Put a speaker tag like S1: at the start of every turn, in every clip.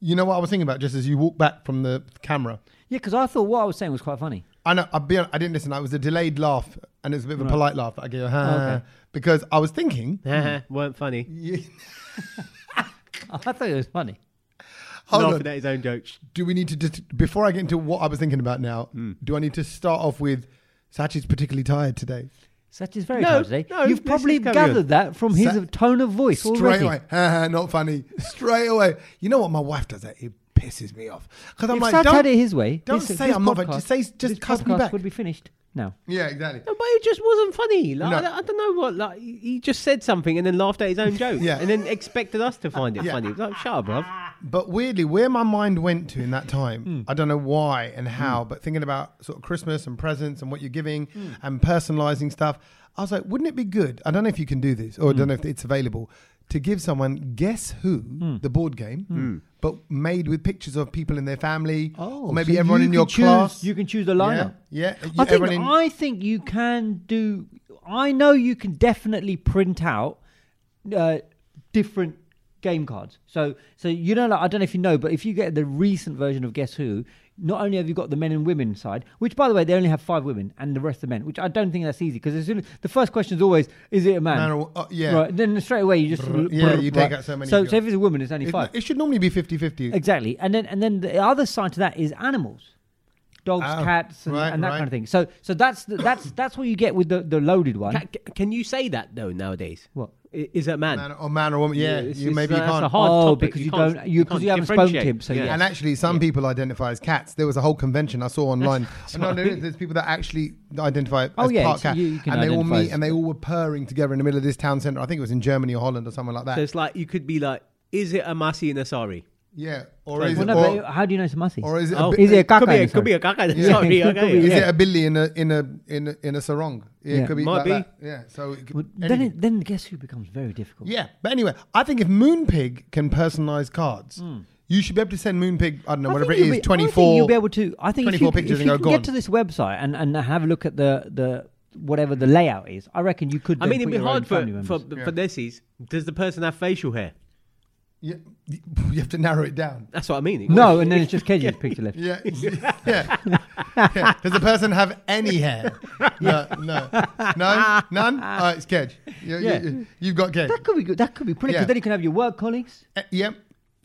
S1: You know what I was thinking about just as you walked back from the camera.
S2: Yeah, because I thought what I was saying was quite funny.
S1: I know. I'd be, I didn't listen. It was a delayed laugh, and it was a bit of a
S2: Right.
S1: polite laugh. that I go, ha,
S2: Okay.
S1: because I was thinking.
S3: weren't funny.
S2: I thought it was funny.
S1: Hold
S3: Laughing
S1: on.
S3: at his own jokes.
S1: Do we need to just before I get into what I was thinking about now?
S2: Hmm.
S1: Do I need to start off with? Sachi's particularly tired today.
S2: Such is very
S3: No,
S2: tired today.
S3: no,
S2: You've
S3: this
S2: probably
S3: is going
S2: gathered
S3: good.
S2: that from his
S1: Sa-
S2: tone of voice
S1: Straight
S2: already.
S1: away, ha, ha, not funny. Straight away. You know what? My wife does that. It pisses me off because I'm
S2: If
S1: like,
S2: Saj
S1: don't,
S2: had it his way,
S1: don't
S2: this,
S1: say
S2: this
S1: I'm not.
S2: podcast-
S1: Just say,
S2: this
S1: just cuss me
S2: podcast
S1: back.
S2: would be finished now.
S1: yeah, exactly.
S3: No, But it just wasn't funny. Like,
S1: No.
S3: I, don't, I don't know what. Like he he just said something and then laughed at his own joke.
S1: Yeah.
S3: And then expected us to find it
S1: Yeah.
S3: funny. It was like, shut up, bruv.
S1: But weirdly, where my mind went to in that time,
S2: Hmm.
S1: I don't know why and how, but thinking about sort of Christmas and presents and what you're giving
S2: Hmm.
S1: and personalizing stuff, I was like, wouldn't it be good? I don't know if you can do this or I
S2: Hmm.
S1: don't know if it's available to give someone Guess Who,
S2: Hmm.
S1: the board game, but made with pictures of people in their family
S2: Oh,
S1: or maybe
S2: so
S1: everyone
S2: you
S1: in
S2: can
S1: your
S2: choose-
S1: class.
S2: You can choose the
S1: yeah,
S2: lineup.
S1: yeah. You-
S2: I think
S1: everyone in-
S2: I think you can do. I know you can definitely print out uh, different game cards. So so you know, like, I don't know if you know, but if you get the recent version of Guess Who, not only have you got the men and women side, which by the way they only have five women and the rest of men, which I don't think that's easy because as soon as, the first question is always, is it a man?
S1: Man or- uh, yeah.
S2: Right. Then straight away you just
S1: Brr, yeah, you take
S2: right.
S1: out so many
S2: So,
S1: you
S2: so
S1: got.
S2: if it's a woman, it's only
S1: it,
S2: five.
S1: it should normally be 50 50.
S2: Exactly, and then and then the other side to that is animals, dogs,
S1: Oh,
S2: cats, and,
S1: right,
S2: and that
S1: right.
S2: kind of thing. So so that's the, that's that's what you get with the, the loaded one.
S3: Ca- c- Can you say that though nowadays?
S2: What?
S3: I- is that man?
S1: Man or man or woman. Yeah,
S3: it's-
S1: you
S3: it's-
S1: maybe you
S3: that's
S1: can't.
S3: a hard
S2: Oh,
S3: topic.
S2: because you
S3: can't-
S2: don't- you- 'cause
S3: can't
S2: you haven't spoken to
S3: differentiate.
S2: him, so yeah.
S1: And actually, some people identify as cats. There was a whole convention I saw online. no, no, no, there's people that actually identify
S2: Oh,
S1: as
S2: yeah,
S1: part
S2: it's-
S1: cat,
S2: you- you can
S1: and they all
S2: identify
S1: meet
S2: as-
S1: and they all were purring together in the middle of this town centre. I think it was in Germany or Holland or somewhere like that.
S3: So it's like you could be like, is it a Masi and Asari?
S1: yeah, or is
S2: Well,
S1: it,
S2: no, but
S1: or,
S2: how do you know it's a mussy?
S1: or is it,
S3: Oh,
S1: a, bi-
S2: is it a
S3: Could be
S2: caca?
S3: a, could be a kaka and
S1: Yeah.
S3: Asari.
S2: Could
S3: Okay.
S2: be,
S1: is
S3: yeah.
S1: it a billy in a in a in a, in a sarong? Yeah,
S2: Yeah.
S1: It could be
S3: Might
S1: like
S3: be.
S1: that. Yeah, so it could-
S2: Well, then
S1: anything.
S2: it, then guess who becomes very difficult.
S1: yeah, but anyway, I think if Moonpig can personalise cards, you should be able to send Moonpig. I don't know
S2: Hmm. I
S1: whatever it
S2: think
S1: is,
S2: you'll be-
S1: twenty
S2: I think
S1: four.
S2: you'll be able to. I think if
S1: 24
S2: you,
S1: pictures
S2: if
S1: and
S2: you
S1: go,
S2: can
S1: "Go on."
S2: get to this website and, and have a look at the, the whatever the layout is, I reckon you could.
S3: I mean,
S2: then
S3: it'd
S2: put
S3: be
S2: your own
S3: hard for
S2: family
S3: for,
S2: members.
S3: for this is does the person have facial hair?
S1: Yeah, you have to narrow it down.
S3: That's what I mean.
S2: No, and then it's just Kenji's picture left.
S1: Yeah. yeah. Yeah. Does the person have any hair? No, no. No? None? All right, it's Kedge. You,
S2: Yeah.
S1: you, have got Kedge.
S2: That could be good. That could be pretty. 'cause
S1: Yeah.
S2: then you can have your work colleagues.
S1: Eh, Yep.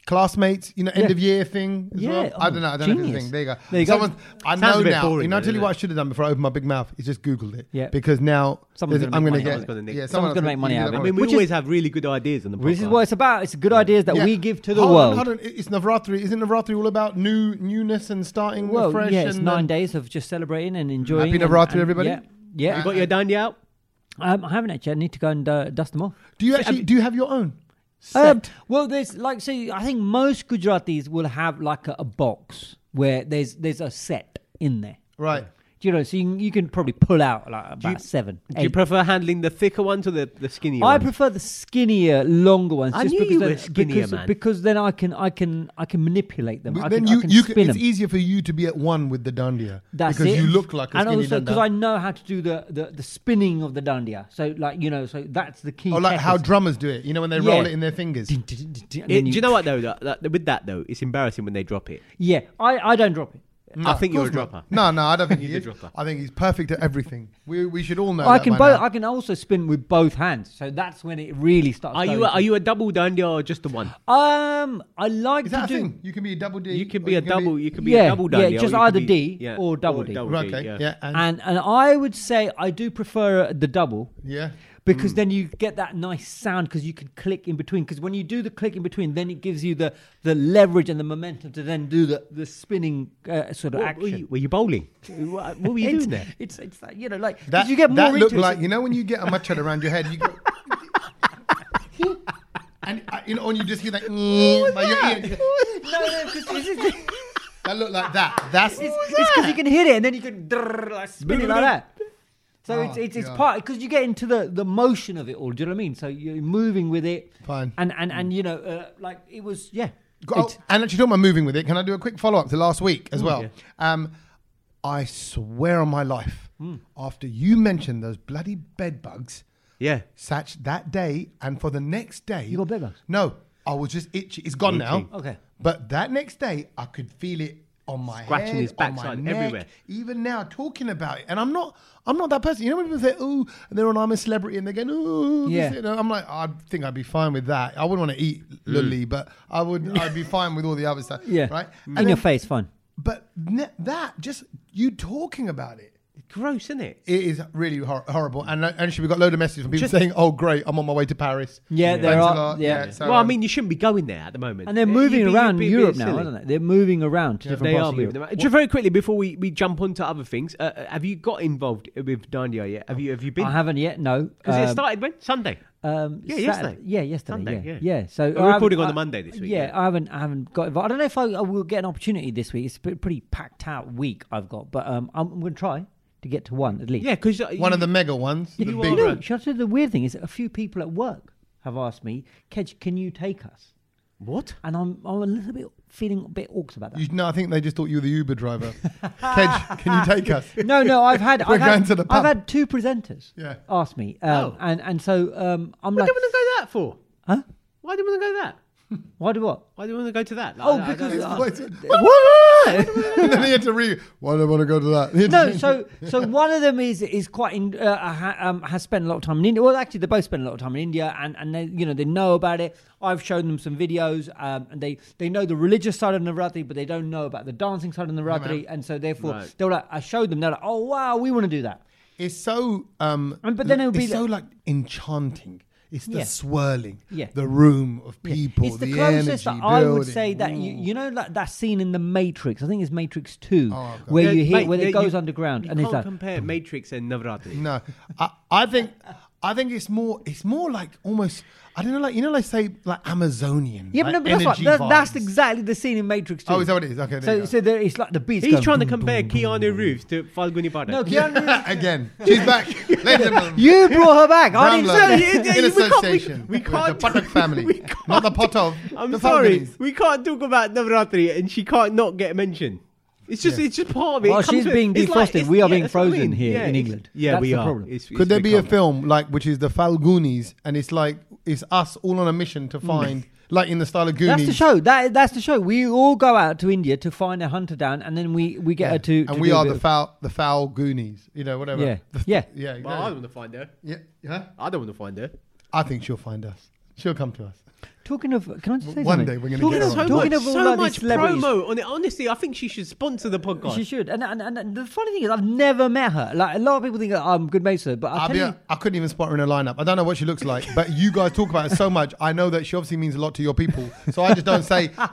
S1: Classmates, you know, end
S2: Yeah.
S1: of year thing as
S2: Yeah.
S1: well. I
S2: Oh,
S1: don't know. I don't know if it's a
S2: genius.
S1: thing. There you go.
S2: There you go.
S1: Someone- I
S3: Sounds
S1: know
S3: a bit
S1: now.
S3: boring,
S1: you know, I'll
S3: though,
S1: tell you
S3: doesn't
S1: what I
S3: it?
S1: should have done before I opened my big mouth is just Googled it.
S2: Yeah.
S1: Because now
S2: Someone's
S1: there's-
S2: gonna
S1: I'm
S2: make
S1: going to
S2: money
S1: get.
S2: out of
S1: yeah,
S3: it. Someone's
S1: someone's
S2: gonna make money
S1: yeah,
S2: out of it.
S3: I
S1: that
S3: mean, we
S2: Which is-
S3: always have really good ideas on the podcast.
S2: This is what it's about. It's good ideas that
S1: Yeah.
S2: we give to the
S1: Hold on,
S2: world.
S1: hold on. It's Navratri. Isn't Navratri all about new newness and starting
S2: Well,
S1: fresh?
S2: yeah, it's
S1: and then-
S2: nine days of just celebrating and enjoying.
S1: Happy
S2: and-
S1: Navratri,
S2: and-
S1: everybody.
S2: Yeah, yeah.
S3: You got your dandy out?
S2: um, I haven't actually. I need to go and uh, dust them off.
S1: Do you actually do you have your own?
S2: Um,
S1: set?
S2: well, there's like so. I think most Gujaratis will have like a, a box where there's there's a set in there.
S1: Right.
S2: Do you know? So you, can- you can probably pull out like about
S3: you-
S2: seven.
S3: Do you
S2: eight.
S3: prefer handling the thicker ones or the, the skinnier
S2: I
S3: ones?
S2: prefer the skinnier, longer ones.
S3: I
S2: just
S3: knew
S2: because
S3: you
S2: then-
S3: were skinnier,
S2: because,
S3: man.
S2: because then I can, I can, I can manipulate them.
S1: But
S2: I
S1: then
S2: can,
S1: you,
S2: I can
S1: you
S2: spin
S1: can, it's
S2: them.
S1: easier for you to be at one with the dandia
S2: That's
S1: because
S2: it.
S1: you look like a
S2: and
S1: skinny
S2: also
S1: dandia.
S2: because I know how to do the, the, the spinning of the dandia. So like you know, so that's the key.
S1: or Oh, like
S2: test.
S1: how drummers do it, you know, when they roll
S2: Yeah.
S1: it in their fingers.
S2: Dun, dun, dun, dun, dun, and
S3: It-
S2: then
S3: do you know what though? That, that- with that though, it's embarrassing when they drop it.
S2: Yeah, I, I don't drop it.
S1: No,
S3: I
S1: of
S3: think you're a
S1: course
S3: dropper.
S1: not. No, no, I don't think he
S3: He's a
S1: is.
S3: dropper.
S1: I think he's perfect at everything. We, we should all know.
S2: I
S1: that
S2: can
S1: by
S2: both.
S1: now.
S2: I can also spin with both hands. So that's when it really starts.
S3: Are you
S2: going
S3: a, are you a double dandy or just a one?
S2: to- Um, I like
S1: Is
S2: to
S1: that a
S2: do.
S1: thing? You can be a double D.
S3: You
S1: or
S3: could be a double. You could be
S2: Yeah,
S3: a double
S2: yeah,
S3: dandy. or
S2: just
S3: you could
S2: either
S3: be-
S2: D or double D.
S1: Okay. Yeah. and,
S2: And and I would say I do prefer uh, the double
S1: yeah. Mm.
S2: because then you get that nice sound because you can click in between. Because when you do the click in between, then it gives you the the leverage and the momentum to then do the the spinning uh, sort of
S3: What,
S2: action.
S3: were, you, were you bowling? what what were you
S2: it's,
S3: doing there?
S2: It's, it's that, you know, like, 'cause
S1: That,
S2: you get more
S1: that
S2: into
S1: looked
S2: it, so-
S1: like you know when you get a machete around your head, you go. And uh, you know, and you just hear that by your ear.
S2: no, no, because it's, it's,
S1: That looked like that. That's
S2: because you can hit it and then you can drrr, like, spin it like that. So it's it's, it's
S1: God.
S2: part because you get into the, the motion of it all. Do you know what I mean? So you're moving with it.
S1: Fine.
S2: And and and you know, uh, like it was yeah.
S1: Oh,
S2: It-
S1: and actually, talking about moving with it, can I do a quick follow up to last week as well? Um, I swear on my life, after you mentioned those bloody bed bugs,
S3: Yeah.
S1: Satch, that day and for the next day. You
S2: got bed bugs?
S1: No. I was just itchy. It's gone now.
S2: Okay.
S1: But that next day, I could feel it on my
S3: Scratching
S1: head,
S3: his backside,
S1: on my neck,
S3: everywhere.
S1: Even now, talking about it, and I'm not, I'm not that person. You know when people say, "Ooh," and they're on "I'm a celebrity," and they're going, "Ooh," this,
S2: Yeah.
S1: you know, I'm like, I think I'd be fine with that. I wouldn't want to eat lully,
S3: Mm.
S1: but I would, I'd be fine with all the other stuff.
S2: Yeah.
S1: Right.
S2: In
S1: And
S2: your
S1: then-
S2: face, fine.
S1: But ne- that just you talking about it.
S3: Gross, isn't it?
S1: It is really hor- horrible, and uh, actually, we got a load of messages from people
S3: Just-
S1: saying, "Oh, great, I'm on my way to Paris."
S2: Yeah, there
S1: Thanks a
S2: are-
S1: lot.
S2: yeah.
S1: so,
S3: well, I
S1: um,
S3: mean, you shouldn't be going there at the moment.
S2: And they're
S3: You'd
S2: moving
S3: be-
S2: around
S3: you'd be a
S2: Europe
S3: bit
S2: now,
S3: silly.
S2: aren't they? They're moving around to different
S3: They
S2: parts
S3: are
S2: of
S3: moving
S2: Europe.
S3: around. Just very quickly before we, we jump onto other things, uh, uh, have you got involved with Dandia yet? Have you have you been?
S2: I haven't yet. No,
S3: Because it
S2: Um,
S3: started when Sunday.
S2: Um,
S3: Yeah,
S2: Saturday-
S3: yesterday.
S2: Yeah, yesterday.
S3: Sunday,
S2: yeah.
S3: yeah.
S2: yeah, So
S3: We're
S2: I
S3: recording
S2: haven't-
S3: on the
S2: I-
S3: Monday this week,
S2: Yeah,
S3: yeah.
S2: I haven't, I haven't got involved. I don't know if I, I will get an opportunity this week. It's a pretty packed out week I've got, but um, I'm, going to try to get to one at least.
S3: Yeah, uh, because
S1: um, one of the mega ones. the
S3: you
S1: big
S3: are-
S1: one.
S2: No, shall I tell you the weird thing is that a few people at work have asked me, Kedge, can you take us?
S3: what?
S2: And I'm, I'm a little bit feeling a bit awkward about that.
S1: You, no, I think they just thought you were the Uber driver. Kedge, can you take us?
S2: no, no, I've had,
S1: We're
S2: I've, had
S1: going to the pub.
S2: I've had two presenters
S1: Yeah.
S2: ask me, um,
S3: Oh.
S2: and and so um, I'm
S3: Why
S2: like,
S3: do you want to go that for?
S2: huh?
S3: Why do you want to go that?
S2: Why do what?
S3: Why do you want to go to that? Like,
S2: Oh,
S3: I- I
S2: because-
S3: don't-
S1: What? and then he had to read. Why do I want to go to that? He had
S2: No,
S1: to-
S2: so so one of them is is quite in, uh, ha, um, has spent a lot of time in India. Well, actually, they both spent a lot of time in India, and and they you know they know about it. I've shown them some videos, um, and they they know the religious side of Navratri, but they don't know about the dancing side of Navratri, and so therefore
S3: Right.
S2: they were like, I showed them. They're like, oh wow, we want to do that.
S1: it's so. Um,
S2: And- but then it would
S1: it's
S2: be
S1: so like enchanting. It's the
S2: Yeah.
S1: swirling,
S2: Yeah.
S1: the room of
S2: Yeah.
S1: people,
S2: it's the,
S1: energy
S2: closest that I would
S1: building.
S2: say that you, you know like that scene in the Matrix. I think it's Matrix Two,
S1: Oh, God.
S2: where
S3: Yeah,
S2: you hear
S3: mate,
S2: where
S3: yeah,
S2: it goes
S3: you-
S2: underground,
S3: You
S2: and it's
S3: can't
S2: like
S3: compare Matrix and Navratri.
S1: No, I, I think, I think it's more. It's more like almost. I don't know, like you know, like say like Amazonian.
S2: yeah, but
S1: like
S2: no, but that's what
S1: energy
S2: that, that's
S1: vibes.
S2: exactly the scene in Matrix Two.
S1: Oh, is that what it is? Okay, there you
S2: So,
S1: go.
S2: so there, it's like the beast.
S3: He's
S2: going,
S3: trying to
S2: "Dum,
S3: compare
S2: dum,
S3: Keanu Reeves to Falguni Bada.
S2: No,
S1: Yeah,
S2: Keanu Reeves.
S1: again, she's back. Ladies and gentlemen.
S2: You brought her back. I
S1: Brown
S2: didn't
S1: Lab,
S2: say
S3: yeah, yeah,
S1: in
S3: we can't-
S1: association
S3: we- we
S1: with
S3: can't-
S1: the Patak family,
S3: we can't
S1: not the Potov.
S3: I'm
S1: the
S3: sorry,
S1: Falconis.
S3: we can't talk about Navratri and she can't not get mentioned. It's just,
S1: Yeah.
S3: it's just part of it.
S2: Well,
S3: It comes
S2: she's
S3: with-
S2: being
S3: it's
S2: defrosted.
S3: it's-
S2: We are being
S3: that's what I
S2: frozen
S3: mean.
S2: here in
S3: it's-
S2: England.
S3: Yeah,
S2: That's
S3: we
S2: the
S3: are.
S2: problem.
S3: It's- it's
S1: Could there be a
S3: become-
S1: film like which is the Falgoonies, and it's like it's us all on a mission to find, like in the style of Goonies.
S2: Mm. That's the show. That that's the show. We all go out to India to find a hunter down, and then we we get her to.
S1: and
S2: to
S1: we
S2: do a
S1: are
S2: bit
S1: the
S2: of-
S1: foul, the foul Goonies. You know, whatever.
S2: Yeah.
S1: The-
S2: Yeah.
S1: yeah,
S3: Well, I don't
S1: exactly.
S3: want to find her.
S1: yeah, yeah.
S3: I don't want to find her.
S1: I think she'll find us. She'll come to us.
S2: Talking of, can I just say
S1: One
S2: something?
S1: day we're gonna
S2: talking
S1: get
S2: of,
S1: her on.
S3: so
S2: talking
S3: much,
S2: of all
S3: so
S2: of these
S3: much
S2: celebrities.
S3: promo on it. Honestly, I think she should sponsor the podcast.
S2: She should, and, and and the funny thing is, I've never met her. Like a lot of people think that I'm good mates with her, but I
S1: I'll
S2: tell
S1: be,
S2: you,
S1: I I couldn't even spot her in a lineup. I don't know what she looks like, but you guys talk about it so much. I know that she obviously means a lot to your people. So I just don't say. I,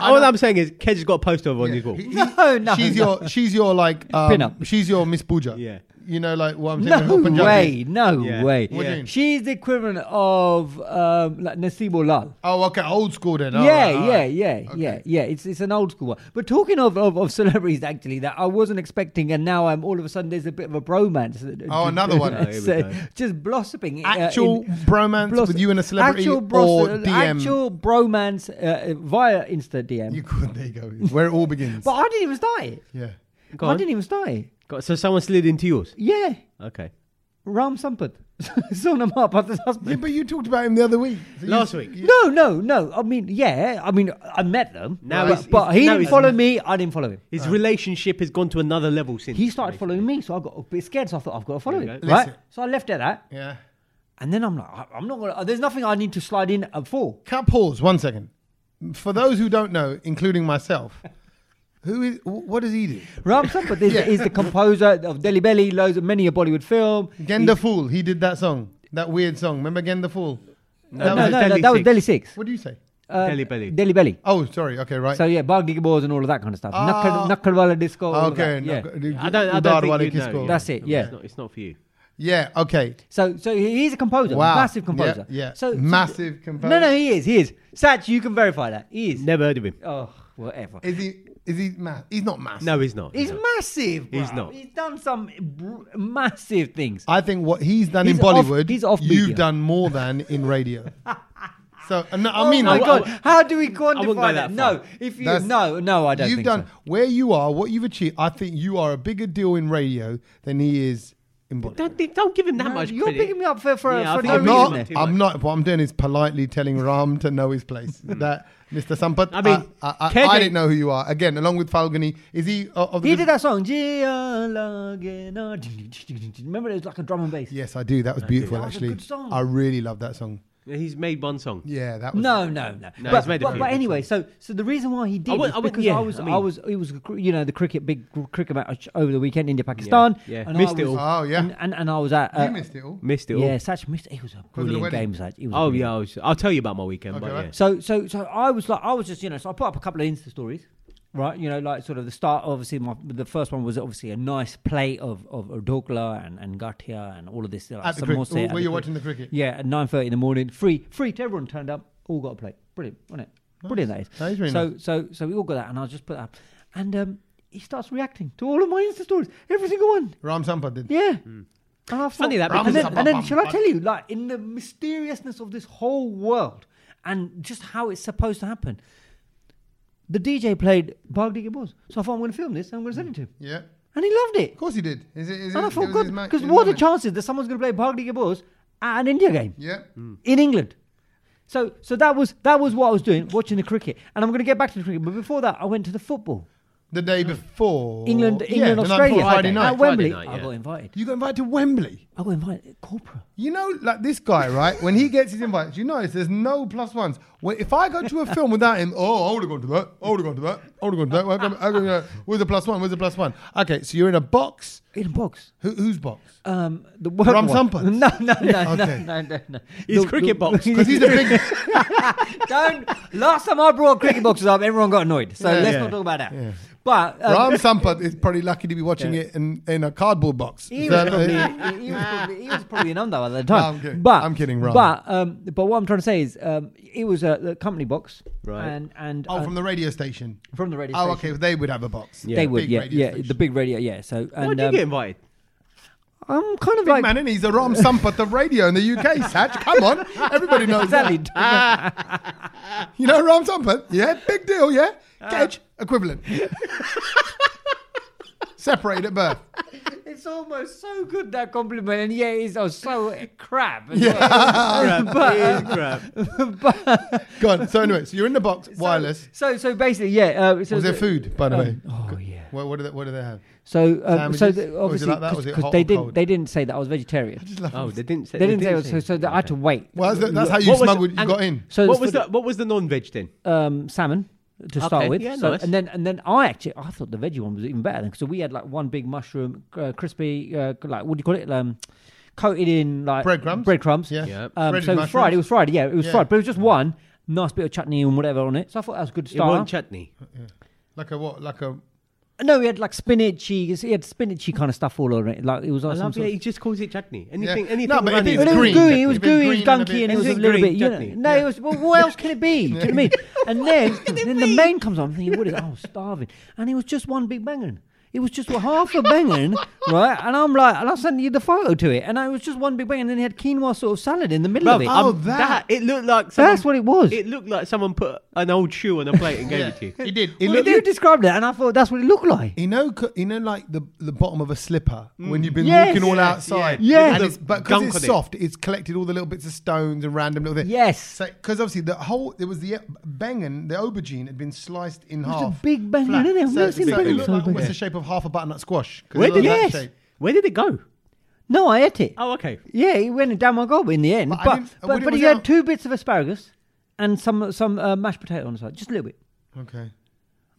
S1: I
S3: All
S1: don't-
S3: I'm saying is, Ked's got a poster of her on his wall.
S1: He-
S2: No, no,
S1: She's
S2: no.
S1: your, she's your like, um,
S2: Pin-up.
S1: she's your Miss Pooja.
S3: Yeah.
S1: You know, like what I'm saying.
S2: no
S1: with Punjabi.
S2: way, no
S3: Yeah.
S2: way.
S1: What do you mean?
S2: She's the equivalent of um, like Nasibo Lal.
S1: Oh, okay, old school then. All
S2: yeah,
S1: right, all
S2: yeah,
S1: right.
S2: yeah, yeah,
S1: Okay.
S2: yeah. It's it's an old school one. But talking of, of, of celebrities, actually, that I wasn't expecting, and now I'm all of a sudden there's a bit of a bromance.
S1: Oh, another one. Oh,
S3: here we
S2: So,
S3: go.
S2: just blossoming. uh,
S1: Actual
S2: in-
S1: bromance
S2: blos-
S1: with you and a celebrity
S2: actual
S1: or
S2: bros-
S1: DM.
S2: Actual bromance uh, via Insta DM.
S1: You could. There you go. It's where it all begins.
S2: but I didn't even start it.
S1: yeah.
S3: Go
S2: I
S3: on.
S2: didn't even start it.
S3: Go- So someone slid into yours.
S2: Yeah,
S3: Okay.
S2: Ram Sampath. Sonam Patha's husband.
S1: Yeah, but you talked about him the other week. So you-
S3: Last week.
S1: you-
S2: No, no, no. I mean, yeah. I mean, I met them.
S3: Now
S2: but,
S3: he's-
S2: but
S3: he's-
S2: he
S3: now
S2: didn't
S3: he's-
S2: follow me. I didn't follow him.
S3: His
S1: Uh.
S3: relationship has gone to another level since.
S2: He started following me, so I got a bit scared. So I thought I've got to follow
S3: There you
S2: him,
S3: go.
S2: right?
S1: Listen.
S2: So I left at that,
S1: Yeah.
S2: and then I'm like, I- I'm not gonna. uh, There's nothing I need to slide in uh, for.
S1: Can I pause one second? For those who don't know, including myself, who is wh- what does he do?
S2: Ram Sampath is, is the composer of Delhi Belly, loads of many a Bollywood film.
S1: Genda Fool. He did that song, that weird song. Remember Genda Fool?
S2: No,
S1: was
S2: no,
S1: it.
S2: no,
S3: Delhi
S2: that was
S3: Six.
S2: Delhi Six.
S1: What do you say?
S2: Uh,
S3: Delhi Belly.
S2: Delhi Belly.
S1: Oh, sorry. Okay, right. Ah.
S2: So yeah, Baggy Boys and all of that kind of stuff. Knuckle, Knucklewala Disco. all of
S1: okay.
S2: that,
S1: no,
S2: yeah.
S1: go-
S3: I don't. I
S1: Udar
S3: don't think
S1: Wale
S3: you'd know.
S1: Kisko.
S3: yeah.
S2: That's it,
S3: No,
S2: yeah.
S3: It's not, it's not for you.
S1: Yeah. Okay.
S2: So, so he- he's a composer,
S1: Wow.
S2: massive composer.
S1: Yeah, yeah.
S2: So, so-
S1: Massive composer.
S2: No, no, he is. He is. Satch, you can verify that. He is.
S3: Never heard of him.
S2: Oh, whatever.
S1: Is he? Is he mass? He's not mass.
S3: No, he's not.
S2: He's
S3: No.
S2: massive.
S3: He's
S2: bruv.
S3: not.
S2: He's done some br- massive things.
S1: I think what he's done
S2: He's
S1: in
S2: off-
S1: Bollywood,
S2: he's off media.
S1: you've done more than in radio. so and no, I mean,
S2: oh my
S1: like,
S2: god,
S3: I-
S2: how do we
S3: wouldn't go
S2: quantify
S3: that
S2: that?
S3: far.
S2: No, if you
S1: That's-
S2: no, no, I don't.
S1: you've
S2: think
S1: done
S2: so.
S1: where you are, what you've achieved. I think you are a bigger deal in radio than he is embodied.
S3: Don't, think- don't give him that
S2: No,
S3: much
S2: You're
S3: credit.
S2: picking me up for, for,
S3: Yeah, I
S2: for
S3: think
S2: no
S3: I'm
S1: I'm
S2: reason
S3: not-
S2: there.
S1: not.
S3: too
S1: I'm
S3: much.
S1: not. What I'm doing is politely telling Ram to know his place.
S2: Hmm.
S1: that Mr. Sampath.
S3: I mean,
S1: I, I, I,
S3: KJ
S1: I didn't know who you are. Again, along with Falguni, is he o- of the?
S2: He did that song. uh, Gialagina. Remember, it was like a drum and bass.
S1: Yes, I do. That was beautiful,
S2: That was a
S1: actually.
S2: good song.
S1: I really love that song.
S3: He's made one song.
S1: Yeah, that was.
S2: No, no, no.
S3: No,
S2: but,
S3: he's made a
S2: but,
S3: few.
S2: but anyway, so so the reason why he did
S3: would-
S2: is
S3: I would-
S2: because
S3: yeah,
S2: I was
S3: I
S2: I,
S3: mean-
S2: was it was you know the cricket big cricket match over the weekend India Pakistan.
S3: Yeah, yeah.
S2: and
S3: Missed
S2: I was,
S3: it all.
S1: Oh yeah,
S2: And, and and I was at.
S1: you
S2: Uh,
S1: missed it all.
S3: Missed it all.
S2: yeah, Satch missed. It was a
S1: the
S2: brilliant
S1: wedding.
S2: game, Satch. It was a
S3: Oh
S2: brilliant
S3: yeah, I was, I'll tell you about my weekend.
S1: Okay,
S3: but
S1: right.
S3: yeah.
S2: so so so I was like I was just you know so I put up a couple of Insta stories, right? You know like sort of the start. Obviously, my the first one was obviously a nice plate of of dokla and and gatia and all of this. Like,
S1: At the
S2: samosa
S1: cricket, were
S2: at
S1: were
S2: the
S1: you
S2: cri-
S1: watching the cricket?
S2: Yeah, at nine thirty in the morning, free free to everyone turned up. All got a plate. Brilliant, wasn't it? Brilliant that is.
S1: That is really
S2: so so so we all got that, and I just put that up, and um, he starts reacting to all of my Insta stories, every single one.
S1: Ram Sampath did.
S2: Yeah. And I
S3: Funny that
S2: and
S1: because-
S2: then, and then shall I tell you, like in the mysteriousness of this whole world and just how it's supposed to happen, the DJ played Bhagdi Boz. So I thought I'm going to film this and I'm going to send it to him,
S1: Yeah,
S2: and he loved it.
S1: of course he did. Is it? Is
S2: and
S1: it
S2: I
S1: it
S2: thought,
S1: was
S2: God,
S1: his ma-
S2: because
S1: his
S2: what are the
S1: moment.
S2: chances that someone's going to play Bhagdi Boz at an India game
S1: Yeah.
S2: in England? So, so that was that was what I was doing, watching the cricket, and I'm going to get back to the cricket. But before that, I went to the football,
S1: The day before
S2: England,
S1: Oh, Yeah,
S2: England,
S1: the night before
S2: Australia,
S1: Friday
S2: at
S1: night.
S2: Wembley.
S3: Friday night,
S2: I got
S3: yeah.
S2: invited.
S1: You got invited to Wembley.
S2: I got invited. Corpora.
S1: You know, like this guy, right? When he gets his invites, you notice there's no plus ones. Well, if I go to a film without him, oh, I would have gone to that. I would have gone to that. I would have gone to that. Where- where- where- where- Where's the plus one? Where's the plus one? Okay, so you're in a box.
S2: in a box.
S1: Who, whose box?
S2: Um, the work
S1: Ram
S2: one.
S1: Sampath?
S2: No, no, no,
S1: Okay.
S2: no, no, no, no.
S3: His
S2: The-
S3: cricket
S2: the-
S3: box.
S1: 'Cause he's the big.
S2: Don't. Last time I brought cricket boxes up, everyone got annoyed. So
S1: Yeah,
S2: let's
S1: yeah.
S2: not talk about that.
S1: Yeah.
S2: But um,
S1: Ram Sampath is probably lucky to be watching
S2: Yeah.
S1: it in, in a cardboard box.
S2: he,
S1: Is
S2: was
S1: that-
S2: probably, he, was probably, he was probably an undo at the
S1: No,
S2: time.
S1: I'm kidding.
S2: But
S1: I'm kidding, Ram.
S2: But um, but what I'm trying to say is, um, it was a, the company box,
S3: Right.
S2: And and
S1: oh,
S2: uh,
S1: from the radio station.
S2: from the radio.
S1: Oh,
S2: station.
S1: okay. They would have a box.
S3: Yeah.
S2: They would,
S1: Big
S2: yeah,
S1: radio
S2: yeah,
S1: station.
S2: the big radio, yeah. So,
S3: Why
S2: and
S3: did you
S2: um,
S3: get invited?
S2: I'm kind of
S1: Big
S2: like
S1: man, and he's a Ram Sampath of radio in the UK. Satch, come on, everybody knows
S2: exactly.
S1: that. You know Ram Sampath? Yeah, big deal. Yeah, Kedge equivalent. Separate at birth.
S2: It's almost so good that compliment, and yeah, it's oh, so crap. As
S1: Yeah.
S2: well. but, uh, but
S1: Go on. So anyway, so you're in the box, wireless.
S2: So, so basically, yeah. Uh, so
S1: Was there food, by the way?
S2: Oh yeah.
S1: What, what, do they, what do they have?
S2: So, um, so
S1: Sandwiches?
S2: the,
S1: Or was it
S2: obviously,
S1: like that? Was it hot
S2: because they
S1: or
S2: didn't,
S1: cold?
S2: they didn't say that I was vegetarian.
S3: Oh, they didn't say.
S2: they didn't say, it was- so. So that I had to wait.
S1: Well, that's, that's how you
S3: What was-
S1: smuggled. You
S3: and-
S1: got in.
S2: So
S3: what
S2: the
S3: was
S2: food-
S3: the what was the non-veg then?
S2: um, salmon to
S3: Okay,
S2: start with.
S3: yeah,
S2: so,
S3: nice.
S2: And then and then I actually I thought the veggie one was even better. Then. So we had like one big mushroom, uh, crispy, uh, like what do you call it? Um, coated in like
S1: Breadcrumbs?
S2: Breadcrumbs.
S1: Yeah.
S3: Yeah.
S2: Um,
S1: Breaded
S2: so it was
S1: mushrooms.
S2: fried. It was fried. Yeah, it was
S1: Yeah.
S2: fried. But it was just one nice bit of chutney and whatever on it. So I thought that was a good
S3: It wasn't
S2: start.
S3: chutney.
S1: Like a what? Like a
S2: no, he had like spinachy. He had spinachy kind of stuff all on it. Like it was
S3: I
S2: like some
S3: love
S2: sort
S3: it.
S2: of
S3: He just calls it chutney.
S1: Yeah.
S3: Anything, anything.
S1: No, but if
S3: runny.
S1: it's
S2: But it was
S1: green
S2: gooey. It was
S1: chutney.
S2: gooey. It
S1: Green
S2: was
S1: and a bit-
S2: gunky, and it was a
S3: Anything
S2: little bit.
S3: green
S2: You know,
S3: chutney.
S2: no, it was. Well, what else can it be? Do you know what I mean? And then, then the main comes on. I'm thinking, what is? I was starving, and it was just one big banging. It was just half a banging, right? And I'm like, and I sent you the photo to it, and it was just one big bang. And then he had quinoa sort of salad in the middle of
S3: Bruv,
S2: it.
S1: Oh,
S3: um,
S1: that.
S3: It looked like someone,
S2: That's what it was.
S3: It looked like someone put an old shoe on a plate and gave
S1: Yeah.
S3: it to you.
S1: He did. He
S2: well,
S1: looked-
S2: you described it, and I thought that's what it looked like.
S1: You know, c- you know, like the the bottom of a slipper when you've been
S2: Yes.
S1: walking all
S3: Yeah,
S1: outside.
S2: yeah. Yes.
S1: And
S2: And
S1: it's,
S3: it's
S1: but because
S3: gunk
S1: it's
S3: on it.
S1: soft, it's collected all the little bits of stones and random little things.
S2: Yes.
S1: So, because obviously the whole there was the bangan, the aubergine had been sliced in
S2: was a
S1: half.
S2: big banging,
S1: flat.
S2: innit? I've
S1: So,
S2: never seen
S1: so it
S2: banging
S1: looked
S2: so
S1: like
S2: big.
S1: almost the shape of half a butternut squash. 'cause
S3: Where
S1: it was
S3: did
S1: that
S2: Yes.
S1: shape.
S3: Where did it go?
S2: No, I ate it.
S3: Oh, okay.
S2: Yeah, it went down my gob in the end.
S1: But I
S2: But
S1: didn't-
S2: but,
S1: I wouldn't-
S2: but
S1: was
S2: he
S1: it
S2: had
S1: on-
S2: two bits of asparagus and some some uh, mashed potato on the side, just a little bit.
S1: Okay. Mm.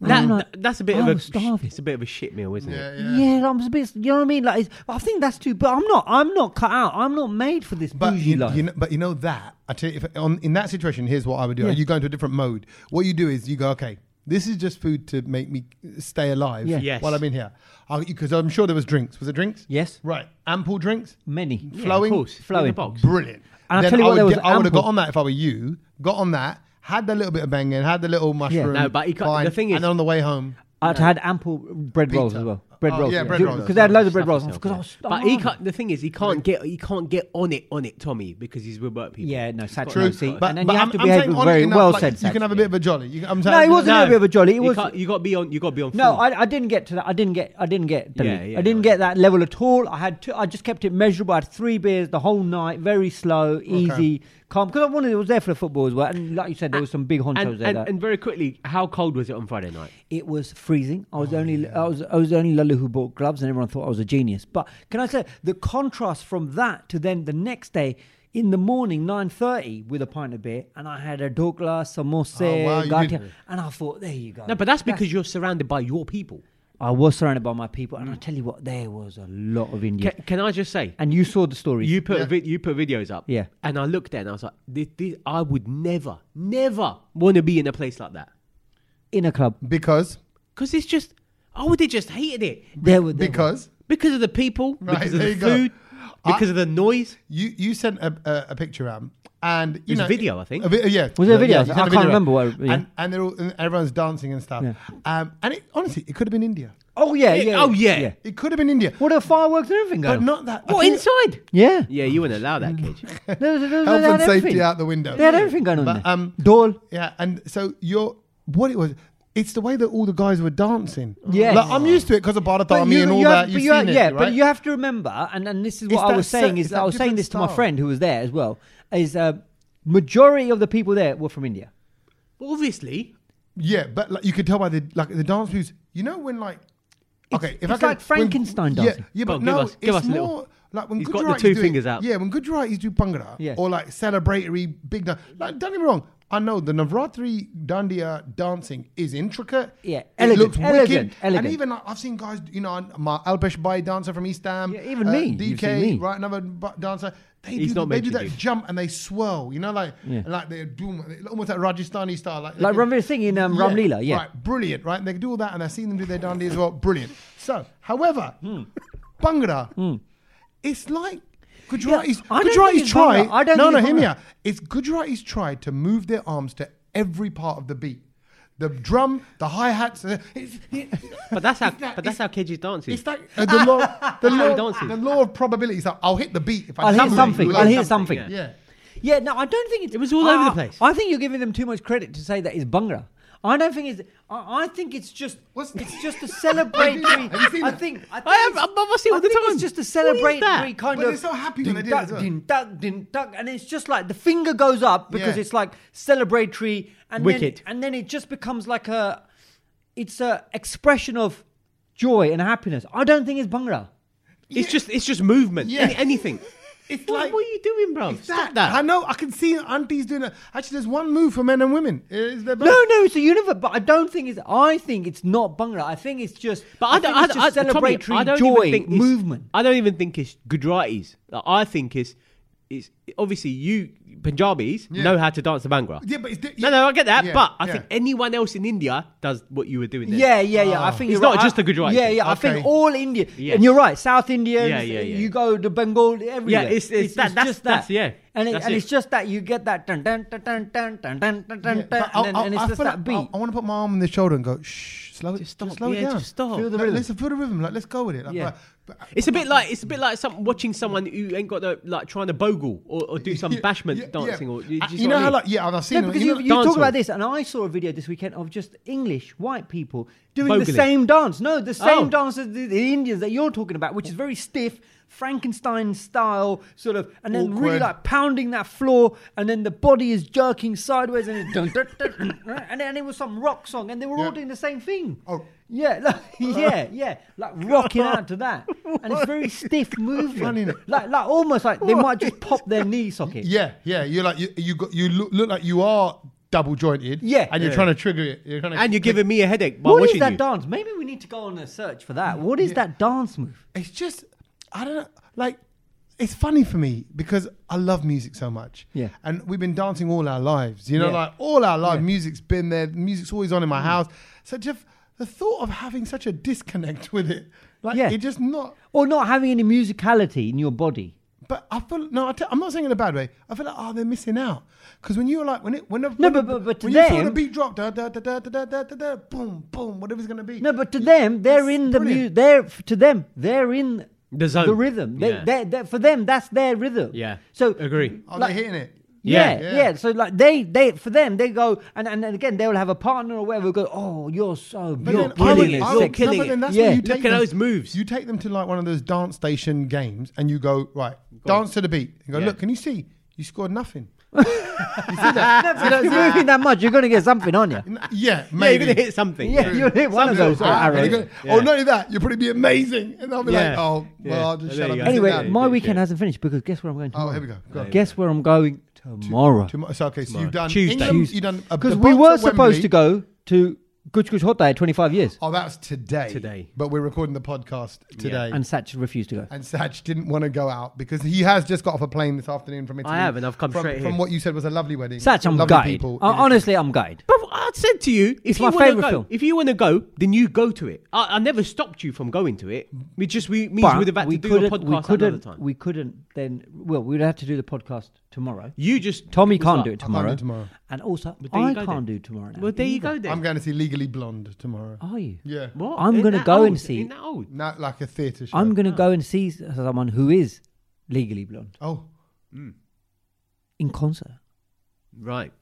S2: And
S3: That,
S2: I'm like,
S3: th- that's a bit
S2: I
S3: of a
S2: was starving.
S3: it's a bit of a shit meal, isn't
S1: Yeah.
S3: it?
S1: Yeah.
S2: Yeah, I'm a bit. You know what I mean? Like, it's, I think that's too. But I'm not. I'm not cut out. I'm not made for this
S1: But
S2: bougie
S1: you,
S2: life.
S1: you know, but you know that I tell you, if, on, in that situation, here's what I would do.
S2: Yeah.
S1: You go into a different mode. What you do is you go, okay, this is just food to make me uh, stay alive
S2: Yeah.
S3: Yes.
S1: while I'm in here, because I'm sure there was drinks. Was there drinks?
S2: yes,
S1: Right, ample drinks,
S2: many.
S3: Yeah,
S1: Flowing?
S3: of course.
S2: Flowing.
S3: In the box.
S1: brilliant.
S2: And I'll
S1: Then
S2: tell you what,
S1: would
S2: there was
S1: get- I would have
S2: ample-
S1: got on that if I were you. Got on that, had the little bit of banging, had the little mushroom.
S3: No, but you can't- the
S1: fine,
S3: thing is-
S2: Oh,
S1: and then on the way home,
S2: I'd had ample bread rolls
S1: pizza.
S2: as well. bread
S1: Oh,
S2: rolls.
S1: yeah, bread rolls.
S2: Because they had loads of bread rolls.
S3: Stuff Oh.
S2: Because I
S3: yourself,
S2: was
S3: yeah. but he
S2: starving.
S3: can't, the thing is, he can't get he can't get on it on it, Tommy, because he's with work people.
S2: Yeah, no, sad
S1: True,
S2: no, see.
S1: but,
S2: and then
S1: but
S2: you have
S1: I'm,
S2: to
S1: I'm
S2: behave
S1: saying on it
S2: very
S1: enough,
S2: well
S1: like,
S2: said.
S1: You can have a bit of a jolly. You, I'm saying,
S2: No, it wasn't a bit of a jolly. It
S3: You
S2: was.
S3: can't, you got to be on. You got to be on.
S2: No,
S3: full.
S2: I, I didn't get to that. I didn't get. I didn't get. Delhi.
S3: Hmm. Yeah, yeah,
S2: I didn't
S3: yeah.
S2: get that level at all. I had. Two, I just kept it measurable. I had three beers the whole night. Very slow, easy, calm. Because I wanted. It was there for the football as well. And like you said, there was some big honchos
S3: and,
S2: there.
S3: and,
S2: that-
S3: and very quickly, how cold was it on Friday night?
S2: it was freezing. I
S3: Oh,
S2: was the only. I was. I was the only Lulu who bought gloves, and everyone thought I was a genius. But can I say the contrast from that to then the next day. In the morning, nine thirty, with a pint of beer, and I had a Douglas, samosa,
S1: Oh, wow, you
S2: gatia,
S1: did-
S2: and I thought, there you go.
S3: No, but that's because you're surrounded by your people.
S2: I was surrounded by my people, and I tell you what, there was a lot of Indians.
S3: Can, can I just say,
S2: and you saw the story.
S3: you put vid- you put videos up,
S2: Yeah.
S3: and I looked there and I was like, this, this, I would never, never want to be in a place like that
S2: in a club.
S1: because
S3: because it's just I would have just hated it
S2: There were there were-
S1: because
S3: because of the people,
S1: Right,
S3: because of
S1: there
S3: the
S1: you go.
S3: food,
S1: I-
S3: because of the noise.
S1: you you sent a, a, a picture out and you
S3: was
S1: know
S3: a video, I think.
S1: a vi- yeah,
S2: Was there a video?
S1: Yeah, you
S2: I
S1: sent
S2: can't remember what- yeah.
S1: And, and they're all and everyone's dancing and stuff.
S2: Yeah.
S1: Um, and it, honestly, it could have been India.
S2: oh yeah, yeah,
S3: oh, yeah.
S1: It could have been India,
S2: What are fireworks and everything
S1: but
S2: going? on?
S1: not that. I
S3: What
S1: think-
S3: inside?
S2: yeah,
S3: Yeah, you wouldn't allow that cage.
S2: No, no, no, no,
S1: Health
S2: they had
S1: and safety
S2: everything.
S1: out the window.
S2: They had everything going on
S1: But,
S2: there.
S1: um,
S2: Dole.
S1: Yeah, and so you're what it was. It's the way that all the guys were dancing.
S2: Yes.
S1: like, I'm used to it because of
S2: But
S1: Bharatami
S2: you-
S1: and all
S2: you have-
S1: that.
S2: but
S1: You've
S2: you have-
S1: seen it,
S2: yeah,
S1: right?
S2: but you have to remember, and, and this is what
S1: It's
S2: I was
S1: that
S2: saying
S1: cer-
S2: is
S1: it's
S2: I
S1: that
S2: was saying
S1: different
S2: this to my
S1: style.
S2: friend who was there as well. Is uh, majority of the people there were from India.
S3: Obviously,
S1: yeah, but like, you could tell by the like the dance moves. You know when like okay,
S2: it's
S1: could-
S2: like Frankenstein
S1: when,
S2: dancing.
S1: Yeah, yeah
S3: Go
S1: but
S3: on, give
S1: no,
S3: us- give
S1: it's
S3: us a
S1: more
S3: little.
S1: like when
S3: He's
S1: Gujaratis
S3: got the two
S1: do it-
S3: fingers out.
S1: Yeah, when Gujaratis do bhangra
S2: Yeah.
S1: or like celebratory big dance. Like, don't get me wrong. I know the Navratri Dandiya dancing is intricate.
S2: Yeah,
S1: it
S2: elegant,
S1: looks
S2: elegant,
S1: wicked.
S2: elegant.
S1: And even like, I've seen guys, you know, my Alpesh Bai dancer from East Ham,
S2: Yeah, even me,
S1: DK,
S2: you've seen me.
S1: right? Another bu- dancer. They
S3: He's
S1: do,
S3: not
S1: they do
S3: mentioned
S1: that
S3: you.
S1: jump and they swirl, you know, like
S2: Yeah.
S1: like they're doom, almost like Rajasthani style, like
S2: Like Ranveer Singh in, um, Ram Leela, yeah.
S1: right, brilliant, right? And they can do all that, and I've seen them do their dandy as well, brilliant. So, however,
S2: Hmm.
S1: Bhangra, it's like Gujaratis.
S2: I don't think
S1: Gujaratis
S2: it's
S1: try.
S2: Bhangra. I don't
S1: no,
S2: think
S1: no,
S2: it's
S1: hear
S2: Bhangra.
S1: me out. It's Gujaratis try to move their arms to every part of the beat. The drum, the hi hats.
S3: but that's how.
S1: It's that-
S3: but that's how cages dance is.
S1: It's like uh, the law, the
S3: How he
S1: law,
S3: dances.
S1: the law of probabilities. Like, I'll hit the beat if I
S2: I'll
S1: do
S2: hear
S1: it.
S2: something.
S1: Like,
S2: I'll hear
S3: something,
S2: something.
S1: Yeah.
S2: Yeah, no, I don't think it's,
S3: It was all
S2: I-
S3: over the
S2: I-
S3: place.
S2: I think you're giving them too much credit to say that it's Bhangra. I don't think it's. I, I think it's just.
S1: What's-
S2: it's just a celebratory.
S1: Have you seen
S2: I
S1: that?
S2: think. I, think
S3: I have.
S2: it's-
S3: I've- I've seen
S2: I
S3: it all the
S2: think
S3: time.
S2: It's just a
S3: What is
S2: celebratory
S3: that?
S2: kind
S1: But
S2: of.
S1: they're so happy
S2: din
S1: when they do it
S2: duck,
S1: as well.
S2: din duck, din duck, and it's just like the finger goes up because
S1: Yeah.
S2: it's like celebratory and
S3: Wicked.
S2: Then, and then it just becomes like a. It's a expression of joy and happiness. I don't think it's Bhangra.
S3: It's just. It's just movement.
S1: Yeah.
S3: Any- anything.
S1: It's
S3: What,
S1: like
S3: what are you doing,
S2: Oh,
S3: bro? Stop
S1: I
S3: that.
S1: know. I can see aunties doing it. Actually, there's one move for men and women. Is there both?
S2: No, no, it's a universe, but I don't think it's. I think it's not Bhangra. I think it's just.
S3: But I don't.
S2: think
S3: I,
S2: it's just
S3: I, Tommy,
S2: celebratory
S3: I don't
S2: joy
S3: even think it's-
S2: movement.
S3: I don't even think it's Gujaratis. Like, I think it's. It's obviously you Punjabis
S1: Yeah.
S3: know how to dance the Bhangra.
S1: Yeah, but it's di-
S3: no, no, I get that.
S1: Yeah,
S3: but I
S1: yeah.
S3: think anyone else in India does what you were doing. There.
S2: Yeah, yeah, yeah. I think
S3: It's
S2: you're right.
S3: not just
S2: I-
S3: a Gujarati
S2: Yeah,
S3: thing.
S2: yeah. I
S1: Okay.
S2: think all India,
S3: Ah. Yes.
S2: and you're right. South Indians.
S3: Yeah, yeah, yeah.
S2: You go to Bengal. Everywhere.
S3: it's- it's that- that's- that's- yeah,
S2: And, it,
S3: that's
S2: and
S3: it.
S2: it's just that you get that dun dun dun dun dun dun dun dun dun,
S1: Yeah,
S2: dun,
S1: but
S2: and, then,
S1: I'll-
S2: and it's
S1: I
S2: just
S1: feel
S2: that
S1: like
S2: beat.
S1: I, want to put my arm on the shoulder and go, shh, slow it,
S3: Just stop.
S1: slow
S3: Yeah,
S1: it down.
S3: just stop.
S2: Feel the
S1: Like,
S2: rhythm.
S1: Listen, feel the rhythm. Like, let's go with it. Like,
S2: Yeah.
S1: right, but-
S3: It's a bit like it's a bit like some, watching someone who ain't got the like trying to bogle or, or do some
S1: yeah,
S3: bashment
S1: yeah,
S3: dancing or
S1: yeah.
S3: you,
S1: Uh, you know how like yeah, I've seen
S2: No,
S1: them,
S2: because
S1: you
S2: you,
S1: know-
S2: you talk
S3: dancehall.
S2: about this, and I saw a video this weekend of just English white people doing the
S3: Bogling.
S2: same dance. No, the same
S3: Oh.
S2: dance as the, the Indians that you're talking about, which is very stiff, Frankenstein style sort of, and then really
S1: Awkward.
S2: like pounding that floor, and then the body is jerking sideways, and it's dun, dun, dun, dun, dun, and then it was some rock song, and they were all
S1: Yeah.
S2: doing the same thing.
S1: Oh.
S2: Yeah, like, yeah, yeah, like rocking out to that, and it's very stiff
S1: Funny,
S2: movement,
S1: innit?
S2: like, like almost like they might just pop their knee socket.
S1: yeah, yeah. You're like you, you got you look, look like you are double jointed.
S2: Yeah.
S1: and you're
S2: Yeah.
S1: trying to trigger it. You're trying to
S3: and you're giving me a headache by
S2: What is
S3: watching
S2: that
S3: you.
S2: dance? Maybe we need to go on a search for that. What is that dance move?
S1: it's just I don't know like it's funny for me because I love music so much.
S2: Yeah.
S1: And we've been dancing all our lives. You know,
S2: Yeah.
S1: like all our life
S2: Yeah. Mm.
S1: music's been there, music's always on in my house. So just the thought of having such a disconnect with it, like
S2: Yeah.
S1: it just not
S2: Or not having any musicality in your body.
S1: But I feel no. I t- I'm not saying in a bad way. I feel like oh, they're missing out because when you're like when it when a,
S2: No,
S1: when
S2: but-
S1: a-
S2: but- but to
S1: when you feel
S2: them-
S1: the beat drop da da da da da da da da boom boom whatever's gonna be
S2: No, but to them, they're in the
S1: brilliant.
S2: music. They're to them, they're in
S3: The zone.
S2: the rhythm. They,
S3: Yeah.
S2: they're, they're, for them, that's their rhythm.
S3: Yeah.
S2: So
S3: Agree.
S1: are they
S2: like-
S1: oh, hitting it?
S2: Yeah,
S1: Yeah.
S2: yeah, So like they, they for them, they go and and, and again they'll have a partner or whatever. who Go, oh, you're so
S1: But
S2: you're
S1: then I
S2: killing
S1: would-
S2: it,
S1: I
S2: you're
S1: would- no,
S2: killing
S1: but then
S2: it.
S1: that's
S2: Yeah.
S1: when you
S3: Look
S1: take
S3: at
S1: them-
S3: those moves.
S1: You take them to like one of those dance station games, and you go right, dance to the beat. You go,
S3: Yeah.
S1: look, can you see? You scored nothing.
S2: No, but if you're moving that much, you're gonna get something on you.
S1: N- Yeah,
S3: yeah, you're
S1: maybe.
S3: gonna hit something.
S2: Yeah, you'll hit one of
S3: Something
S2: those
S3: will happen.
S2: arrows.
S1: Go,
S3: Yeah.
S1: Oh, not only that, you'll probably be amazing, and I'll be like,
S3: Yeah.
S1: oh, well,
S3: Yeah.
S1: I'll just
S3: There
S1: shut up.
S3: you
S1: and sit
S3: go.
S2: Anyway,
S1: down.
S2: my
S3: yeah.
S2: weekend hasn't finished because guess where I'm going tomorrow.
S1: oh, here we go. go. on.
S2: Guess where I'm going tomorrow.
S1: Tomorrow. So, okay, so you've done
S3: Tuesday.
S1: England, you've done uh,
S2: Because we were supposed to go to Guch Guch Hot Day 25 years,
S1: Oh, that's today.
S3: Today.
S1: but we're recording the podcast today.
S2: and Satch refused to go.
S1: And Saj didn't want to go out because he has just got off a plane this afternoon from Italy.
S3: have, and I've come
S1: from,
S3: straight
S1: From
S3: here.
S1: what you said was a lovely wedding.
S2: Satch, I'm
S1: lovely
S2: gutted.
S1: people.
S2: Uh, honestly, I'm gutted.
S3: Bro, I said to you, if
S2: It's
S3: you
S2: my
S3: wanna
S2: favourite
S3: go-
S2: film.
S3: If you want to go, then you go to it. I, I never stopped you from going to it. We just we means
S2: But
S3: we're about
S2: we
S3: to do
S2: couldn't-
S3: a podcast
S2: we couldn't,
S3: another time.
S2: We couldn't then, well, we'd have to do the podcast tomorro
S3: you just
S2: Tommy
S3: was
S2: can't
S3: like-
S2: do it
S1: I can't do
S2: tomorrow.
S1: tomorrow.
S2: And also,
S3: there you
S2: I
S3: go
S2: can't
S3: then.
S2: do tomorrow. Now
S3: Well, there you
S2: either.
S3: go then.
S1: I'm going to see Legally Blonde tomorrow.
S2: Are you?
S1: Yeah.
S3: Oh. What?
S2: I'm
S3: Ain't
S2: gonna
S3: that
S2: go and
S3: old?
S2: see.
S3: Ain't that old?
S1: Not like a theatre show.
S2: I'm going
S3: Uh-huh.
S2: to go and see someone who is legally blonde
S1: Oh,
S2: in concert.
S3: Right.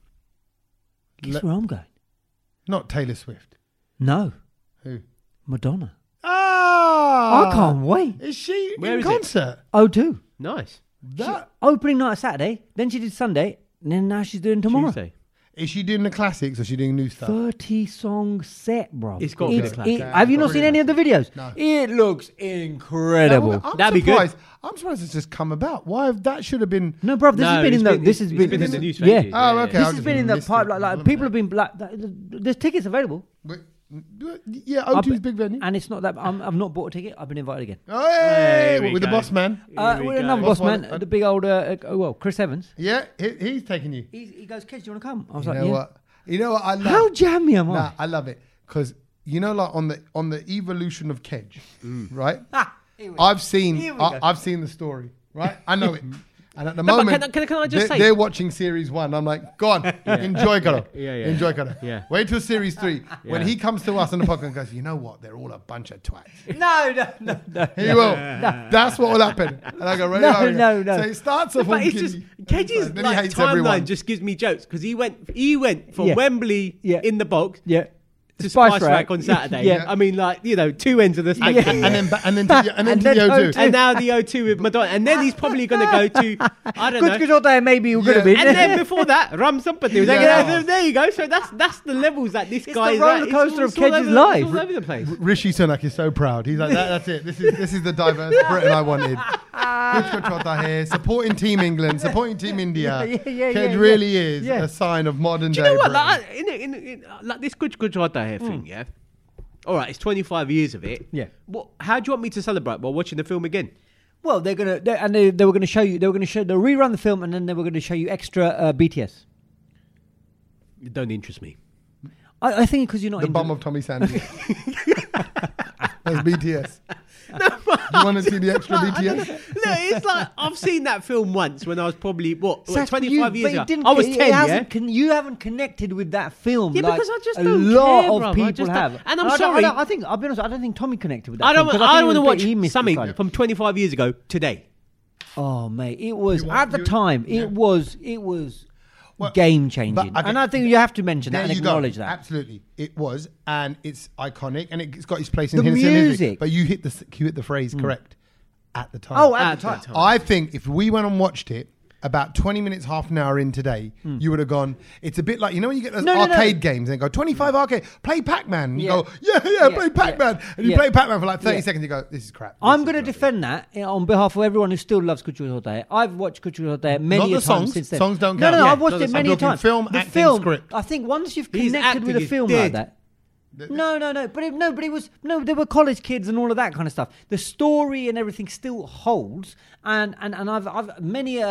S2: Guess
S1: Le-
S2: where I'm going?
S1: not Taylor Swift.
S2: No,
S1: Who?
S2: Madonna.
S1: Ah!
S2: I can't wait.
S1: Is she
S3: Where
S1: in
S3: is it?
S1: concert?
S2: Oh, do.
S3: Nice.
S1: That
S2: Opening night Saturday, then she did Sunday, and then now she's doing tomorrow.
S3: Tuesday.
S1: is she doing the classics or is she doing new stuff?
S2: 30 song set, bro.
S3: It's gotta be the classic.
S2: have you not seen any of the videos?
S1: No.
S2: It looks incredible.
S1: I'm
S3: That'd be good.
S1: surprised. I'm surprised it's just come about. Why have that should have been?
S2: No, bro, this
S3: No,
S2: has been
S3: it's
S2: in the
S3: been-
S2: this has
S3: it's
S2: been,
S3: been in the news for
S2: Yeah.
S3: ages.
S1: Oh, okay.
S2: This
S1: I'll
S2: has
S1: just
S2: been in the
S1: miss it.
S2: pipeline. Like,
S1: Blimey.
S2: people have been like, th- th- there's tickets available,
S1: Wait, Yeah,
S2: I'll
S1: O2's
S2: be-
S1: Oh, big venue.
S2: and it's not that I'm, I've not bought a ticket. I've been invited again.
S1: Oh, hey,
S3: There we
S1: with the
S3: go.
S1: boss man.
S2: Uh,
S3: Here we
S2: with
S3: go.
S2: another
S1: What's
S2: boss man,
S1: one-
S2: the big old uh, uh, well, Chris Evans.
S1: Yeah, he, he's taking you.
S2: He, he goes, "Kids, do you want to come?" I was
S1: You
S2: like,
S1: know
S2: yeah.
S1: what? You know what? I love.
S2: How jammy am
S1: Nah,
S2: I?
S1: I love it because you know, like on the on the evolution of Kedge, right?
S2: Ah, here we go.
S1: I've seen
S2: Here we
S1: I,
S2: go.
S1: I've seen the story, right? I know it. And at the
S3: No, but
S1: moment,
S3: can I- can I- can I
S1: they're,
S3: just say-
S1: they're watching series one. I'm like, go on, enjoy Koro.
S3: yeah, yeah.
S1: Enjoy Koro.
S3: Yeah.
S1: Wait till series three. When
S3: Yeah.
S1: he comes to us on the podcast and goes, you know what? They're all a bunch of twats.
S2: No, no, no, no.
S1: He will. That's what will happen. And I go, right
S2: No,
S1: right, right.
S2: no, no.
S1: So it starts off on
S3: But it's
S1: Kedge.
S3: just Kedge's
S1: Then he
S3: like,
S1: hates
S3: timeline
S1: everyone.
S3: just gives me jokes because he went he went from
S2: Yeah.
S3: Wembley
S2: Yeah.
S3: in the box
S2: Yeah,
S3: to
S2: Spice
S3: Spice, Rack.
S2: Rack.
S3: on Saturday.
S2: Yeah.
S3: I mean, like you know, two ends of the
S1: and,
S3: spectrum.
S1: and then ba- and then to, the- and then to the O2.
S2: O2.
S3: And now the O2 with Madonna, and then he's probably going to go to I don't
S2: good,
S3: know.
S2: good old day. Maybe we're
S1: Yeah.
S2: gonna be.
S3: And then before that, Ram Sampati. was like,
S1: Yeah.
S3: "Yeah, There you go. So that's that's the levels that this
S2: It's
S3: guy
S2: the
S3: is at.
S2: roller coaster
S3: it's,
S2: of
S3: all
S2: Kedge's
S3: over-
S2: life.
S3: It's all over the place.
S1: Rishi Sunak is so proud. He's like, that, that's it. This is this is the diverse Britain I wanted. Good Chota here, supporting Team England, supporting Team India.
S2: Yeah, yeah, yeah,
S1: Ked
S2: yeah,
S1: really
S2: yeah.
S1: is
S2: Yeah.
S1: a sign of modern
S3: Do you
S1: day.
S3: know what?
S1: Britain.
S3: Like, I- in, in, in, like this good good Jota hair thing, yeah. All right, it's 25 years of it.
S2: Mm. Yeah.
S3: What? How do you want me to celebrate while watching the film again?
S2: Well, they're gonna they, and they, they were gonna show you. They were gonna show they rerun the film, and then they were gonna show you extra uh, BTS.
S3: It don't interest me.
S2: I, I think because you're not
S1: the
S2: into-
S1: bum of Tommy Sandy. That's BTS. you want to see the extra BTS?
S3: Look, it's like I've seen that film once when I was probably what, what
S2: Sash,
S3: 25
S2: you-
S3: years
S2: but
S3: ago.
S2: it didn't-
S3: I was
S2: it
S3: 10, yeah.
S2: hasn't con- you haven't connected with that film.
S3: Yeah,
S2: like
S3: because I just
S2: a
S3: don't
S2: lot
S3: care,
S2: of
S3: bruv, I
S2: people
S3: just don't-
S2: have.
S3: and I'm
S2: I don't- I,
S3: sorry.
S2: don't- I think I'll be honest. I don't think Tommy connected with that.
S3: I don't.
S2: film,
S3: want-
S2: 'cause
S3: I,
S2: think
S3: want
S2: he
S3: to
S2: was a bit- he
S3: watch
S2: missed the
S3: something
S2: sign.
S3: from 25 years ago today.
S2: Oh mate, it was
S1: You
S2: at
S1: want-
S2: the
S1: you-
S2: time.
S1: yeah.
S2: It was. It was.
S1: Well,
S2: Game changing,
S1: but, okay.
S2: and I think you have to mention
S1: There
S2: that and
S1: you go.
S2: acknowledge that.
S1: Absolutely, it was, and it's iconic, and it's got its place in
S2: The
S1: history.
S2: music. Hmm.
S1: But you hit the you hit the phrase correct at the time.
S2: Oh, at, the
S3: At
S2: time.
S3: the time.
S1: I think if we went and watched it about 20 minutes, half an hour in today, you would have gone, it's a bit like, you know, when you get those
S2: Hmm. No, no, no.
S1: arcade games and they go, 25 arcade, play Pac Man. And you
S2: Yeah.
S1: go, yeah, yeah,
S2: Yeah,
S1: play Pac Man.
S2: yeah,
S1: And you
S2: yeah.
S1: play Pac Man for like 30
S2: Yeah.
S1: seconds, you go, this is crap.
S2: I'm going to defend that eh, on behalf of everyone who still loves Kuchul Hodae. I've watched Kuchul Hodae many
S1: Not the
S2: a time
S1: songs.
S2: since then.
S1: Songs don't
S2: no, No,
S1: count.
S2: no,
S1: Yeah,
S2: I've watched
S3: not the
S2: it many
S1: songs.
S2: a time.
S1: Film,
S2: the
S1: acting,
S2: film,
S1: script.
S2: I think once you've
S3: His
S2: connected with
S3: acting
S2: a
S3: is
S2: film
S3: dead.
S2: like that,
S1: Th-
S2: No, no, no. But it, no, but it was no. There were college kids and all of that kind of stuff. The story and everything still holds. And and, and I've I've many a,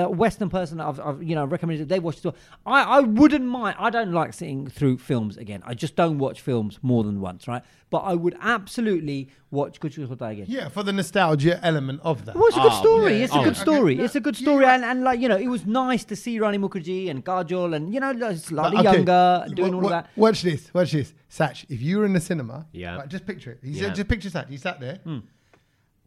S2: a, a Western person that I've, I've you know recommended that they watch. The, I I wouldn't mind. I don't like sitting through films again. I just don't watch films more than once, right? But I would absolutely watch Good Children Die again.
S1: Yeah, for the nostalgia element of that.
S2: Well, it's a good
S3: Oh,
S2: story.
S1: yeah.
S2: It's a
S1: Oh,
S2: good
S1: okay.
S2: story.
S1: No,
S2: It's a good
S1: you're
S2: story,
S1: right.
S2: and, and like you know, it was nice to see Rani Mukherjee and Kajol and you know, slightly
S1: Uh, Okay.
S2: younger, doing
S1: Wa-
S2: all
S1: wa-
S2: of that.
S1: Watch this. Watch this. Satch, if you were in the cinema,
S3: Yeah.
S1: right, just picture it. He
S3: Yeah. Hmm.
S1: said, just picture Satch. He sat there,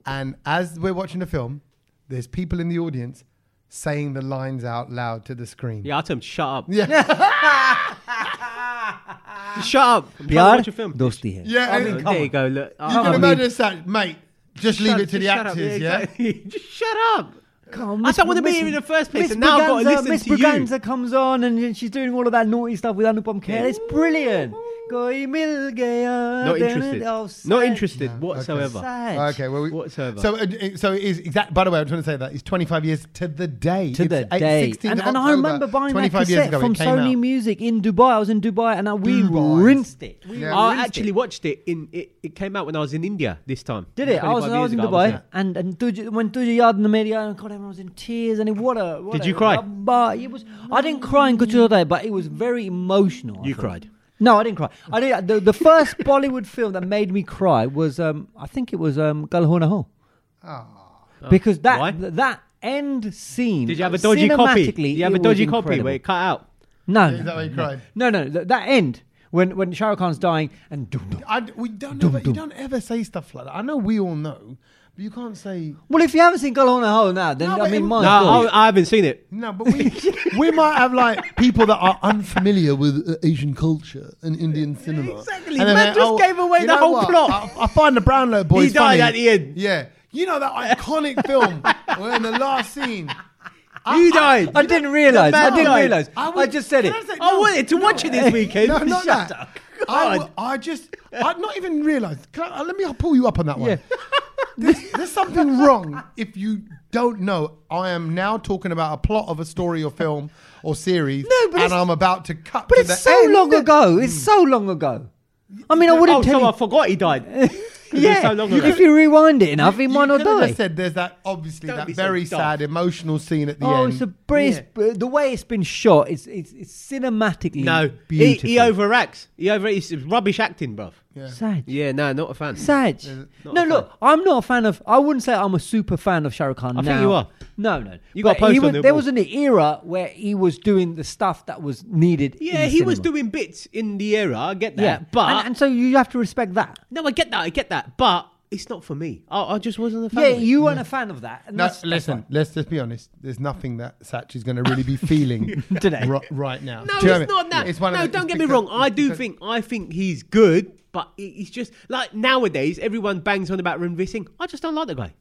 S1: and as we're watching the film, there's people in the audience saying the lines out loud to the screen.
S3: Yeah, I tell him shut up.
S1: Yeah.
S3: Shut up. I'm trying to
S2: Yaar,
S3: watch a film.
S2: dosti hai.
S1: Yeah,
S3: I
S1: and
S3: mean,
S1: it-
S3: there you go. Look,
S1: you can
S2: I mean-
S1: imagine Satch, mate. Just leave
S3: Shut-
S1: it to the
S3: just shut up.
S1: actors, yeah.
S3: exactly. Oh, just shut up.
S2: Come on,
S3: I
S2: Miss-
S3: said I want to be
S2: Miss-
S3: here in the first place,
S2: Miss
S3: and now I've got to
S2: Braganza-
S3: listen
S2: Miss
S3: to you.
S2: Braganza comes on and, and she's doing all of that naughty stuff with Anupam Kher. It's brilliant. Koi mil gaya.
S3: Not
S2: then
S3: interested.
S2: it- oh,
S3: Not
S2: sad.
S3: interested
S1: okay.
S3: whatsoever.
S2: Sad.
S1: Okay, well, we,
S3: Whatsoever.
S1: So, uh, uh, so it is exact. By the way, I'm trying to say that it's 25 years to the day.
S2: To
S1: It's
S2: the
S1: eight-
S2: day,
S1: 16th
S2: and,
S1: of
S2: and I
S1: October,
S2: remember buying that
S1: 25 years
S2: cassette
S1: ago, it
S2: from
S1: came
S2: Sony
S1: out.
S2: Music in Dubai. I was in Dubai, and I, we
S1: Dubai.
S2: rinsed it. We
S1: Yeah.
S3: I
S2: rinsed
S3: actually
S2: it.
S3: watched it in. It, it came out when I was in India this time.
S2: Did it? I was,
S3: 25
S2: I was in
S3: years ago, I
S2: Dubai,
S3: was
S2: and and Tuj, when Tuja Yard and the media, and God, everyone was in tears, and it, what a what
S3: Did
S2: a
S3: you cry?
S2: But it was, I didn't cry in Kuchurada, but it was very emotional. I
S3: You
S2: thought.
S3: cried.
S2: No, I didn't cry. I did. The, the first Bollywood film that made me cry was, um, I think it was um, Gal Ho Na Ho,
S1: Ah,
S2: because that
S3: Oh. Why?
S2: th- that end scene.
S3: Did you have a dodgy copy? Did
S2: cinematically,
S3: you have a
S2: it was
S3: dodgy copy where
S2: incredible.
S3: it cut out?
S2: No,
S1: Is that
S2: no,
S1: why you cried?
S2: no, no, th- that end when when Shah Rukh Khan's dying and. dum, dum.
S1: I, we don't ever, you don't ever say stuff like that. I know we all know, but you can't say
S2: Well, if you haven't seen Gal Ho Na Ho now, then
S1: No,
S2: I
S1: but
S2: mean,
S1: it-
S2: my
S3: no,
S2: God.
S3: I, I haven't seen it.
S1: no. But we we might have like people that are unfamiliar with uh, Asian culture and Indian cinema.
S3: Exactly.
S1: And they're
S3: Man
S1: like,
S3: just gave away
S1: you
S3: the
S1: know
S3: whole
S1: what?
S3: plot.
S1: I, I find the Brownlow boys.
S3: He died
S1: funny.
S3: at the end.
S1: Yeah, you know that iconic film where in the last scene.
S3: You died.
S2: I didn't realise. I
S3: man
S2: didn't
S3: died.
S2: realise. I,
S1: would-
S2: just said it.
S1: Can I say-
S3: I wanted to watch it this weekend.
S1: No, not
S3: Shut
S1: that.
S3: up.
S1: I,
S3: God.
S1: w- I just, I'd not even realised. Can I- uh, Let me pull you up on that one.
S2: Yeah.
S1: there's, there's something wrong if you don't know. I am now talking about a plot of a story or film or series,
S2: No, but
S1: and
S2: it's-
S1: I'm about to cut.
S2: But
S1: to
S2: it's
S1: the
S2: so
S1: end.
S2: long ago. It's so
S3: Hmm.
S2: long ago. I mean, I wouldn't
S3: oh,
S2: tell
S3: so I
S2: you.
S3: forgot he died. 'Cause it was
S2: Yeah,
S3: so long
S2: you-
S3: ago.
S2: if you rewind it enough, it
S1: You
S2: might not
S1: could've
S2: die.
S1: just said there's that obviously
S3: Don't
S1: that
S3: be so
S1: very
S3: daft.
S1: sad emotional scene at the
S2: oh,
S1: end.
S2: it's a bris- uh, the way it's been shot. It's it's, it's cinematically
S3: no, he,
S2: beautiful.
S3: he overacts. He over. It's rubbish acting, bruv.
S1: Yeah.
S2: Saj.
S3: Yeah, no, not a fan.
S2: Saj.
S3: not
S2: No,
S3: a
S2: look, I'm not a fan of. I wouldn't say I'm a super fan of Shah Rukh Khan.
S3: I
S2: now.
S3: think you are.
S2: No, no.
S3: You got a
S2: But he
S3: poster on
S2: was-
S3: the
S2: There
S3: wall.
S2: was an era where he was doing the stuff that was needed. in
S3: Yeah,
S2: the
S3: he was
S2: cinema.
S3: doing bits in the era. I get that,
S2: Yeah,
S3: but
S2: and, and so you have to respect that.
S3: no, I get that. I get that, but it's not for me. I, I just wasn't a fan.
S2: Yeah,
S3: of it.
S2: you weren't a fan of that. and
S1: No,
S2: that's- that's
S1: listen.
S2: fine.
S1: Let's just be honest. There's nothing that Satch is going to really be feeling
S2: Today.
S1: ri- right now.
S3: No,
S1: Do you know
S3: it's
S1: what I
S3: not
S1: mean?
S3: that.
S1: It's one of
S3: no,
S1: the-
S3: don't
S1: it's
S3: get me
S1: because-
S3: wrong. I
S1: it's
S3: do
S1: because-
S3: think I think he's good, but it- it's just like nowadays everyone bangs on about Ranveer Singh. I just don't like the guy.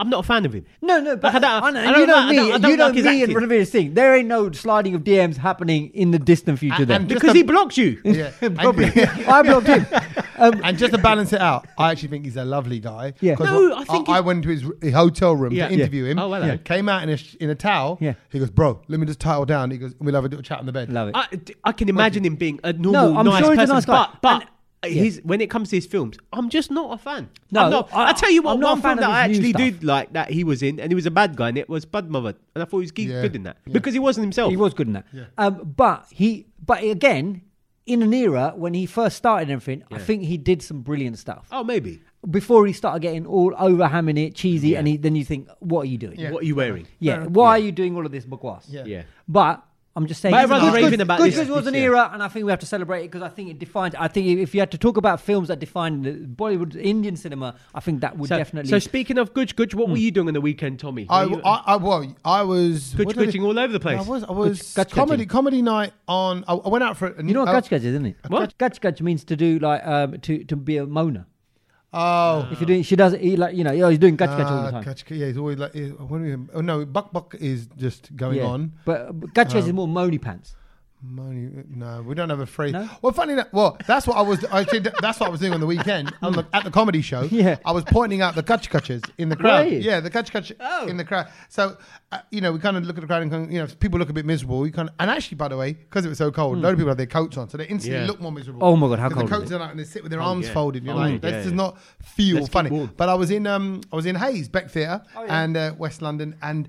S3: I'm not a fan of him.
S2: No, no, but
S3: I don't-
S2: I know-
S3: I don't
S2: you know
S3: like- I
S2: me,
S3: don't- I don't
S2: you know
S3: like his
S2: me and
S3: acting.
S2: Ranveer Singh. There ain't no sliding of DMs happening in the distant future.
S1: And-
S2: Then
S1: and Just
S3: because
S1: a-
S3: he blocks you.
S1: Yeah. And-
S2: probably I blocked him. Um,
S1: And just to balance it out, I actually think he's a lovely guy.
S2: Yeah.
S1: 'Cause
S3: No,
S1: what-
S3: I think
S1: I,
S3: he-
S1: I went to his r- hotel room
S3: Yeah.
S1: to interview him.
S3: Oh, hello. Yeah.
S1: Came out in a sh- in a towel.
S2: Yeah.
S1: He goes, bro, let me just towel down. He goes, we'll have a little chat on the bed.
S2: love it.
S3: I, d- I can imagine him being a normal,
S2: I'm
S3: nice
S2: sure he's a
S3: person,
S2: nice guy.
S3: but but
S2: And-
S3: his when it comes to his films, I'm just not a fan.
S2: No,
S3: I'm not, I,
S2: I-
S3: tell you what,
S2: I'm not
S3: one
S2: a fan
S3: film that
S2: of
S3: I
S2: his new
S3: actually
S2: stuff.
S3: did like that he was in, and he was a bad guy, and it was Padmavat, and I thought he was ge-
S1: Yeah.
S3: good in that
S1: Yeah.
S3: because he wasn't himself.
S2: he was good in that. Um, but he, but again, in an era when he first started and everything, I think he did some brilliant stuff
S3: Oh, maybe.
S2: before he started getting all over hamming it, cheesy, and he, then you think, what are you doing?
S1: Yeah. Uh,
S3: What are you wearing?
S2: Yeah, why are you doing all of this bugwas?
S1: Yeah.
S3: Yeah.
S2: But I'm just saying, it's
S3: But everyone's
S2: an era.
S3: raving about
S2: Good
S3: this.
S2: Good was an
S3: Yeah.
S2: era, and I think we have to celebrate it because I think it defined. I think if you had to talk about films that defined the Bollywood Indian cinema, I think that would
S3: So,
S2: definitely.
S3: so speaking of Gooch, Gooch, what were you doing on the weekend, Tommy?
S1: I,
S3: Were you- uh,
S1: I, I, well, I was
S3: Good
S1: what did I do?
S3: judging all over the place.
S1: I was, I was
S2: Good- good
S1: comedy,
S2: judging.
S1: comedy night on. I, I went out for. A,
S2: you know what
S1: oh,
S2: gach gach is, isn't it?
S3: What?
S2: Gach gach means to do like um, to to be a mona.
S1: Oh,
S3: Ah.
S2: If you're doing, she does it he like you know, oh, he's doing gach gach all the
S1: Ah,
S2: time.
S1: Gach- yeah, he's always like. uh, eh, When we, oh no, buck buck is just going
S2: Yeah.
S1: on.
S3: Um,
S2: But but gach gach is more moni pants.
S1: Money? No, we don't have a free.
S2: No?
S1: Well, funny enough, well, that's what I was. I did, that's what I was doing on the weekend on the, at the comedy show.
S2: Yeah.
S1: I was pointing out the kutch kutches in the crowd.
S2: Were you?
S1: Yeah, the kutch kutch
S2: Oh.
S1: in the crowd. So, uh, you know, we kind of look at the crowd and kind of, you know, if people look a bit miserable. You kind of, and actually, by the way, because it was so cold, a lot of people had their coats on, so they instantly
S3: Yeah.
S1: look more miserable.
S2: Hmm. Oh my God, how
S1: 'Cause
S2: cold
S1: The
S2: was
S1: coats
S2: it?
S1: are out and they sit with their arms
S3: yeah.
S1: folded. You're
S3: Oh,
S1: like,
S3: yeah,
S1: this does
S3: yeah.
S1: not feel
S3: Let's keep
S1: funny.
S3: warm.
S1: But I was in um I was in Hayes Beck Theatre
S3: Oh,
S2: yeah.
S1: and uh, West London, and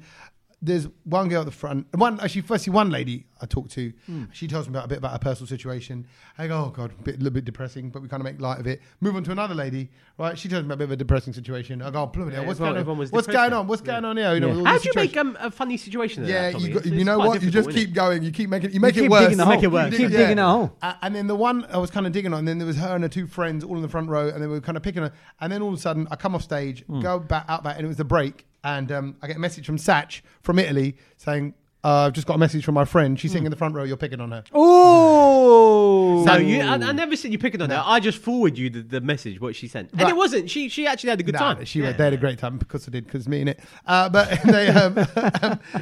S1: there's one girl at the front. One actually, firstly, one lady I talked to.
S3: Hmm.
S1: She tells me about a bit about her personal situation. I go, oh god, a bit, little bit depressing, but we kind of make light of it. Move on to another lady, right? She tells me about a bit of a depressing situation. I go, oh, blooming hell,
S3: Yeah,
S1: what's
S3: everyone-
S1: going on?
S3: everyone was
S1: What's
S3: depressed
S1: going on? What's going on here? You know,
S2: Yeah.
S1: with all
S3: How
S1: these
S3: do you
S1: situations.
S3: make um, a funny situation? like
S1: Yeah,
S3: that,
S1: you,
S3: Tommy?
S1: got,
S3: It's-
S1: you
S3: it's
S1: know
S3: quite
S1: what? You just
S3: difficult,
S1: keep going. You keep making. You make
S2: keep
S1: it worse.
S2: digging the
S1: You
S2: hole.
S1: dig-
S2: You keep
S1: yeah.
S2: digging the hole.
S1: A- And then the one I was kind of digging on. And then there was her and her two friends all in the front row, and they were kind of picking her. And then all of a sudden, I come off stage,
S3: Hmm.
S1: go back out back, and it was the break. And um, I get a message from Satch from Italy saying, uh, "I've just got a message from my friend.
S3: Hmm.
S1: She's sitting in the front row. You're picking on her."
S2: Oh,
S3: So you, I, I never said you picking on her. I just forward you the, the message what she sent, and
S1: Right.
S3: it wasn't. She she actually had a good
S1: Nah,
S3: time.
S1: She went, they had a great time because I did, because me and it. Uh, but they, um,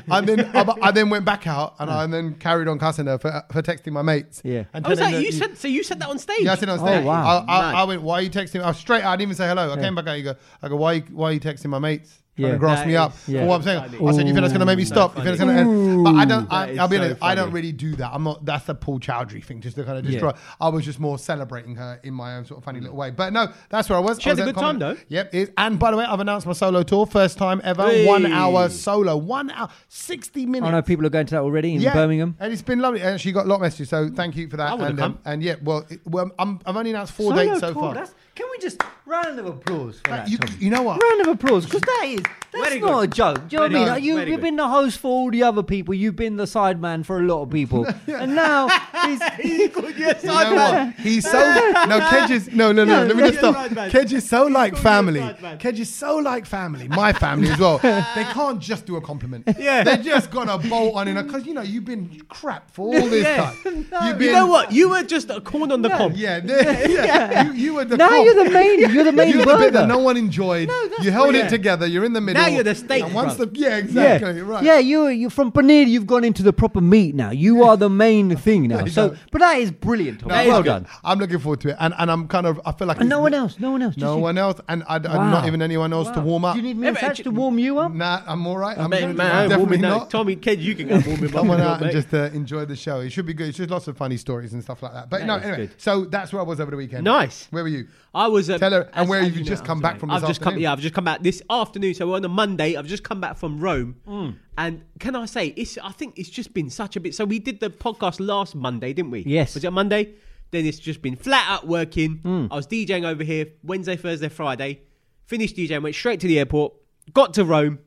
S1: and then I, I then went back out, and
S3: Hmm.
S1: I then carried on cussing her for, for texting my mates.
S2: Yeah.
S1: and
S3: I was
S1: telling
S3: like,
S1: her-
S3: you said so. You said that on stage.
S1: Yeah, I said on
S2: Oh,
S1: stage.
S2: wow.
S1: I, I,
S3: Mad.
S1: I went, why are you texting me? I was straight, I didn't even say hello. I came back out, you go, I go, why, you- why are you texting my mates? Trying
S2: Yeah.
S1: to grass
S3: That
S1: me up
S3: is
S2: Yeah.
S1: for what I'm saying.
S3: funny.
S1: I said, you think that's going to make me
S3: So
S1: stop? You think that's going to But I don't, I,
S3: That is
S1: I'll be
S3: so
S1: honest, I don't
S3: funny.
S1: really do that. I'm not, that's the Paul Chowdhury thing, just to kind of
S2: Yeah.
S1: destroy. I was just more celebrating her in my own sort of funny little way. But no, that's where I was.
S3: Mm. She
S1: I
S3: had
S1: was
S3: a
S1: at
S3: good
S1: comedy-
S3: time, though.
S1: Yep. It, and by the way, I've announced my solo tour, first time ever.
S3: Hey.
S1: One hour solo, one hour, 60 minutes.
S2: I know people are going to that already in Birmingham.
S1: And it's been lovely. And she got a lot of messages, so thank you for that.
S3: I would've
S1: and, um,
S3: come.
S1: and yeah, well, it- well I'm, I've only announced four dates so far.
S2: can we just round of applause for
S1: you, you know what?
S2: Round of applause, because that is that's
S3: Very good.
S2: not a joke. Do you know what
S3: Very
S2: I mean?
S3: good.
S2: You,
S3: Very
S2: you've
S3: good.
S2: been the host for all the other people. You've been the sideman for a lot of people, and now he's,
S1: You know what? He's so no Kedge is no no no.
S2: No,
S1: let me
S2: no,
S1: just
S3: you're
S1: stop.
S3: right, man.
S1: Kedge is so like
S3: called you
S1: family.
S3: right, man.
S1: Kedge is so like family. My family as well. they can't just do a compliment.
S3: Yeah.
S1: they just got to bolt on in because you know you've been crap for all this
S3: Yeah.
S1: time.
S2: No.
S1: You've been
S3: You know what? You were just a corn on the cob.
S1: Yeah, they- yeah. You, you were the
S2: now
S1: cop.
S2: you're the main. You're the main
S1: You're the
S2: burger.
S1: bit that no one enjoyed.
S2: that's
S1: you held
S2: right.
S1: it together. You're in the middle.
S3: you're the steak
S1: And once the
S3: front.
S1: yeah, exactly
S2: yeah.
S1: right.
S2: Yeah, you you from paneer you've gone into the proper meat now. You are the main thing now. So, but that is brilliant. Tom.
S1: No,
S2: well
S1: I'm-
S2: done.
S1: I'm looking forward to it, and and I'm kind of I feel like
S2: And no
S1: it's-
S2: one else. No one else.
S1: no
S2: just you.
S1: one else, and I, am
S2: Wow.
S1: not even anyone else to
S2: Wow.
S1: warm up.
S2: Do you need me
S3: Yeah,
S2: and
S3: but
S2: Satch
S3: it-
S2: to warm you up?
S1: nah, I'm all right. I'm,
S3: Mate,
S1: good.
S3: man,
S1: I'm definitely
S3: warming up.
S1: not.
S3: Tommy Ked, you can go warm him up.
S1: Come on
S3: as well,
S1: out and
S3: mate.
S1: just uh, enjoy the show. It should be good. It's just lots of funny stories and stuff like that. But
S3: That
S1: no,
S3: is
S1: anyway.
S3: good.
S1: So that's where I was over the weekend.
S3: Nice.
S1: Where were you?
S3: I was um,
S1: Tell her- and
S3: as-
S1: where
S3: as
S1: you've
S3: you know,
S1: just
S3: I'm
S1: come
S3: sorry.
S1: back from
S3: I've
S1: this
S3: just come.
S1: afternoon.
S3: Yeah, I've just come back this afternoon. So on a Monday, I've just come back from Rome,
S1: Mm.
S3: and can I say it's? I think it's just been such a bit. So we did the podcast last Monday, didn't we?
S2: Yes.
S3: Was it Monday? Then it's just been flat out working.
S1: Mm.
S3: I was DJing over here Wednesday, Thursday, Friday. Finished DJing, went straight to the airport, got to Rome.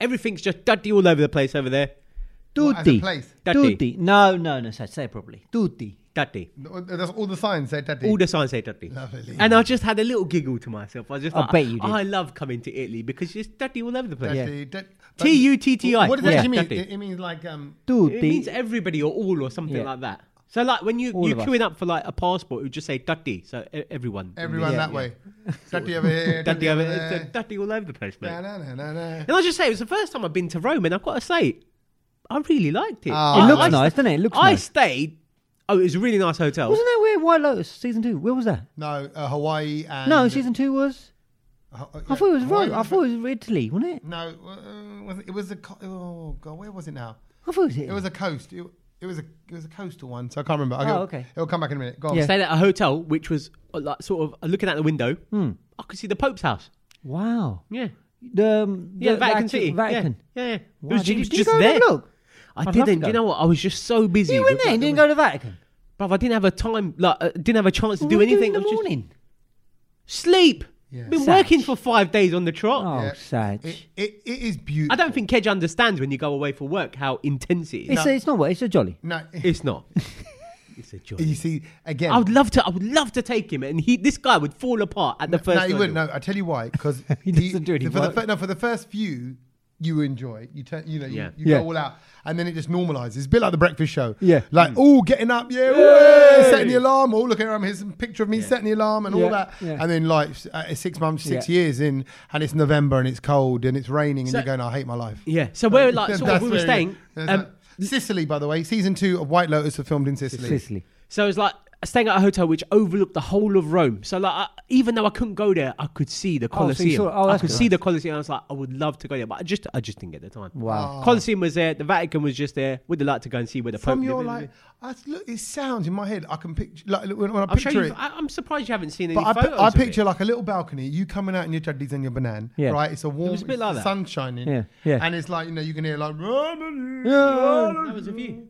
S3: Everything's just duddy all over the place over there.
S1: What, as a
S2: Tutti.
S1: place?
S3: Tutti.
S2: Tutti. No, no, no. Satch, say it properly. Tutti.
S3: Duddy.
S1: That's all the signs said that.
S3: All the signs say Dudley.
S1: Lovely.
S3: And I just had a little giggle to myself. I was just
S2: I
S3: like,
S2: bet you did.
S3: I love coming to Italy because it's Dudley all over the place.
S1: That's
S2: Yeah.
S1: the- that- that-
S3: T U T T I.
S1: What does that
S2: Yeah.
S1: actually mean?
S3: Dudley.
S1: It, it means like um.
S2: Tutti.
S3: It means everybody or all or something
S2: Yeah.
S3: like that. So like when you
S2: All
S3: you're
S2: of us.
S3: queuing up for like a passport, it would just say Dudley. So e- everyone.
S1: Everyone that
S2: Yeah, yeah.
S1: way. Dudley over here.
S3: Dudley
S1: Dudley
S3: over
S1: over
S3: it's, uh,
S1: there.
S3: Dudley all over the place, mate.
S1: Na, na, na, na, na.
S3: And I just say it was the first time I've been to Rome, and I've got to say, I really liked it.
S1: Oh.
S2: Ah, It
S3: I,
S1: I-
S2: looks
S3: I,
S2: nice, doesn't it? It looks
S3: I
S2: nice.
S3: stayed. Oh, it was a really nice hotel.
S2: Wasn't that weird? White Lotus season two? Where was that?
S1: No, uh, Hawaii and
S2: No, season two was.
S1: Uh, uh,
S2: I thought it was
S1: Hawaii
S2: wrong. I thought it was Italy, wasn't it?
S1: No, uh, was it, it was a. Co- oh god, where was it now?
S2: I thought it was Italy.
S1: It was a coast. It, it was a it was a coastal one, so I can't remember.
S2: Oh,
S1: I'll-
S2: okay.
S1: It'll come back in a minute. Go on.
S2: Yeah.
S3: Stayed at a hotel which was uh, like sort of looking out the window.
S2: Hmm.
S3: I could see the Pope's house.
S2: wow.
S3: Yeah.
S2: The, um,
S3: Yeah,
S2: the
S3: Vatican City.
S2: Vatican.
S3: Yeah, yeah. yeah.
S2: Wow,
S3: It was,
S2: did
S3: it
S2: you-
S3: was
S2: did you
S3: just
S2: go and
S3: there.
S2: have a look?
S3: I
S2: I'd love to
S3: didn't. Do you
S2: go.
S3: know what? I was just so busy.
S2: You went
S3: with,
S2: there and
S3: like,
S2: didn't go to Vatican.
S3: Bruv, I didn't have a time. Like, I didn't have a chance to
S2: What
S3: do
S2: were you
S3: anything.
S2: in the
S3: I was just-
S2: morning.
S3: sleep.
S1: Yeah.
S3: Been
S2: Satch.
S3: working for five days on the trot.
S2: Oh,
S1: Yeah.
S2: Satch.
S1: It, it, it is beautiful.
S3: I don't think Kedge understands when you go away for work how intense it is.
S2: it's, a, it's not what. It's a jolly.
S1: No,
S3: It's not. it's a joy.
S1: you see again.
S3: I would love to. I would love to take him, and he. This guy would fall apart at the first.
S1: no, you wouldn't.
S3: hurdle.
S1: No, I tell you why. Because
S2: He doesn't do any
S1: for
S2: work.
S1: The, fir- no, for the first few, you enjoy. You turn, you know, you,
S3: Yeah.
S1: you
S2: Yeah.
S1: go all out, and then it just normalizes. It's a bit like the breakfast show.
S2: Yeah.
S1: like oh, getting up, yeah, way, setting the alarm. Oh, look at him. Here's a picture of me setting the alarm and
S2: Yeah,
S1: all that.
S2: yeah.
S1: And then like s- uh, six months, six
S2: Yeah.
S1: years in, and it's November and it's cold and it's raining, and
S3: So-
S1: you're going, I hate my life.
S3: Yeah. So we're like,
S1: That's
S3: sort of, we were
S1: where it-
S3: staying.
S1: that's
S3: um,
S1: like- Sicily, by the way, season two of White Lotus was filmed in Sicily.
S2: Sicily.
S3: So it's like staying at a hotel which overlooked the whole of Rome. So like, I, even though I couldn't go there, I could see
S2: Oh,
S3: the
S2: so
S3: Colosseum.
S2: you saw- oh,
S3: I
S2: that's
S3: could
S2: good.
S3: see the Colosseum. I was like, I would love to go there, but I just, I just didn't get the time.
S2: Wow.
S3: Colosseum was there. The Vatican was just there. Would have liked to go and see where the
S1: From
S3: Pope
S1: your
S3: lived.
S1: like, I, look, it sounds in my head. I can picture like when, when I
S3: I'm
S1: picture
S3: sure you,
S1: it.
S3: I, I'm surprised you haven't seen any
S1: But I,
S3: photos.
S1: pi- I
S3: of it.
S1: picture like a little balcony, you coming out in your chuddies and your banana,
S2: Yeah.
S1: right? It's a warm,
S3: was a bit
S1: it's
S3: like
S1: the
S3: that.
S1: sun shining,
S2: Yeah, yeah.
S1: and it's like you know you can hear like
S3: That was a view.
S1: Oh, man.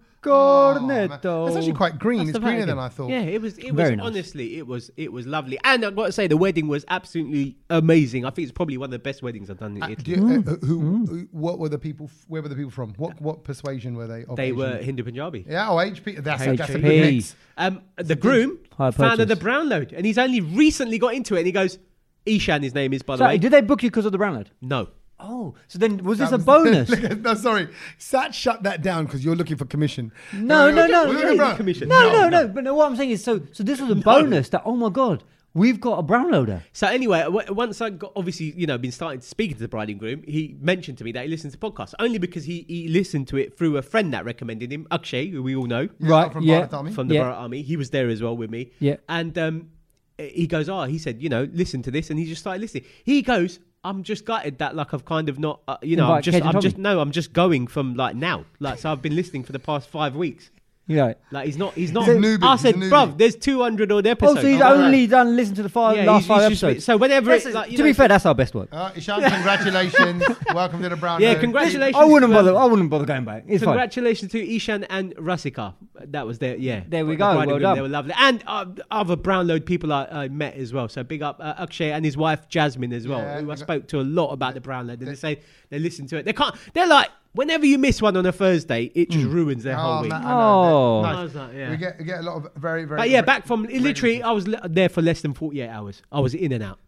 S2: Cornetto.
S1: That's actually quite green.
S3: That's
S1: it's
S3: the
S1: greener
S3: Vatican.
S1: than I thought.
S3: Yeah, it was. It was
S2: Very nice.
S3: honestly, it was. It was lovely. And I've got to say, the wedding was absolutely amazing. I think it's probably one of the best weddings I've done in
S1: Uh, do
S3: Italy.
S1: you- uh, who, who- what were the people? f- Where were the people from? What what persuasion were they? Of
S3: They
S1: Asian?
S3: were Hindu Punjabi.
S1: Yeah, oh, HP. That's, a, that's a good
S2: HP.
S1: mix.
S3: Um, the groom
S2: High
S3: founded the
S2: purchase.
S3: Brown Load, and he's only recently got into it. And he goes, Ishan, his name is by the
S2: So,
S3: way.
S2: did they book you because of the brownload?
S3: no,
S2: Oh, so then was this
S1: That
S2: a bonus?
S1: Look at- no, sorry. Sat shut that down because you're looking for commission.
S2: No, no, no,
S1: We're
S2: no,
S1: looking
S2: no,
S1: for
S3: commission.
S2: no, no, no. But no, what I'm saying is, so so this was a bonus that oh my god, we've got a brown loader.
S3: So anyway, w- once I got obviously you know been starting to speak to the bride and groom, he mentioned to me that he listens to podcasts only because he, he listened to it through a friend that recommended him, Akshay, who we all know
S1: Yeah,
S2: Right,
S1: From
S2: yeah.
S1: Bharat Army.
S3: from the
S2: Yeah.
S3: Bharat Army. He was there as well with me.
S2: Yeah.
S3: and um, he goes, oh, he said, you know, listen to this, and he just started listening. He goes. I'm just gutted that like I've kind of not uh, you know I'm
S2: Invite
S3: just
S2: Kej and
S3: I'm
S2: Tommy.
S3: just no I'm just going from like now like so I've been listening for the past five weeks
S2: Yeah.
S3: like he's not he's not
S1: a newbie,
S3: I
S1: he's a
S3: said
S1: newbie.
S3: bruv there's 200 odd
S2: Oh,
S3: episodes
S2: so he's
S3: I'm like,
S2: only done listen to the five,
S3: Yeah,
S2: last
S3: he's-
S2: five
S3: he's just-
S2: episodes.
S3: so whenever
S2: That's-
S3: it's like, you
S2: to
S3: know-
S2: be fair, that's our best work.
S1: Uh, Ishan, congratulations. Welcome to the Brown.
S3: yeah
S1: Road.
S3: congratulations
S2: I wouldn't
S3: to, um,
S2: bother. I wouldn't bother going back. It's fine.
S3: Congratulations to Ishan and Rasika. That was their yeah.
S2: There we
S3: The
S2: go.
S3: bride
S2: Well
S3: and groom,
S2: done.
S3: They were lovely, and uh, other Brownload people I, I met as well. So big up uh, Akshay and his wife Jasmine as well,
S1: Yeah,
S3: who
S1: big
S3: I
S1: up.
S3: spoke to a lot about the Brownload. And they say they listen to it. They can't. They're like, whenever you miss one on a Thursday, it
S2: Mm.
S3: just ruins their whole
S1: Oh,
S3: week.
S1: man, I know.
S2: Oh.
S1: Nice.
S3: I was like, yeah.
S1: We get we get a lot of very very.
S3: But yeah,
S1: very-
S3: back from literally,
S1: very-
S3: I was le- there for less than forty-eight hours. I was in and out.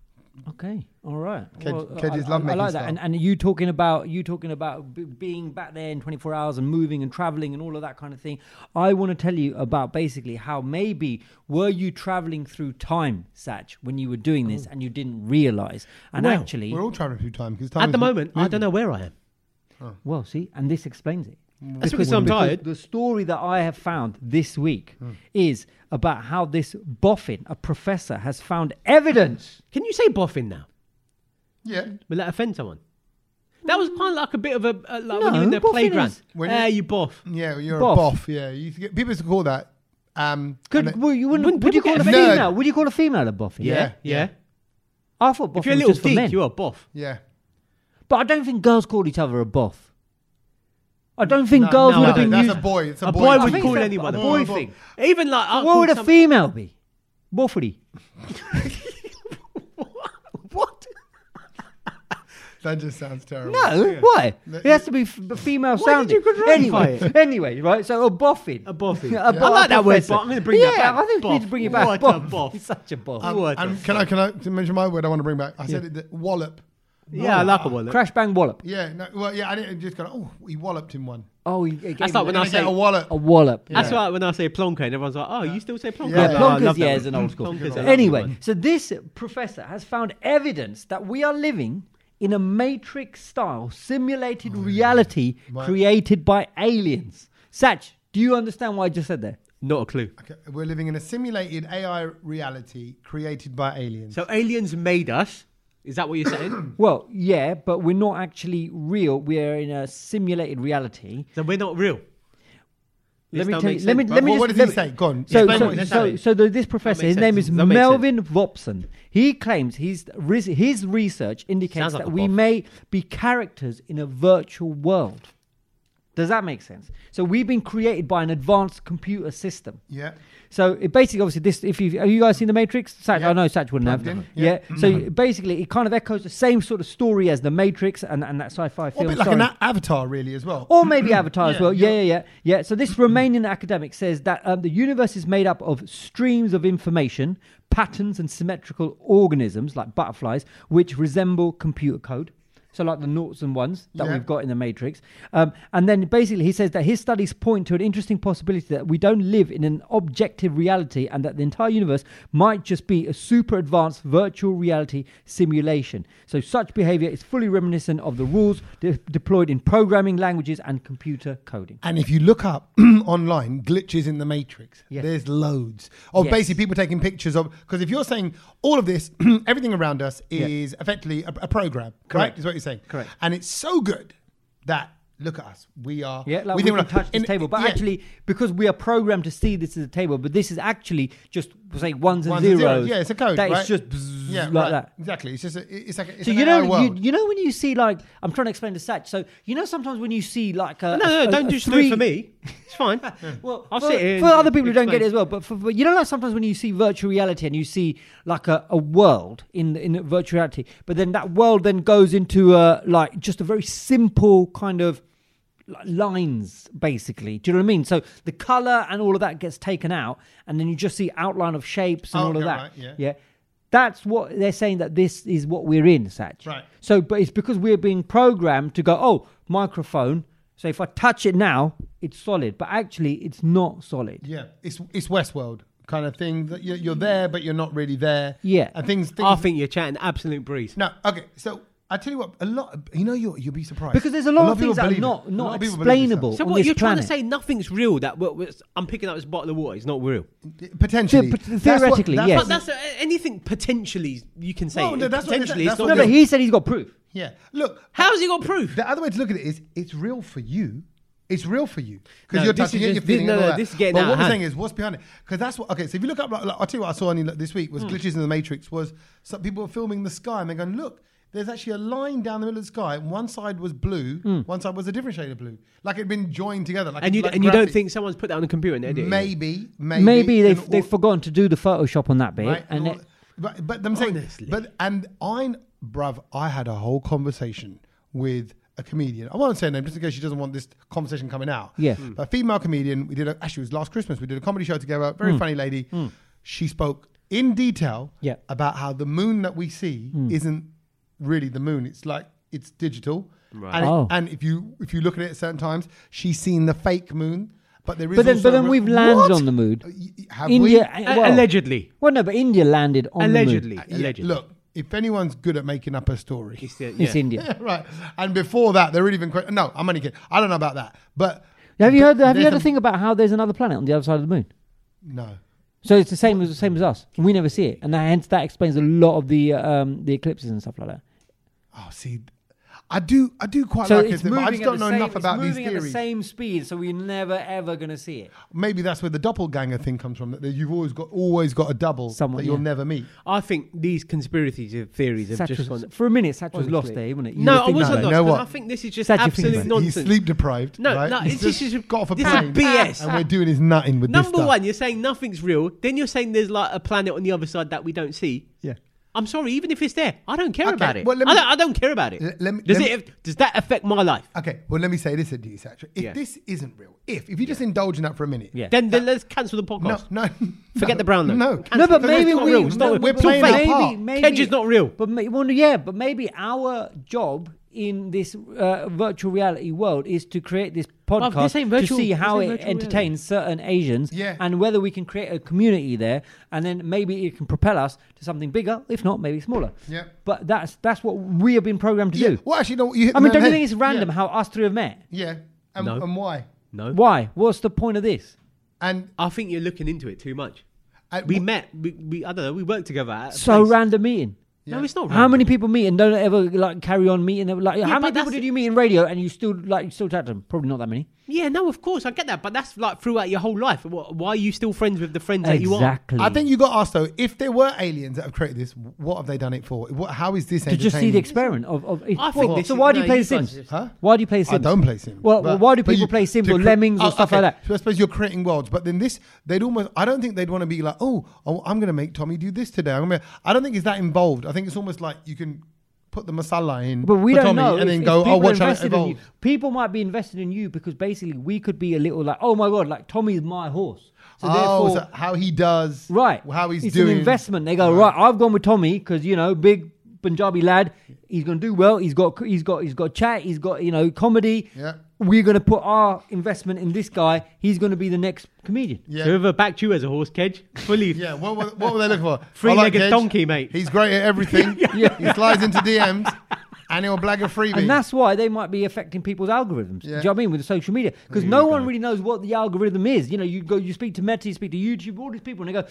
S2: Okay, all right.
S1: Ked-
S2: Well,
S1: Ked
S2: I-
S1: is
S2: I-
S1: lovemaking
S2: I like that.
S1: style.
S2: And, and you talking about you talking about b- being back there in 24 hours and moving and traveling and all of that kind of thing. I want to tell you about basically how maybe were you traveling through time, Satch, when you were doing this and you didn't realize. And
S3: Well,
S2: actually,
S1: We're all traveling through time because
S3: At the moment, I don't know where I am.
S2: Well, see, and this explains it.
S3: That's because I'm tired.
S2: The story that I have found this week is about how this boffin, a professor, has found evidence.
S3: Can you say boffin now?
S1: Yeah.
S3: Will that offend someone? That was kind of like a bit of a uh, like when
S2: No,
S3: you're in the
S2: boffin
S3: playground.
S2: is-
S1: When
S3: Ah,
S1: you-
S3: you boff.
S1: Yeah, you're
S2: Boff.
S1: a boff. Yeah, you used to get, people used to call that. Um,
S2: Could,
S1: and it-
S2: well, you wouldn't,
S3: Wouldn't
S2: would you
S3: people
S2: call a
S3: get
S1: offended?
S2: female?
S1: Nerd.
S2: Would you call a female a boffin?
S1: Yeah.
S3: Yeah.
S2: I thought boffin
S3: If you're a
S2: was
S3: little
S2: just for men.
S3: geek, you're a boff.
S1: yeah.
S2: But I don't think girls called each other a boff. I don't think girls
S3: no,
S2: would
S3: no,
S2: have been
S1: that's
S2: used.
S1: a boy. Oh, It's a,
S3: A boy
S2: I
S3: would
S2: think
S3: call
S2: it's a-
S3: anyone
S2: a
S3: a
S1: boy
S3: boy
S1: thing.
S3: thing. Even like, I'll
S2: what
S3: call
S2: would a
S3: some-
S2: female be? Boffery.
S3: What?
S1: That just sounds terrible.
S2: No, why? It has to be f- female sounding.
S3: you quadrify
S2: anyway, anyway, right? So a boffin.
S3: A boffin.
S2: A
S3: Yeah. I
S2: bo-
S3: like
S2: a
S3: that word,
S2: professor.
S3: but I'm gonna bring
S2: yeah,
S3: that back.
S2: I think we need to
S3: Boff.
S2: bring it back.
S3: What a
S2: boff.
S3: boff.
S2: He's such a boff.
S1: Um,
S3: What
S1: and
S3: the
S1: can I can I to mention my word? I want to bring back. I said it. Wallop.
S3: Yeah, I like a wallet.
S2: Crash bang wallop.
S1: Yeah. No. Well, yeah. I didn't just go. Oh, he walloped him one.
S2: Oh, he, he
S3: That's
S2: gave
S3: like
S2: him
S3: when
S1: Can
S3: I
S1: I get
S3: say.
S1: a wallop.
S2: a wallop.
S3: That's
S1: Yeah.
S3: why when I say plonker, and everyone's like, "Oh, you still say plonker?"
S1: Yeah,
S2: Yeah,
S3: Oh, I love
S2: Blonkers,
S3: that
S2: yeah,
S3: one.
S2: is an old school.
S3: Plonker's a lovely
S2: Anyway,
S3: one.
S2: so this professor has found evidence that we are living in a matrix style
S3: Oh,
S2: simulated reality
S1: Right.
S2: created by aliens. Satch, do you understand what I just said there?
S3: not a clue.
S1: Okay, We're living in a simulated AI reality created by aliens.
S3: So aliens made us. Is that what you're saying?
S2: Well, yeah, but we're not actually real. We are in a simulated reality.
S3: so we're not real. This
S2: Let me
S3: don't
S2: tell
S3: make
S2: you. Let me,
S3: sense.
S2: let me
S1: Well,
S2: just,
S1: what does
S2: let
S1: he
S2: me-
S1: say? Go on.
S2: So,
S1: Explain
S2: so,
S1: what he
S3: said.
S2: so, so the, this professor, his
S3: makes
S2: name
S3: sense.
S2: is
S3: That makes
S2: Melvin Vopson. He claims his res- his research indicates
S3: Sounds like
S2: that
S3: a
S2: we
S3: boff.
S2: may be characters in a virtual world. Does that make sense? So we've been created by an advanced computer system.
S1: Yeah.
S2: So it basically, obviously, this. If you have you guys seen the Matrix, Satch,
S1: Yeah.
S2: I know Satch wouldn't have.
S1: Plugged in, Mm-hmm.
S2: Yeah. So basically, it kind of echoes the same sort of story as the Matrix and, and that sci-fi
S1: Or a
S2: film.
S1: bit like
S2: Sorry.
S1: an a- avatar, really, as well.
S2: Or maybe Avatar as
S1: Yeah,
S2: well. Yeah,
S1: yeah.
S2: yeah, yeah, yeah. So this Romanian academic says that um, the universe is made up of streams of information, patterns, and symmetrical organisms like butterflies, which resemble computer code. So like the noughts and ones that
S1: Yeah.
S2: we've got in the Matrix. Um, and then basically he says that his studies point to an interesting possibility that we don't live in an objective reality and that the entire universe might just be a super advanced virtual reality simulation. So such behavior is fully reminiscent of the rules de- deployed in programming languages and computer coding.
S1: And if you look up online glitches in the matrix,
S2: Yes.
S1: there's loads of
S2: Yes.
S1: basically people taking pictures of. Because if you're saying all of this, everything around us is effectively a, a program, correct?
S2: Correct.
S1: Is what you're saying.
S2: Correct.
S1: And it's so good that look at us. We are.
S2: Yeah, like we,
S1: think
S2: can
S1: we're not-
S2: touch this
S1: in-
S2: table, but
S1: yeah.
S2: actually, because we are programmed to see this as a table, but this is actually just say ones and
S1: Ones and
S2: zeros.
S1: zeros. Yeah, it's a code.
S2: That it's
S1: right?
S2: just bzzz
S1: yeah,
S2: like
S1: right.
S2: that.
S1: Exactly. It's just a, it's like a, it's
S2: So
S1: an
S2: you
S1: AI
S2: know, you,
S1: world.
S2: you know when you see like I'm trying to explain to Satch. So you know sometimes when you see like a
S3: No, no,
S2: a-
S3: no don't
S2: a
S3: just
S2: three-
S3: do it for me. It's fine.
S2: Well,
S3: I'll
S2: for,
S3: sit here
S2: for
S3: and
S2: other people who don't get
S3: explain.
S2: it as well, but for, but you know, like sometimes when you see virtual reality and you see like a, a world in in virtual reality, but then that world then goes into a like just a very simple kind of like, lines basically do you know what i mean so the color and all of that gets taken out and then you just see outline of shapes and
S1: Oh,
S2: all of
S1: yeah,
S2: that
S1: right, yeah.
S2: that's what they're saying that this is what we're in Satch.
S1: Right.
S2: so but it's because we're being programmed to go oh microphone so if i touch it now it's solid but actually it's not solid
S1: yeah, it's it's Westworld kind of thing. That you're, you're there, but you're not really there.
S2: Yeah.
S1: and things.
S3: I
S1: things
S3: think you're chatting absolute breeze.
S1: No, okay. So I tell you what, a lot. You know, you you'll be surprised
S2: because there's a lot, of
S1: people
S2: things that are
S1: believe it.
S2: not
S1: A lot
S2: not
S1: of people believe this
S2: explainable
S3: So
S2: on
S3: what
S2: this
S3: you're trying
S2: planet
S3: to say? Nothing's real. That what, what's- I'm picking up this bottle of water. It's not real.
S1: stuff. potentially,
S2: The- but
S1: That's
S2: theoretically,
S1: what, that's
S2: yes.
S1: what
S3: But that's uh, anything potentially you can say.
S1: Well, no, that's what they
S3: potentially,
S1: said. That's
S3: it's not
S1: what
S2: no
S3: real.
S2: but he said he's got proof
S1: yeah. Look,
S3: How's he got proof?
S1: the other way to look at it is it's real for you. It's real for you because
S3: No,
S1: you're
S3: this
S1: touching
S3: is
S1: it,
S3: just-
S1: you're feeling it. and
S3: this- no,
S1: all
S3: no,
S1: that.
S3: this is getting
S1: but
S3: out
S1: what
S3: of
S1: we're
S3: hand.
S1: saying is what's behind it because that's what. Okay, so if you look up, like, like, I'll tell you what I saw on this week
S3: Hmm.
S1: was glitches in the matrix. Was some people were filming the sky and they're going, look, there's actually a line down the middle of the sky, and one side was blue, one side was a different shade of blue, like it'd been joined together. Like
S3: Hmm. And you
S1: like
S3: and you don't
S1: graphics.
S3: think someone's put that on a computer and edited it?
S1: maybe maybe
S2: maybe, they've
S1: and
S2: they've
S1: all-
S2: forgotten to do the photoshop on that bit
S1: right?
S2: and
S1: all-
S2: it,
S1: but, but I'm saying, but and I, bruv, I had a whole conversation with a comedian. I won't say her name just in case she doesn't want this conversation coming out.
S2: Yeah. Mm.
S1: But a female comedian. We did a, actually it was last Christmas. We did a comedy show together. Very funny lady. She spoke in detail
S2: Hmm. Yeah. Hmm.
S1: about how the moon that we see isn't really the moon. It's like it's digital. Right. And, it-
S2: Oh.
S1: and if you if you look at it at certain times, she's seen the fake moon. But there is.
S2: But then-
S1: also
S2: but
S1: a
S2: then
S1: real-
S2: we've landed
S1: What?
S2: on the moon.
S1: Uh, y- Have
S2: India-
S1: we?
S3: A-
S2: Well-
S3: Uh, allegedly,
S2: well no but india landed on
S3: allegedly,
S2: the moon
S1: mm, Yeah,
S3: allegedly.
S1: Look, if anyone's good at making up a story,
S3: It's the-
S2: it's
S3: yeah.
S2: india
S1: right? And before that, they're even que- no. I'm only kidding. I don't know about that, but
S2: Have you
S1: but
S2: heard? Have you
S1: there's
S2: heard the thing about how there's another planet on the other side of the moon?
S1: No,
S2: So it's the same as the same as us. We never see it, and that, hence that explains a lot of the um, the eclipses and stuff like that.
S1: oh, see, I do, I do quite
S2: So
S1: like
S2: it's
S1: it, but
S2: moving
S1: I just
S2: at
S1: don't
S2: the
S1: know
S2: same,
S1: enough
S2: it's
S1: about these
S2: moving at the
S1: theories.
S2: same speed, so we're never ever going to see it.
S1: Maybe that's where the doppelganger thing comes from. That you've always got, always got a double
S2: Someone,
S1: that you'll
S2: yeah.
S1: never meet.
S3: I think these conspiracy theories have
S2: Satch
S3: just
S2: was,
S3: gone.
S2: for a minute, Satch was
S3: Honestly.
S2: lost there, wasn't it? You
S3: No,
S2: would
S3: I
S2: think
S1: was-
S3: wasn't.
S1: no,
S3: lost,
S1: no,
S3: 'cause
S1: what?
S3: I think this is just
S2: Satch, you think
S3: absolute
S2: about it.
S3: nonsense.
S1: He's sleep deprived.
S3: No,
S1: right?
S3: no,
S1: He's
S3: it's-
S1: just
S3: it's just-
S1: got off a
S3: this is
S1: plane,
S3: BS.
S1: and we're doing his nutting with this
S3: Number
S1: stuff.
S3: one, you're saying nothing's real. Then you're saying there's like a planet on the other side that we don't see.
S1: Yeah.
S3: I'm sorry, even if it's there, I don't care
S1: Okay,
S3: about it.
S1: well, let
S3: I,
S1: me-
S3: don't, I don't care about it.
S1: L- let me-
S3: does
S1: let
S3: it? Does that affect my life?
S1: Okay, well, let me say this to you, Satch. If
S3: Yeah.
S1: this isn't real, if if you just indulge in that for a minute,
S2: Yeah.
S3: Then, then let's cancel the
S1: No,
S3: podcast.
S1: no.
S3: Forget the brown, though.
S1: No.
S3: Cancel
S2: No,
S3: it.
S2: but
S1: Because
S2: maybe
S1: it's not
S2: we,
S1: real. It's
S2: no,
S1: not- we're
S2: but
S1: playing
S2: maybe,
S1: our part.
S2: Maybe,
S3: Kedge is not real.
S2: But may, well, yeah, but maybe our job in this uh, virtual reality world is to create this podcast
S3: this ain't virtual-
S2: to see
S3: this
S2: how
S3: ain't
S2: it
S3: virtual
S2: entertains certain Asians
S1: Yeah.
S2: and whether we can create a community there, and then maybe it can propel us to something bigger. If not, maybe smaller.
S1: Yeah.
S2: But that's that's what we have been programmed to
S1: Yeah.
S2: do.
S1: Well, actually, no. You hit
S2: I
S1: the nail
S2: mean, don't
S1: on
S2: you
S1: the
S2: think
S1: head.
S2: it's random
S1: Yeah.
S2: how us three have met?
S1: Yeah. And,
S3: No.
S1: and why?
S3: No,
S2: Why? What's the point of this?
S1: And
S3: I think you're looking into it too much.
S1: I-
S3: we met. We, we I don't know. We worked together. At a
S2: So
S3: place.
S2: random meeting.
S3: No, it's not.
S2: How
S3: random.
S2: many people meet and don't ever like carry on meeting? them? Like, how
S3: but
S2: many people
S3: that's-
S2: did you meet in radio and you still like you still chat to them? Probably not that many.
S3: Yeah, no, of course I get that, but that's like throughout your whole life. Wh- Why are you still friends with the friends that you are?
S2: exactly.
S1: I think you got asked though, if there were aliens that have created this, what have they done it for? What, how is this
S2: to just see the
S1: entertaining?
S2: experiment of of.
S3: I think
S2: Well,
S3: this
S2: so
S3: is-
S2: why do
S3: no,
S2: you play
S3: you
S2: Sims?
S3: guys-
S1: Huh?
S2: Why do you play Sims?
S1: I don't play Sims.
S2: Well,
S1: but-
S2: why do
S1: but
S2: people
S1: you-
S2: play Sims
S1: to
S2: or
S1: cre-
S2: Lemmings or
S1: Oh,
S2: stuff
S1: okay.
S2: like that?
S1: So I suppose you're creating worlds, but then this, they'd almost. I don't think they'd want to be like, oh, oh, I'm going to make Tommy do this today. I'm gonna, I don't think it's that involved. I think it's almost like you can put the masala in,
S2: But we
S1: for Tommy,
S2: don't know.
S1: and
S2: if-
S1: then
S2: if
S1: go,
S2: people
S1: oh,
S2: are
S1: watch how it
S2: invested in you.
S1: evolves.
S2: People might be invested in you because basically we could be a little like, oh my god, like Tommy's my horse. So
S1: oh,
S2: therefore,
S1: so how he does,
S2: right,
S1: How he's
S2: it's
S1: doing
S2: an investment. They go right. I've gone with Tommy because you know, big Punjabi lad. He's going to do well. He's got he's got he's got chat. He's got you know comedy.
S1: Yeah.
S2: We're going to put our investment in this guy. He's going to be the next comedian.
S1: Yeah.
S3: Whoever backed you as a horse cage, fully
S1: Yeah, what, were- what were they looking for?
S3: Three-legged
S1: Edge.
S3: donkey, mate.
S1: He's great at everything. He slides into DMs and he'll blag a freebie.
S2: And that's why they might be affecting people's algorithms. Do
S1: Yeah.
S2: you know what I mean? With the social media. Because no one really knows what the algorithm is. You know, you go, you speak to Meta, you speak to YouTube, all these people, and they go,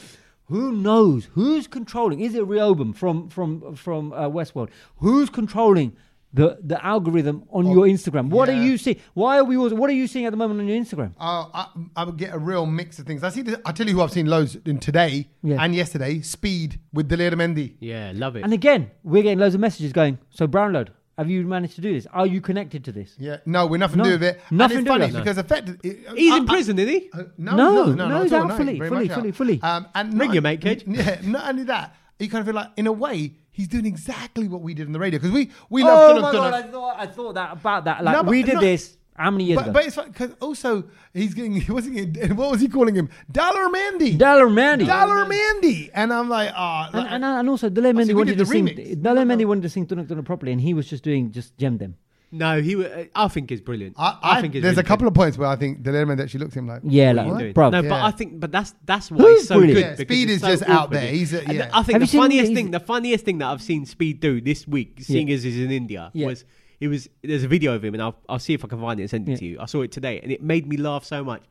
S2: who knows? Who's controlling? Is it Reobum from from from uh, Westworld? Who's controlling the the algorithm on your Instagram? What
S1: yeah.
S2: are you seeing? Why are we? All, what are you seeing at the moment on your Instagram?
S1: I'll, I, I would get a real mix of things. I see. This, I tell you who I've seen loads in today
S2: Yeah.
S1: and yesterday. Speed with Delir Mendy.
S3: Yeah, love it.
S2: And again, we're getting loads of messages going. So Brownload, have you managed to do this? Are you connected to this?
S1: Yeah, no, we're nothing
S2: No,
S1: to do with it.
S2: nothing
S1: and
S2: to
S1: it's
S2: do
S1: funny
S2: with it.
S1: because effectively,
S3: He's in prison, isn't he?
S1: Uh, no,
S2: No,
S1: no, no, no,
S2: no, he's
S1: at all,
S2: out
S1: no,
S2: fully,
S1: very
S2: fully,
S1: much
S2: fully,
S1: out.
S2: fully.
S1: Um, and
S3: Ring
S1: not-
S3: your mate, Cage.
S1: Yeah, not only that, you kind of feel like, in a way, he's doing exactly what we did on the radio because we we love
S2: oh
S1: Dunno,
S2: my god!
S1: Dunno.
S2: I thought I thought that about that. Like
S1: No, but-
S2: we did
S1: no.
S2: this. How many years
S1: But,
S2: ago?
S1: but it's like, cause also he's getting he wasn't getting, what was he calling him Dollar Mandy
S2: Dollar Mandy.
S1: Dollar Mandy and I'm like ah
S2: And,
S1: like-
S2: and, and also, Dele
S1: see,
S2: Mendy
S1: we
S2: wanted
S1: did
S2: to
S1: the
S2: sing.
S1: remix.
S2: Dele Mendy wanted to sing Dunuk Dunuk properly, and he was just doing just gem them.
S3: No, he. wa- uh, I think is brilliant.
S1: I, I,
S3: think he's
S1: there's
S3: really
S1: a couple
S3: good.
S1: of points where I think Delerman actually looks at him like
S2: Yeah,
S1: what are
S2: like,
S1: you
S2: of-
S3: Dude,
S1: doing?
S2: bruv.
S3: No, but
S1: Yeah.
S3: I think, but that's that's why
S2: Who's
S3: he's so
S2: brilliant?
S3: good.
S1: Yeah,
S3: because
S1: Speed
S3: it's
S1: is
S3: so
S1: just out
S3: awkward.
S1: there. He's a-
S3: And
S1: yeah.
S3: I think
S2: Have
S3: the
S2: you seen
S3: funniest
S2: these-
S3: thing, the funniest thing that I've seen Speed do this week, seeing as he's in India,
S2: Yeah.
S3: was it was there's a video of him, and I'll I'll see if I can find it and send it
S2: Yeah.
S3: to you. I saw it today, and it made me laugh so much.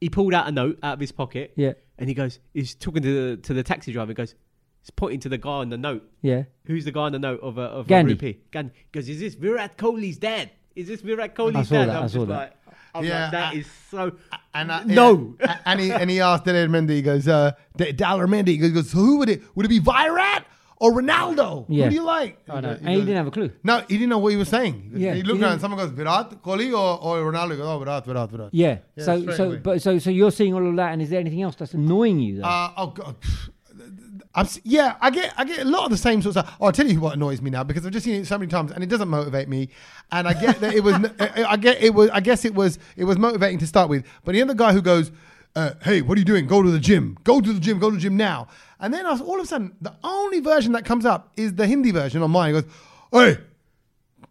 S3: He pulled out a note out of his pocket,
S2: Yeah.
S3: and he goes, he's talking to the to the taxi driver. He goes, he's pointing to the guy on the note.
S2: Yeah.
S3: Who's the guy on the note of a of
S2: Gandhi.
S3: a rupee? Gandhi. Because is this Virat Kohli's dad? Is this Virat Kohli's
S2: I saw
S3: dad?
S2: that, I
S3: just
S2: saw that.
S3: Like, I'm
S1: Yeah,
S3: like, that
S1: I-
S3: is so.
S1: and I,
S3: No.
S1: yeah. and he and he asked Delerman he goes uh D- Delerman he goes so who would it would it be Virat or Ronaldo
S2: Yeah.
S1: who do you like
S2: I know.
S1: goes-
S2: Oh, And he didn't have a clue.
S1: no he didn't know what he was saying He goes-
S2: Yeah,
S1: he
S2: he
S1: looked around
S2: didn't-
S1: someone goes Virat Kohli or, or Ronaldo he goes oh Virat Virat Virat
S2: Yeah.
S1: Yeah,
S2: so
S1: straight
S2: so
S1: away.
S2: but so so you're seeing all of that, and is there anything else that's annoying you? Though?
S1: Uh, oh god. I'm, s- yeah, I get I get a lot of the same sorts of. Oh, I'll tell you what annoys me now because I've just seen it so many times and it doesn't motivate me. And I get that it was. I I get it was. I guess it was. It was motivating to start with. But the other guy who goes, uh, "Hey, what are you doing? Go to the gym. Go to the gym. Go to the gym now." And then I was- all of a sudden, the only version that comes up is the Hindi version on mine. He goes, "Hey,"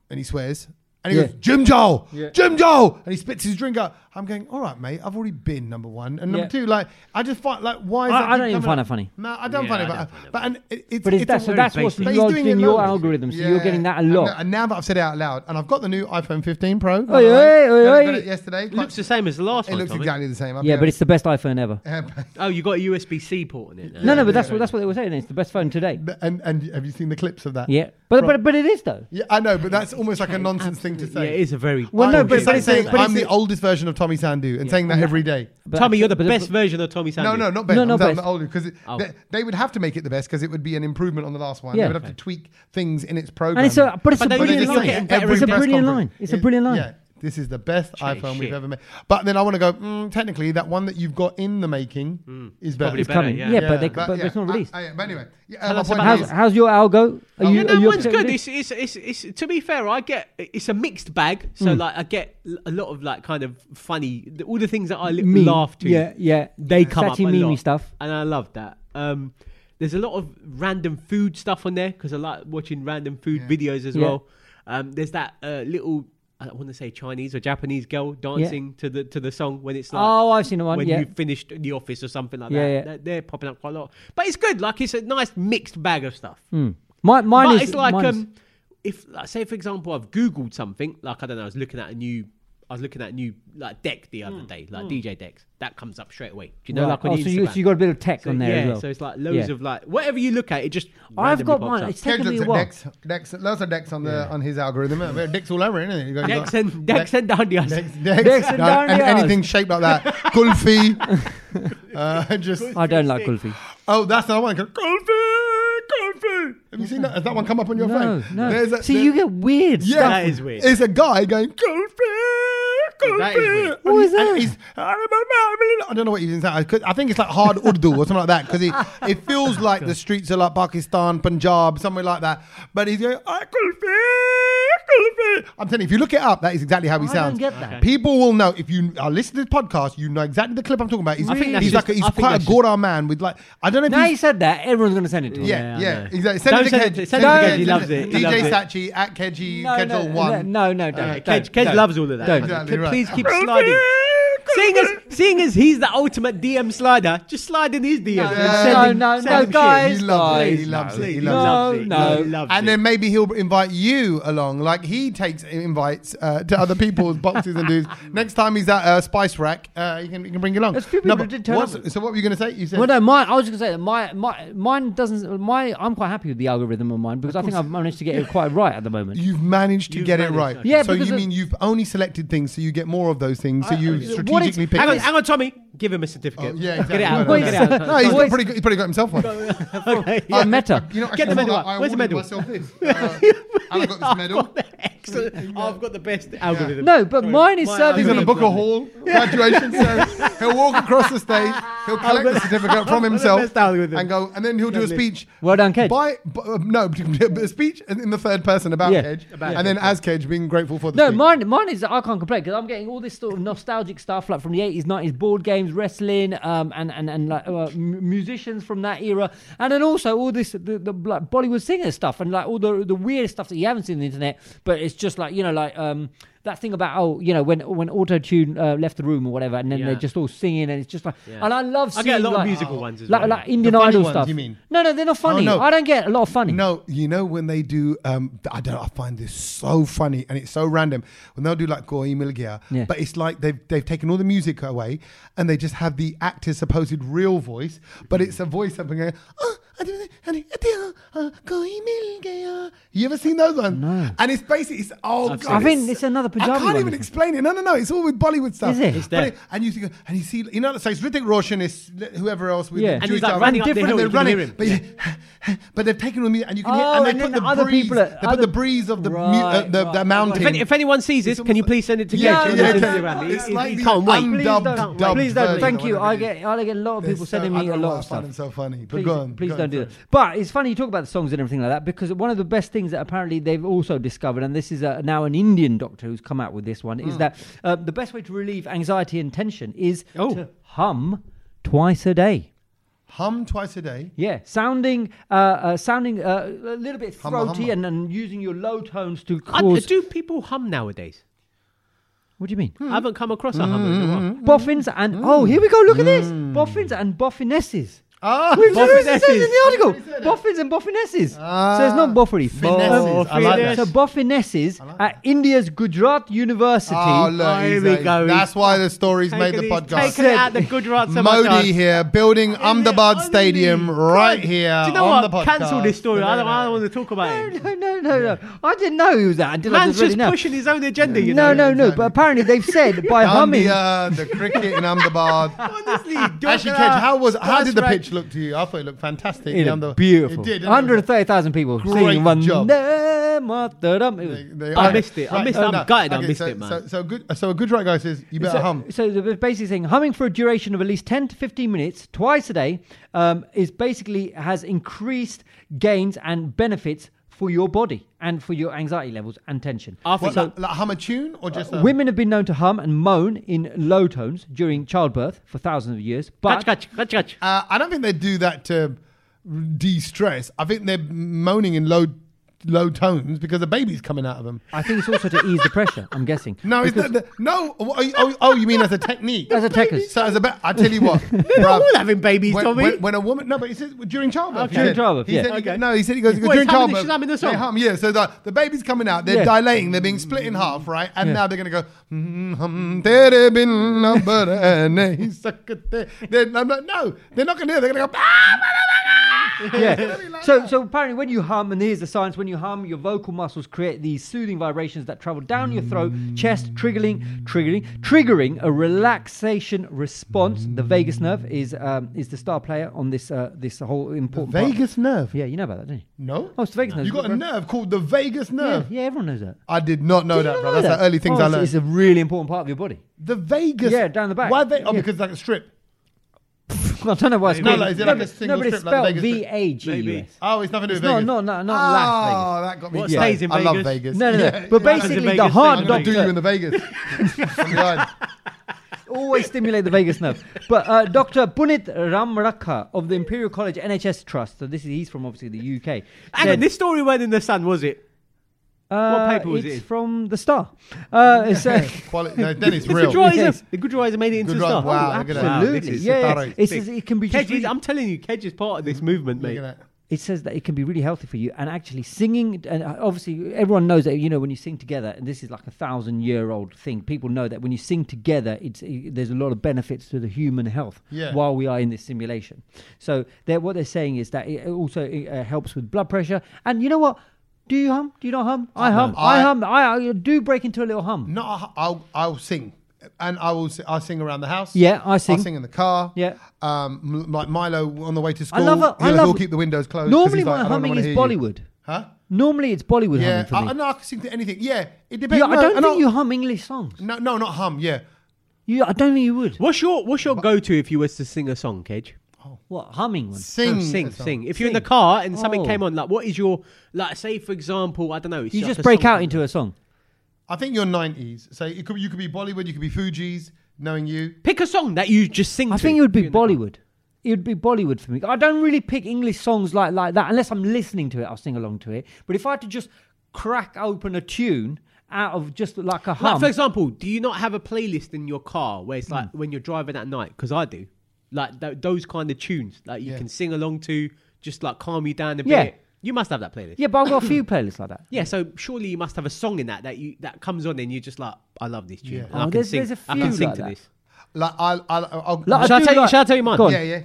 S1: and he swears. And he
S2: Yeah.
S1: goes, Jim Joel,
S2: Yeah.
S1: Jim Joel, and he spits his drink out. I'm going, all right, mate. I've already been number one and number
S2: Yeah.
S1: two. Like, I just find like, why?
S2: I-
S1: that
S2: I
S1: keep
S2: don't
S1: coming
S2: even find
S1: up?
S2: that funny.
S1: No, I don't
S3: Yeah,
S1: find it.
S3: I
S1: But,
S3: don't find it
S1: but and it- it's
S2: but is
S1: it's
S2: that
S1: a
S2: so?
S1: very
S2: That's what's
S3: basic-
S1: but he's
S2: lodged
S1: doing it
S2: in your
S1: loads.
S2: algorithm, so you're
S1: Yeah.
S2: getting that a
S1: And
S2: lot.
S1: now- And now that I've said it out loud, and I've got the new iPhone 15 Pro. by
S2: Oi,
S1: the way.
S2: oi, oi,
S1: Got it-
S2: oi.
S1: got it yesterday.
S3: It looks the same as the last
S1: It
S3: one.
S1: looks
S3: Tommy.
S1: exactly the same. I'll be
S2: yeah, but
S1: honest.
S2: it's the best iPhone ever.
S3: Oh, you got a USB C port on it. now.
S2: no, no, but that's what that's what they were saying. It's the best phone today.
S1: and and have you seen the clips of that?
S2: Yeah, but but but it is though.
S1: Yeah, I know, but that's almost like a nonsense thing to
S3: Yeah,
S1: say.
S3: it is a very.
S2: Well, no,
S1: I'm-
S2: but-
S1: it's
S2: but
S1: like
S2: it's a-
S1: saying
S2: but
S1: I'm
S2: it's
S1: the
S2: a-
S1: oldest version of Tommy Sandu and saying that every day.
S2: But
S3: Tommy, you're the
S2: but-
S3: best
S2: but-
S3: version of Tommy Sandy.
S1: No, no, not best.
S2: No,
S1: I'm
S2: no,
S1: saying
S2: best.
S1: the older because
S3: Oh.
S1: they, they would have to make it the best because it would be an improvement on the last one.
S2: Yeah.
S1: they would have to tweak things in its program.
S2: And it's a but it's
S3: But
S2: a
S3: they-
S2: brilliant
S3: they're
S2: line.
S3: getting better
S2: It's a
S3: every press
S2: brilliant line. It's a brilliant line.
S1: Yeah, this is the best
S3: Chay
S1: iPhone
S3: shit.
S1: we've ever made. But then I want to go. Mm, technically, that one that you've got in the making is better.
S3: Probably
S2: Mm. It's
S3: better,
S2: coming.
S3: yeah.
S2: Yeah, but they but
S1: yeah,
S2: it's not
S1: I-
S2: released.
S1: I- yeah, but anyway, yeah,
S3: Tell
S1: my
S3: us
S1: point
S3: about
S2: How's,
S1: is-
S2: how's your algo? Are you,
S1: yeah,
S2: are
S3: that
S2: you
S3: one's
S2: upset
S3: good.
S2: with it?
S3: It's, it's, it's, it's, to be fair, I get it's a mixed bag. So
S2: Mm.
S3: like, I get l- a lot of like kind of funny, all the things that I li-
S2: Meme.
S3: laugh to.
S2: Yeah, yeah.
S3: They come
S2: Sachi
S3: up a
S2: meme-y
S3: lot.
S2: stuff.
S3: and I love that. Um, there's a lot of random food stuff on there because I like watching random food videos as
S2: Yeah.
S3: well. Um, there's that uh, little I want to say Chinese or Japanese girl dancing to the to the song when it's like
S2: Oh, I've seen the one.
S3: when
S2: yeah.
S3: you finished The Office or something like
S2: Yeah,
S3: that.
S2: yeah.
S3: They're, they're popping up quite a lot, but it's good. Like it's a nice mixed bag of stuff.
S2: My, Hmm. mine
S3: but
S2: is
S3: it's like
S2: mine is-
S3: um, if like, say for example I've googled something like I don't know I was looking at a new I was looking at a new like deck the
S2: Hmm.
S3: other day like DJ decks that comes up straight away. Do you know
S2: right.
S3: like on
S2: oh,
S3: your
S2: so you,
S3: Instagram?
S2: so you got a bit of tech
S3: So,
S2: on there
S3: yeah,
S2: as well.
S3: so it's like loads
S2: Yeah.
S3: of like whatever you look at, it just
S2: I've
S3: randomly
S2: got
S3: pops
S2: mine.
S3: up.
S2: It's
S1: Ted
S2: taken
S1: looks
S2: me a
S1: at
S2: while.
S1: Dex, Dex, lots of Dex on the on his algorithm. Uh, Dex all over, isn't it?
S3: Dex and Dex and Dundas.
S1: Dex, Dex,
S2: Dex and
S1: no, and
S2: Darius.
S1: anything shaped like that. Kulfi. uh, just
S2: I don't like Kulfi.
S1: oh, that's another one. Kulfi, Kulfi. Have you seen that? Has that one come up on your
S2: No,
S1: phone?
S2: no.
S1: Oh, There's a-
S2: See,
S1: there-
S2: you get weird.
S1: yeah,
S2: stuff.
S3: That is weird.
S1: It's a guy going Kulfi, Kulfi.
S3: That is weird.
S1: And
S2: What
S1: he-
S2: is
S1: and
S2: that?
S1: he's- I don't know what he's inside. I could- I think it's like hard Urdu or something like that because it feels like the streets are like Pakistan, Punjab, somewhere like that. But he's going, I Kulfi, "Ah, I'm telling you, if you look it up, that is exactly how he
S2: I don't
S1: sounds.
S2: get that.
S1: People will know if you are listening to the podcast, you know exactly the clip I'm talking about. He's,
S3: I think that's
S1: he's
S3: just-
S1: like a, he's
S3: I think
S1: quite
S3: that's
S1: a
S3: just-
S1: Gordon man with like I don't know if
S2: Now
S1: he's
S2: he said that, everyone's going to send it to him.
S1: Yeah,
S3: Yeah, I
S1: yeah,
S3: know.
S1: exactly. Send
S3: Don't
S1: it to
S3: send it
S1: Kedge.
S3: to- send it to
S1: it
S3: Kedge, he loves it, he
S1: DJ
S3: loves
S1: Sachi at Kedgy,
S2: No,
S1: Kedge
S2: no,
S1: all one.
S2: No, no, don't.
S3: Okay,
S2: don't,
S3: Kedge, Kedge
S2: don't.
S3: loves all of that.
S2: Don't.
S1: Exactly
S3: Ke-
S1: right.
S3: Please keep sliding. seeing as seeing as he's the ultimate DM slider, just slide in his DM.
S2: No,
S3: and
S1: Yeah.
S3: send
S1: no,
S3: him-
S2: no,
S3: send
S2: no,
S3: him shit.
S2: guys.
S1: He loves it. He
S2: Please,
S1: loves
S3: no,
S1: it. He
S3: no,
S1: loves it.
S2: loves it. No,
S3: He
S2: no.
S3: loves
S1: And
S3: it.
S1: then maybe he'll invite you along, like he takes invites uh, to other people's boxes and dudes. Next time he's at uh, Spice Rack, uh, he can he can bring you along.
S2: There's a few people
S1: but
S2: who did turn
S1: what's-
S2: up.
S1: So what were you going to say? You said
S2: Well, no, mine. I was just gonna say that my my mine doesn't. My I'm quite happy with the algorithm on mine because I think I've managed to get it quite right at the moment.
S1: you've managed to
S3: You've
S1: get
S3: managed,
S1: it right.
S3: okay.
S2: Yeah,
S1: so
S2: because
S1: you
S2: of-
S1: mean you've only selected things, so you get more of those things. So you
S2: it's-
S1: strategically pick.
S3: hang on,
S1: it.
S3: hang on, Tommy. Give him a
S1: Oh,
S3: certificate.
S1: yeah, exactly.
S3: Get it
S1: No,
S3: out.
S1: no,
S2: Wait,
S3: Get it
S1: no.
S3: out.
S2: so-
S1: No, he's got
S2: Wait.
S1: pretty good- he's probably got himself one.
S3: Okay.
S2: Yeah, meta.
S1: You know,
S3: Get the
S1: actually,
S3: medal
S1: I-
S3: out.
S1: I
S3: Where's
S1: awarded
S3: the medal?
S1: myself this. Uh, and I got this medal.
S3: Excellent. Oh, I've got the best algorithm.
S2: No, but mine is serving
S1: He's
S2: me.
S1: going to book a hall graduation service. He'll walk across the stage. He'll collect the certificate from
S3: the
S1: himself
S3: best algorithm.
S1: and go, and then he'll do a
S3: Lovely.
S1: speech.
S2: Well done, Kedge.
S1: By, b- uh, no, a speech in the third person about
S2: Yeah.
S1: Kedge,
S3: About
S1: and then
S3: Kedge.
S1: as Kedge being grateful for the
S2: No,
S1: speech.
S2: mine, mine is that I can't complain because I'm getting all this sort of nostalgic stuff like from the 80s, 90s, board games, wrestling, um, and and and like uh, m- musicians from that era, and then also all this the, the like Bollywood singer stuff and like all the the weird stuff that you haven't seen on the internet, but it's just like you know like um that thing about oh you know when when auto tune uh, left the room or whatever, and then
S3: Yeah.
S2: they're just all singing and it's just like
S3: Yeah.
S2: and I love
S3: I
S2: seeing
S3: get a lot of
S2: like,
S3: musical ones as
S2: like,
S3: well.
S2: like Indian
S1: The funny
S2: Idol
S1: ones,
S2: stuff.
S1: you mean? Oh,
S2: No, no, they're not funny.
S1: no.
S2: I don't get a lot of funny.
S1: No, you know when they do, um, I don't. I find this so funny and it's so random when they'll do like Goa Mil Gaya,
S2: Yeah.
S1: but it's like they've they've taken all the music away and they just have the actor's supposed real voice, but it's a voice up and going. "Oh, I don't know, I don't know, uh, Koi Mil Gaya." You ever seen those ones? No. And it's basically it's oh god.
S3: seen it. I
S2: think it's another
S1: I
S2: Punjabi
S1: can't
S2: one,
S1: even
S2: isn't it?
S1: explain it. No, no, no. It's all with Bollywood stuff.
S2: Is it? It's
S1: But
S3: there.
S1: and you think, and you see, you know, so it's Hrithik Roshan, it's whoever else. With
S2: Yeah.
S1: the
S2: And
S3: he's
S1: Jewish
S3: like
S1: guy.
S3: running up the
S1: Different-
S3: hill,
S1: They're
S3: you can
S1: running,
S3: hear him.
S1: but
S3: Yeah.
S1: but they've taken all the music, and you can
S2: Oh,
S1: hear, and they
S2: and
S1: put
S2: then
S1: the
S2: other
S1: breeze.
S2: people are-
S1: they
S2: other-
S1: put the breeze of the mu- uh,
S2: Right,
S1: the,
S2: right.
S1: the mountain.
S3: If, any, if anyone sees this, can you please send it to
S1: Yeah,
S3: Gage?
S1: yeah,
S3: It's-
S1: yeah.
S3: it's-
S1: It's
S3: it's-
S1: like
S3: he
S1: the
S3: can't wait.
S1: undubbed
S2: Please don't.
S1: dubbed
S2: Please don't.
S1: version,
S2: Thank you.
S1: whatever
S2: I
S1: it
S2: get I get a lot of
S1: They're
S2: people
S1: so-
S2: sending
S1: I
S2: me
S1: don't
S2: a
S1: know why
S2: lot
S1: I find
S2: of stuff.
S1: them so funny. But
S2: Please,
S1: go on,
S2: please
S1: go on,
S2: don't do
S1: sorry.
S2: that. But it's funny you talk about the songs and everything like that because one of the best things that apparently they've also discovered, and this is uh now an Indian doctor who's come out with this one, is that uh, the best way to relieve anxiety and tension is
S3: Oh.
S2: to hum twice a day.
S1: Hum twice a day.
S2: Yeah, sounding, uh, uh, sounding uh, a little bit
S1: Humma,
S2: throaty
S1: humma.
S2: And, and using your low tones to
S3: I-
S2: cause.
S3: do people hum nowadays?
S2: what do you mean?
S1: Hmm.
S3: I haven't come across a hum in a while.
S2: Boffins and oh, here we go. Look at this. Boffins and boffinesses.
S1: Ah,
S2: We've just
S3: Boffinesses.
S2: said in the
S1: That's
S2: article.
S1: what he said.
S2: Boffins and boffinesses.
S1: Ah.
S2: so it's not boffery.
S1: Finesses. I like that.
S2: So boffinesses at India's Gujarat University.
S1: Oh, look,
S3: Here
S1: he's
S3: we
S1: a-
S3: go.
S1: That's why the stories
S3: Take
S1: made
S3: it
S1: the
S3: easy.
S1: podcast.
S3: Take it out the Gujarat
S1: Modi
S3: Modi
S1: here, building Ahmedabad Stadium right here
S3: Do you know
S1: on
S3: what?
S1: the podcast.
S3: Cancel this story. I don't,
S1: No,
S3: I don't
S1: no,
S3: want
S1: no.
S3: to talk about it.
S2: no, no, no, no. I didn't know he was that until I
S3: Man's
S2: just read
S3: just
S2: it now.
S3: pushing his own agenda, you
S2: no, no,
S3: know.
S2: no.
S1: exactly.
S2: But apparently they've said by humming.
S1: Gandhi, uh, the cricket in Ahmedabad.
S3: Honestly,
S1: Actually,
S3: Gujarat,
S1: Kedge, how was how did the
S3: Gujarat.
S1: pitch look to you? I thought it looked fantastic.
S2: It
S1: The
S2: looked
S1: Ahmedabad-
S2: beautiful.
S1: It did. didn't it?
S2: 130,000 people
S1: Great
S2: singing one.
S1: job.
S2: It was-
S1: They-
S3: I
S1: okay,
S3: missed it. I missed it. I'm gutted I missed
S1: so,
S3: it, man.
S1: So, so good. So a good right guy says you better
S2: so,
S1: hum.
S2: so the basic thing, humming for a duration of at least 10 to 15 minutes twice a day um, is basically has increased gains and benefits for your body and for your anxiety levels and tension.
S3: I
S1: What,
S3: think
S1: like, like hum a tune or
S3: Uh,
S1: just a-
S2: Women have been known to hum and moan in low tones during childbirth for thousands of years, but
S3: Catch, catch, catch, catch.
S1: Uh, I don't think they do that to de-stress. I think they're moaning in low low tones because the baby's coming out of them.
S2: I think it's also to ease the pressure, I'm guessing.
S1: No, is that the, no? Oh, you- oh, oh, you mean as a technique?
S2: As a technique.
S1: So as a, ba- I tell you what, bruv,
S3: all having babies,
S1: when,
S3: Tommy.
S1: When, when a woman, no, but he said during childbirth.
S3: Okay.
S1: he
S2: Oh, During
S1: said-
S2: childbirth,
S1: he
S2: yeah.
S1: Said, he
S3: Okay.
S1: go- no, he said he goes.
S3: Well,
S1: during
S3: it's humming,
S1: childbirth,
S3: she's humming the
S1: they
S3: song.
S1: hum, yeah. So the, the baby's coming out. They're
S2: Yeah. Mm.
S1: dilating. They're being split in half, right? And now they're gonna go. "Mm, hum, tere bin na barane, sakate." They're- I'm like, no, they're not gonna hear. They're gonna go. "Ah, bah,
S2: yeah. So, so apparently, when you hum, and here's the science: when you hum, your vocal muscles create these soothing vibrations that travel down your throat, chest, triggering, triggering, triggering a relaxation response. The vagus nerve is um, is the star player on this uh, this whole important part.
S1: Vagus nerve.
S2: Yeah, you know about that, don't you?
S1: No.
S2: Oh, it's the vagus nerve.
S1: You got a nerve called the vagus
S2: Yeah,
S1: nerve.
S2: yeah, everyone knows that.
S1: I did not know
S2: Did you
S1: that,
S2: not
S1: bro.
S2: know
S1: That's
S2: that?
S1: the early things
S2: Oh,
S1: I
S2: it's-
S1: learned.
S2: It's a really important part of your body.
S1: The Vegas.
S2: Yeah, down the back.
S1: Why they? Oh,
S2: Yeah.
S1: because it's like a strip.
S2: I don't know why it's
S1: Maybe.
S2: called.
S1: No, like, is it
S2: no,
S1: like a
S2: but-
S1: single
S2: no, but it's
S1: strip, like
S2: spelled
S1: Vegas strip?
S2: V A G U S.
S1: Oh, it's nothing to do with
S2: It's not,
S1: Vegas.
S2: not, not, not
S1: oh,
S2: Las
S1: that got me.
S3: What
S1: Yeah.
S3: stays in
S1: I love
S3: Vegas?
S1: Vegas.
S2: Vegas. No, no, no.
S1: Yeah,
S2: but
S1: yeah.
S2: basically,
S3: Vegas
S2: the
S3: thing,
S2: heart
S1: I'm not do
S2: doctor
S1: you in the Vegas. From behind.
S2: always stimulate the vagus nerve. But uh, Dr. Punit Ramrakha of the Imperial College NHS Trust, so this is he's from obviously the UK.
S3: Hang on,
S2: said-
S3: this story went in the sun, was it?
S2: Uh,
S3: paper was it
S2: it's
S3: in?
S2: from the Star. Uh, it's, uh,
S1: Quality. No, then it's
S3: It's the
S1: real.
S3: drawings.
S2: Yes.
S3: The good drawings made it into
S1: Good
S3: stuff. Oh,
S1: drawings, wow. look at that. Wow,
S2: absolutely,
S1: this is
S2: yeah.
S1: Star
S2: yeah.
S1: Oaks.
S2: It's, it can be. Just
S3: Kedge is,
S2: really-
S3: I'm telling you, Kedge is part of this movement,
S1: Mm-hmm. Look
S3: mate.
S1: at that.
S2: it says that it can be really healthy for you and actually singing and uh, obviously everyone knows that you know when you sing together and this is like a thousand year old thing people know that when you sing together it's it, there's a lot of benefits to the human health
S1: Yeah.
S2: while we are in this simulation so they're, what they're saying is that it also it, uh, helps with blood pressure and you know what do you hum do you not hum i hum i,
S1: I- Mm.
S2: hum I, I do break into a little hum
S1: No, I- I'll I'll sing, and I will si- I sing around the house.
S2: Yeah, I sing.
S1: I sing in the car.
S2: Yeah.
S1: um, m- like Milo on the way to school.
S2: love it. I
S1: he'll,
S2: love
S1: he'll
S2: it.
S1: keep the windows closed. Oh, 'cause
S2: normally
S1: he's like,
S2: my
S1: "I don't
S2: humming
S1: wanna
S2: is
S1: hear you."
S2: bollywood
S1: Huh?
S2: normally it's bollywood
S1: Yeah, I,
S2: humming for
S1: I,
S2: me
S1: no, I can sing to anything. Yeah, it depends.
S2: yeah, I
S1: No,
S2: don't
S1: and Mm.
S2: think
S1: I'll-
S2: you hum English songs.
S1: No, no, not hum. Yeah,
S2: You, I don't think you would.
S3: What's your What's your go to if you was to sing a song, Kedge?
S2: What humming one?
S1: sing,
S3: No, sing,
S1: a song.
S3: sing. If you're in the
S2: Sing.
S3: car and something
S2: Oh.
S3: came on, like, what is your like? Say, for example, I don't know. It's
S2: You
S3: like
S2: just
S3: a
S2: break
S3: song
S2: out
S3: from-
S2: into a song.
S1: I think you're nineties. So it could you could be Bollywood, you could be Fuji's. Knowing you,
S3: Pick a song that you just sing.
S2: I
S3: to
S2: think it would be
S3: if you're in the
S2: Bollywood. It would be Bollywood for me. I don't really pick English songs like, like that unless I'm listening to it. I'll sing along to it. But if I had to just crack open a tune out of just like a
S3: car. Like,
S2: hum,
S3: for example, do you not have a playlist in your car where it's
S2: Mm.
S3: like when you're driving at night? Because I do. Like th- those kind of tunes, like you
S1: Yeah.
S3: can sing along to, just like calm you down a bit.
S2: Yeah.
S3: You must have that playlist.
S2: yeah. But I've got a few playlists like that.
S3: Yeah, so surely you must have a song in that that you that comes on and you're just like, I love this tune.
S1: Yeah.
S3: and
S2: Oh,
S3: I can
S2: there's-
S3: sing.
S2: there's a
S3: I
S2: few
S3: can sing
S2: like
S3: to
S2: that.
S3: this.
S1: like I'll, I'll, I'll,
S2: Like,
S3: Shall I
S2: do
S3: tell you- shall I tell you mine?
S2: Go on.
S1: yeah, yeah.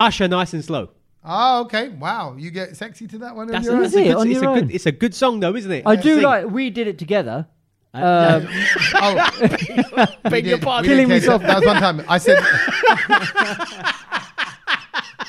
S3: Usher, nice and slow.
S1: Oh, okay. Wow, you get sexy to that one. on
S3: That's,
S1: your own?
S3: that's
S2: Is it?
S3: a good,
S2: On
S3: it's a
S2: your
S3: good.
S2: own?
S3: It's a good song though, isn't it?
S2: I
S3: To
S2: do
S3: sing.
S2: like we did it together. Um,
S1: oh, We
S3: Beg
S1: did- we
S3: your pardon.
S1: did
S2: Killing
S1: catch
S2: myself.
S1: it. That was one time. I said.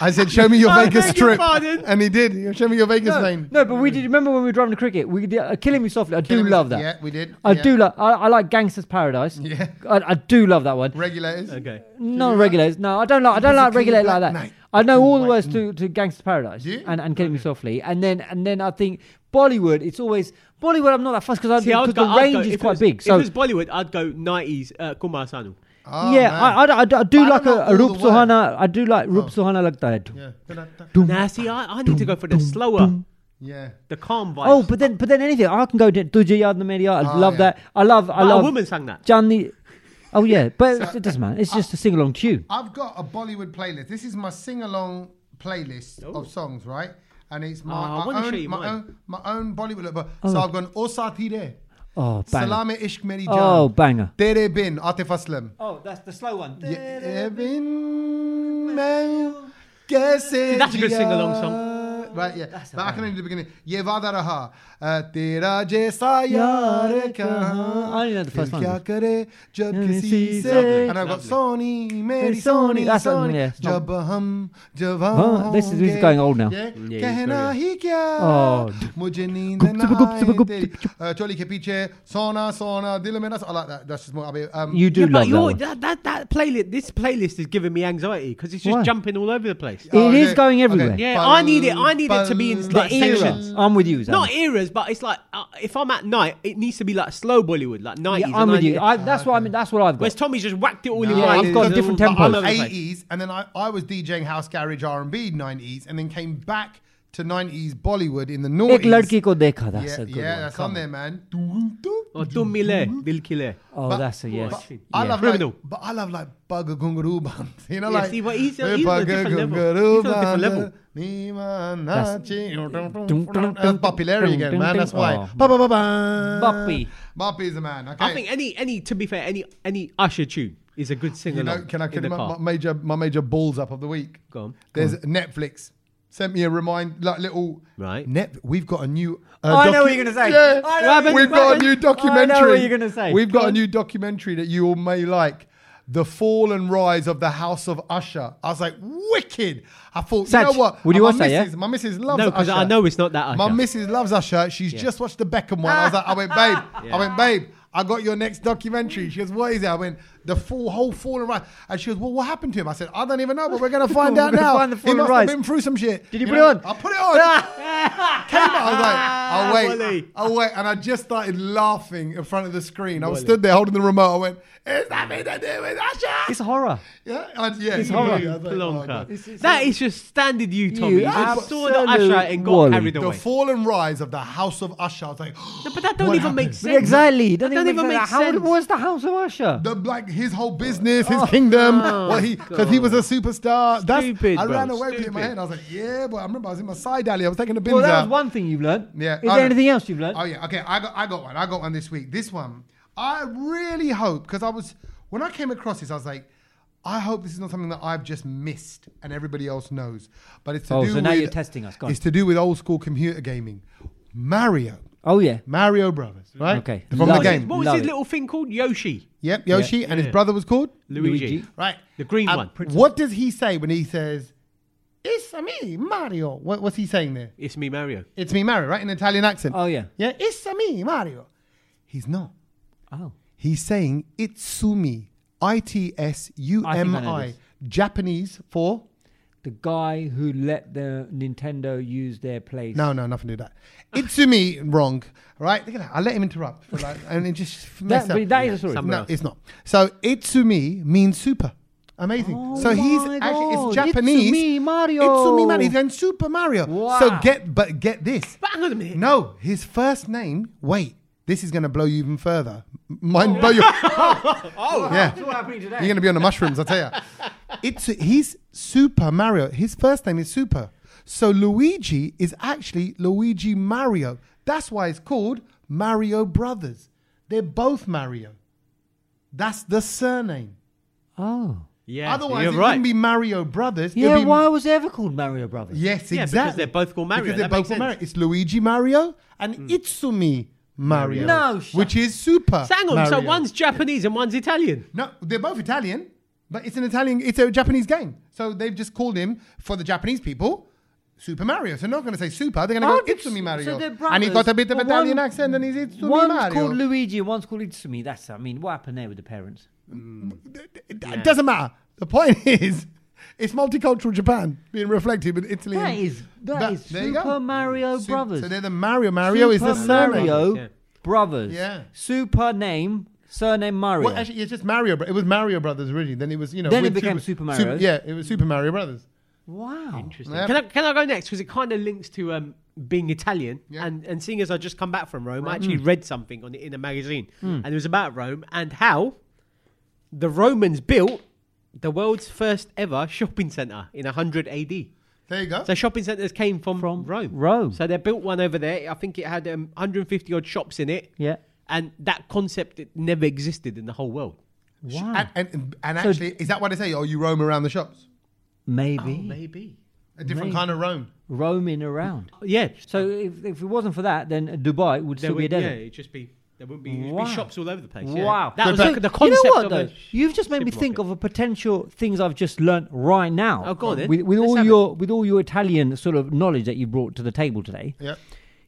S1: I said, show me your
S3: I
S1: Vegas
S3: beg your
S1: strip,
S3: pardon.
S1: and he did. He- Show me your Vegas
S2: No,
S1: vein.
S2: no, but we did. Remember when we were driving to cricket? We did, uh, killing me softly. I do
S1: Killing Me
S2: love
S1: Softly,
S2: that.
S1: yeah, we did,
S2: I
S1: yeah.
S2: do love. I, I like Gangsters Paradise.
S1: Yeah.
S2: I, I do love that one.
S1: Regulators.
S3: Okay.
S2: No regulators. No, I don't like. I don't
S1: Was it
S2: like
S1: Clean
S2: regulate like
S1: Black
S2: that.
S1: Night?
S2: I know all the
S1: White-
S2: words to, to Gangster Paradise
S1: Do you?
S2: and and Killing Me Softly, and then and then I think Bollywood. It's always Bollywood. I'm not that fussed because
S3: See, I
S2: because
S3: would go,
S2: the
S3: I'd go-
S2: range
S3: if
S2: is
S3: it
S2: quite
S3: was-
S2: big. So
S3: if it was Bollywood, I'd go '90s uh, Kumar Sanu.
S1: Oh, man.
S2: yeah, I, I, I do- I do
S1: I
S2: like
S1: don't
S2: a,
S1: know
S2: a
S1: all
S2: Rup
S1: the words. Oh.
S2: Sohana. I do like Rup Sohana like that.
S1: Yeah.
S3: Nah, see, I, I need to go for the slower,
S1: Yeah.
S3: the calm vibe.
S2: Oh, but then but then anything I can go to Dujhe Yaad Na Meri Yaad. I
S1: Ah,
S2: love
S1: yeah.
S2: that. I love I
S3: But
S2: love
S3: a woman sang that.
S2: Johnny. Oh yeah, but it doesn't matter. It's just a sing along tune.
S1: I've got a Bollywood playlist. This is my sing along playlist of songs, right? And it's my,
S3: Oh, I
S1: my
S3: wanna show
S1: own,
S3: you
S1: my
S3: mine.
S1: own my own Bollywood. But, so I've gone O Saathi Re,
S2: Oh banger.
S1: Salame Ishq Meri Jaan,
S2: Oh banger.
S1: Tere Bin, Atif Aslam.
S2: Oh, that's the slow one.
S1: ये बिन मैं कैसे
S3: That's a good
S1: Jiya?
S3: sing-along song.
S1: Right, yeah. But I can only do the beginning. uh, ये वादा रहा अ, तेरा जैसा यार
S2: यार कहाँ।
S1: कहाँ
S2: I only know the
S1: दिल
S2: first line.
S1: क्या करे जब
S2: Yeah,
S1: किसी
S2: किसी
S1: से
S2: से-
S1: and I've got
S3: Lovely.
S1: Sony मेरी
S2: Hey, Sony.
S1: Sony
S2: That's-
S1: Sony
S2: yeah, it's not-
S1: जब हम
S2: Huh,
S1: जवान
S2: this is- this is
S1: होंगे।
S2: going old now.
S1: Yeah,
S3: it's
S1: कहना
S3: very-
S1: ही क्या
S2: Oh, d-
S1: मुझे नींद
S2: गुप
S1: ना
S2: चुप, गुप चुप,
S1: आए
S2: गुप
S1: तेरी
S2: चुप।
S1: अ, चोली के पीछे सोना सोना दिल में ना सो- I like that. That's just more. I mean, um,
S2: You do
S3: Yeah,
S2: love
S3: but
S2: that.
S3: you're,
S2: One.
S3: that, that that playlist, this playlist is giving me anxiety because it's just
S2: Why?
S3: jumping all over Oh, the place.
S2: It is
S1: yeah.
S2: going
S1: Okay.
S2: everywhere.
S3: Yeah, I need it. I need it to be in
S1: Bun-
S3: like
S2: The era.
S3: sections.
S2: I'm with you, Zan.
S3: Not eras, but it's like uh, if I'm at night, it needs to be like slow Bollywood, like nineties.
S2: yeah, I'm with you. I, that's what I mean. That's what I've
S3: Whereas
S2: got.
S3: Tommy's just whacked it all in.
S2: Yeah,
S3: one
S2: I've got
S3: little-
S2: different
S3: like, all
S2: tempos.
S3: over the place.
S1: 80s, and then I, I was DJing house garage R and B 90s, and then came back to 90s Bollywood in the noughties.
S2: एक लड़की को देखा था.
S1: yeah,
S2: That's a good
S1: yeah,
S2: one.
S1: that's
S2: Come
S1: on there, man. Oh,
S3: Or Tum
S1: Mm-hmm.
S3: Mile, Dil Kile.
S2: Oh, that's a yes.
S1: But I
S2: Yeah.
S1: love
S3: Criminal.
S1: like, but I love like Bugger Gungaroo Band. You know,
S3: Yeah,
S1: like
S3: see, but he's-
S1: "Hey,
S3: he's on a
S1: Bugger
S3: different level.
S1: Gungaroo
S3: He's on a different
S1: Band,
S3: level.
S1: Nima
S2: That's-
S1: Nachi." That's popularity again, man. That's why.
S2: Oh.
S1: Boppy.
S2: Boppy.
S1: Boppy's the man. Okay.
S3: I think any any to be fair, any any Usher tune is a good sing
S1: You know,
S3: along.
S1: can I
S3: in
S1: can
S3: the
S1: my, my
S3: car.
S1: major my major balls up of the week?
S3: Go on.
S1: There's Netflix sent me a remind like little
S3: Right.
S1: Net, we've got a new. Uh,
S2: Oh, I know what you're gonna say.
S1: Yeah,
S2: I know what
S1: we've
S2: you're
S1: got a
S2: gonna say.
S1: new documentary.
S2: I know what you're gonna say.
S1: We've
S2: Go
S1: got a
S2: on.
S1: new documentary that you all may like. The fall and rise of the House of Usher. I was like, wicked. I thought,
S2: Saj,
S1: you know what?
S2: would you
S1: my
S2: watch that, yeah?
S1: missus, My missus loves
S3: No, because
S1: Usher.
S3: I know it's not that Usher.
S1: My missus loves Usher. She's just watched the Beckham one. I was like, I went, babe. I went, babe. I got your next documentary. She goes, what is it? I went, the full whole fall and rice. And she goes, well, what happened to him? I said, I don't even know, but we're gonna find
S2: We're
S1: out
S2: gonna
S1: now.
S2: find the fall
S1: he
S2: and
S1: must
S2: rice.
S1: have been through some shit.
S2: Did you put it on?
S1: I put it on. Came out, I was like, I'll wait,
S3: Wally.
S1: I'll wait, and I just started laughing in front of the screen. I was stood there holding the remote. I went, "It's nothing to do with Usher."
S2: It's horror.
S1: Yeah, I, oh, yeah, it's
S2: horrible.
S3: Plonker. that is just standard you, Tommy.
S2: You
S3: You, just saw the
S2: absolute
S3: usher and got
S2: wally.
S3: carried
S1: The
S3: away.
S1: fall and rise of the House of Usher. I was like,
S3: but that don't
S1: What
S3: even make
S1: happened?
S3: sense.
S2: exactly. It doesn't
S3: That
S2: even make sense. How
S3: sense.
S2: was the House of Usher?
S1: the like his whole business,
S2: Oh,
S1: his kingdom, what he because he was a superstar.
S3: Stupid,
S1: That's, I
S3: bro,
S1: ran away with it in my
S3: stupid.
S1: head. I was like, yeah, but I remember I was in my side alley. I was taking the bins
S2: well, that
S1: out.
S2: was one thing you've learned.
S1: Yeah,
S2: Is there
S1: I-
S2: anything else you've learned?
S1: Oh yeah, okay. I got I got one. I got one this week. This one, I really hope because I was when I came across this, I was like, I hope this is not something that I've just missed and everybody else knows. But it's to
S2: Oh,
S1: do
S2: so now
S1: with-
S2: you're testing us. Go on.
S1: It's to do with old school computer gaming. Mario,
S2: oh yeah.
S1: Mario Brothers, right?
S2: Okay.
S1: from the
S2: Love it.
S1: game.
S3: What was
S2: Love
S3: his
S2: it.
S3: little thing called? Yoshi.
S1: Yep, Yoshi and his brother was called
S3: Luigi.
S2: Luigi.
S1: right.
S3: The green
S1: And
S3: one.
S1: What does he say when he says, "It's me, Mario"? What, what's he saying there?
S3: It's me, Mario.
S1: It's me, Mario, right? In Italian accent.
S2: Oh yeah.
S1: Yeah, it's me, Mario. He's not.
S2: Oh.
S1: He's saying Itsumi, I T S U
S2: I think
S1: M
S2: I know this.
S1: I, Japanese for.
S2: The guy who let the Nintendo use their place.
S1: No, no, nothing to do with that. Itsumi, wrong, right? Look at that. I let him interrupt, for like, and it just
S2: That,
S1: messed
S2: but
S1: up.
S2: that is a story.
S3: some-
S1: No, it's not. So Itsumi means super. Amazing.
S2: Oh
S1: so he's
S2: my
S1: actually
S2: God.
S1: it's Japanese.
S2: Itsumi Mario.
S1: Itsumi Mario. He's in Super Mario.
S2: Wow.
S1: So get but get this.
S3: But hang on a minute.
S1: No, his first name. Wait, this is going to blow you even further. Mind blow your. oh, yeah.
S2: happening today.
S1: You're going to be on the mushrooms, I tell you. It's he's Super Mario. His first name is Super. So Luigi is actually Luigi Mario. That's why it's called Mario Brothers. They're both Mario. That's the surname.
S2: Oh.
S3: Yeah,
S1: Otherwise,
S3: you're
S1: it
S3: right.
S1: wouldn't be Mario Brothers. It'd
S2: Yeah.
S1: be-
S2: Why was it ever called Mario Brothers?
S1: Yes,
S3: Yeah, because
S1: exactly.
S3: they're both called Mario.
S1: Because
S3: That
S1: they're both called
S3: makes sense. Hmm.
S1: Mario. It's Luigi Mario and Itsumi Mario.
S2: No, shut-
S1: which is super.
S3: So hang on. So
S1: Mario.
S3: one's Japanese and one's Italian.
S1: No, they're both Italian, but it's an Italian, it's a Japanese game. So they've just called him, for the Japanese people, Super Mario. So they're not going to say Super, they're going to go
S2: Oh, but-
S1: Itsumi Mario.
S2: so they're
S1: and he got a
S2: brothers,
S1: bit of
S2: but
S1: Italian
S2: one-
S1: accent and he's Itsumi
S2: One's
S1: Mario.
S2: called Luigi and one's called Itsumi. That's, I mean, what happened there with the parents?
S1: it doesn't matter. The point is, it's multicultural Japan being reflected with Italy.
S2: That
S1: and-
S2: is,
S1: That-
S2: that is
S1: there you go.
S2: Super Mario
S1: Su-
S2: Brothers.
S1: So they're the Mario. Mario
S2: Super
S1: is the surname.
S2: Mario
S3: Yeah.
S2: Brothers.
S1: Yeah.
S2: Super name, surname Mario.
S1: Well, actually, it's just Mario. Bro- it was Mario Brothers originally. Then it was, you know.
S2: Then it
S1: with
S2: became Super Mario.
S1: yeah, it was Super Mario Brothers.
S2: wow.
S3: Interesting.
S1: Yeah.
S3: Can I can I go next? Because it kind of links to um, being Italian
S1: Yeah.
S3: and and seeing as I just come back from Rome, I
S2: Hmm.
S3: actually read something on in a magazine, and it was about Rome and how the Romans built the world's first ever shopping center in 100 AD.
S1: There you go.
S3: So shopping centers came from,
S2: From
S3: Rome.
S2: Rome.
S3: So they built one over there. I think it had um, 150 odd shops in it.
S2: Yeah.
S3: And that concept it never existed in the whole world.
S2: Wow.
S1: and, and, and
S2: So-
S1: actually, is that why they say, oh, you roam around the shops?
S2: Oh,
S1: Oh,
S2: maybe.
S3: Maybe.
S1: A different
S2: Maybe.
S1: kind of roam.
S2: Roaming around.
S3: Yeah.
S2: So if, if it wasn't for that, then Dubai would
S3: There
S2: still be a
S3: would, yeah,
S2: desert.
S3: it'd just be there wouldn't be, it'd
S2: Wow.
S3: be shops all over the place. yeah.
S2: Wow.
S3: That was
S2: So
S3: the, the concept
S2: you know what,
S3: of
S2: though?
S3: a sh-
S2: You've just made me think of a potential things I've just learnt right now.
S3: Oh, go on then.
S2: With, with
S3: Let's
S2: all
S3: have
S2: your with all your Italian sort of knowledge that you brought to the table today,
S1: Yeah.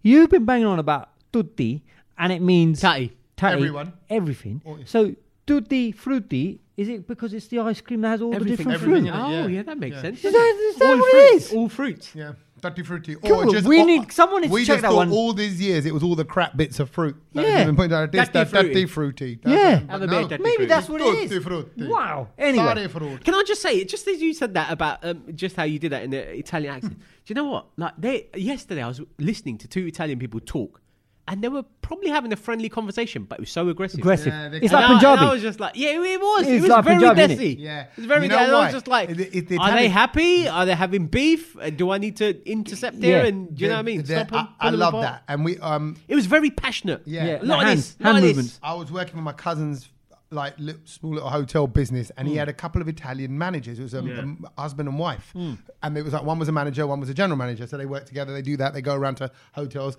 S2: you've been banging on about tutti, and it means
S3: Tatty.
S2: tatty,
S1: Everyone.
S2: everything.
S1: Oh, yeah.
S2: So tutti frutti is it because it's the ice cream that has all
S3: Everything.
S2: the different
S1: Everything,
S2: fruit?
S1: innit?
S3: Oh, yeah.
S1: Yeah.
S3: that makes
S1: Yeah.
S3: sense.
S2: Is
S3: doesn't
S2: that-
S3: it?
S2: is that
S3: all
S2: what it
S3: fruits.
S2: is?
S3: All fruits.
S1: Yeah. Tutti frutti.
S2: Cool.
S1: Or just,
S2: We
S1: or-
S2: need- someone needs to
S1: we
S2: check
S1: just
S2: that
S1: thought
S2: one.
S1: all these years it was all the crap bits of fruit. That
S2: Yeah.
S1: yeah. Been put down. This,
S3: Tutti
S1: that,
S3: frutti.
S1: tutti frutti. That's
S2: Yeah.
S1: it. But
S3: Have a
S1: no.
S3: bit of tutti
S2: Maybe that's what it
S1: Tutti
S2: is.
S1: frutti.
S2: Wow. Anyway,
S1: Sari frutti.
S3: Can I just say it? Just as you said that about um, just how you did that in the Italian accent. Do you know what? Like they yesterday, I was listening to two Italian people talk, and they were probably having a friendly conversation, but it was so aggressive.
S2: aggressive.
S1: Yeah, they
S2: it's
S1: can-
S2: like
S3: And I- and
S2: Punjabi.
S3: I, was just like, yeah, it was.
S2: It
S3: It
S2: is
S3: was
S2: like
S3: very
S2: Punjabi, innit?
S3: dessy.
S1: Yeah.
S3: It's very.
S1: You know
S3: and I
S1: why?
S3: was just like,
S1: It- it- the
S3: are they
S1: Italian-
S3: happy? Are they having beef? Uh, Do I need to intercept here?
S2: Yeah.
S3: And do you know what I mean?
S1: They're-
S3: Stop 'em,
S1: I, I
S3: pull 'em
S1: love
S3: apart.
S1: that. And we um
S3: It was very passionate.
S1: Yeah.
S2: Yeah,
S3: A
S2: the
S3: lot of
S2: hands,
S3: this, lot
S2: hand
S3: of this.
S2: movements.
S1: I was working with my cousin's like li- small little hotel business, and he
S3: Mm.
S1: had a couple of Italian managers. It was a, a husband and wife,
S3: Mm.
S1: and it was like one was a manager, one was a general manager. So they work together. They do that. They go around to hotels,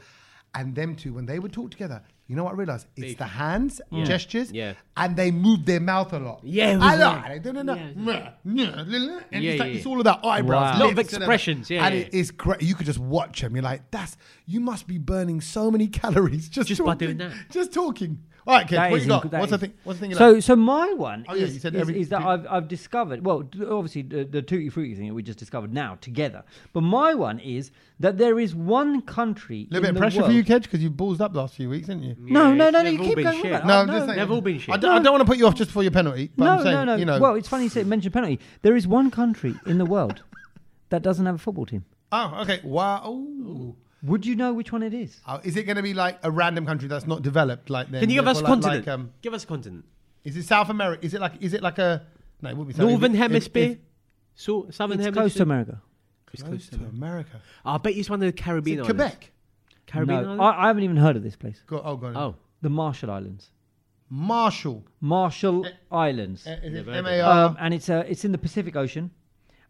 S1: and them two when they would talk together, You know what I realized? It's
S3: Big.
S1: the hands, gestures,
S3: Yeah.
S1: and they move their mouth a lot.
S3: Yeah,
S1: a
S3: it was
S1: lot.
S3: like-
S1: And they do- no, no,
S3: Yeah.
S1: meh, meh, li- li- And
S3: Yeah,
S1: it's, like,
S3: yeah.
S1: it's all of that eyebrows,
S2: Wow. Lot
S3: of
S1: lips, and-
S3: expressions, yeah,
S1: and
S3: yeah.
S1: it is great. You could just watch them. You're like, that's you must be burning so many calories just,
S3: Just by
S1: talking,
S3: doing that.
S1: Just talking. All right, kid,
S2: That
S1: what
S2: is
S1: you got?
S2: inc- that
S1: What's the
S2: is-
S1: thing? What's the thing? you like?
S2: So, so my one
S1: Oh, yeah,
S2: is,
S1: you said
S2: is-
S1: every-
S2: is that
S1: do-
S2: I've, I've discovered. Well, d- obviously the, the tutti frutti thing that we just discovered now together. But my one is that there is one country.
S1: a little
S2: in
S1: bit of
S2: the
S1: pressure
S2: world,
S1: for you, Kedge, because you ballsed up last few weeks, didn't you?
S2: No, no,
S3: Yeah, it's
S2: no, no.
S3: never
S2: You
S3: all
S2: keep
S3: been
S2: going
S3: shit.
S2: on.
S1: No,
S2: Oh,
S1: I'm just saying.
S3: Mm. They've all been shit.
S1: I don't, I don't want to put you off just for your penalty, but
S2: no,
S1: I'm saying,
S2: no, no.
S1: you know.
S2: Well, it's funny you say mention penalty. There is one country in the world that doesn't have a football team.
S1: oh, okay. Wow. Ooh.
S2: Would you know which one it is?
S1: Oh, is it going to be like a random country that's not developed? Like, then,
S3: Can you give us
S1: therefore, like-
S3: continent?
S1: like, um,
S3: give us continent.
S1: Is it South America? Is it like? Is it like a? No, it wouldn't be South
S3: Northern
S1: if- if-
S3: hemisphere,
S1: if-
S3: so, southern
S2: It's
S3: hemisphere.
S2: Coast America.
S3: It's
S1: close
S3: coast
S1: to America.
S3: I bet you it's one of the Caribbean
S1: Is it
S3: islands.
S1: Quebec.
S3: Caribbean
S2: no,
S3: islands.
S2: I, I haven't even heard of this place.
S1: Go, oh god.
S3: oh,
S2: The Marshall Islands.
S1: Marshall.
S2: Marshall
S1: Eh,
S2: Islands.
S1: Uh, is it
S3: Never
S1: M
S3: heard
S1: A
S2: um,
S1: R?
S2: and it's uh, it's in the Pacific Ocean,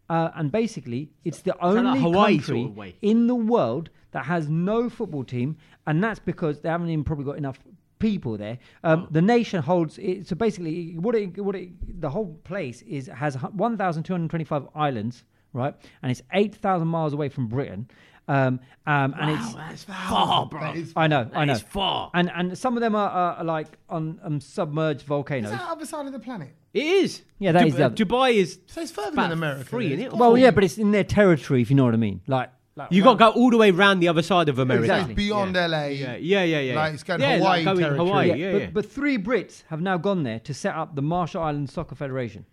S2: uh, and basically it's the
S3: like
S2: only
S3: Hawaii
S2: country
S3: sort of way?
S2: in the world that has no football team, and that's because they haven't even probably got enough people there.
S3: Oh.
S2: Um, The nation holds it, so basically what it what it, the whole place is has one thousand two hundred twenty five islands, right, and it's eight thousand miles away from Britain. Um, um, and it's
S3: that's far, bro.
S1: Oh, That is-
S2: I know, I know.
S3: That is far.
S2: And and some of them are, are, are like on um, submerged
S1: Is
S2: volcanoes.
S1: that other side of the planet?
S3: It is.
S2: Yeah, that
S3: Dub-
S2: is um, the
S3: uh,
S2: other-
S3: Dubai is.
S1: So it's further
S3: About
S1: than America.
S3: three,
S1: then.
S3: innit?
S1: It's
S2: Well,
S1: got-
S2: yeah, but it's in their territory, if you know what I mean. Like, like
S3: You got to go all the way round the other side of America.
S1: So
S2: Exactly.
S1: It's beyond
S3: Yeah.
S1: LA.
S3: Yeah, yeah, yeah, yeah.
S1: Like, it's going
S3: yeah,
S1: Hawaii
S3: like going
S1: territory.
S3: Hawaii. Yeah, yeah.
S2: but, but three Brits have now gone there to set up the Marshall Islands Soccer Federation.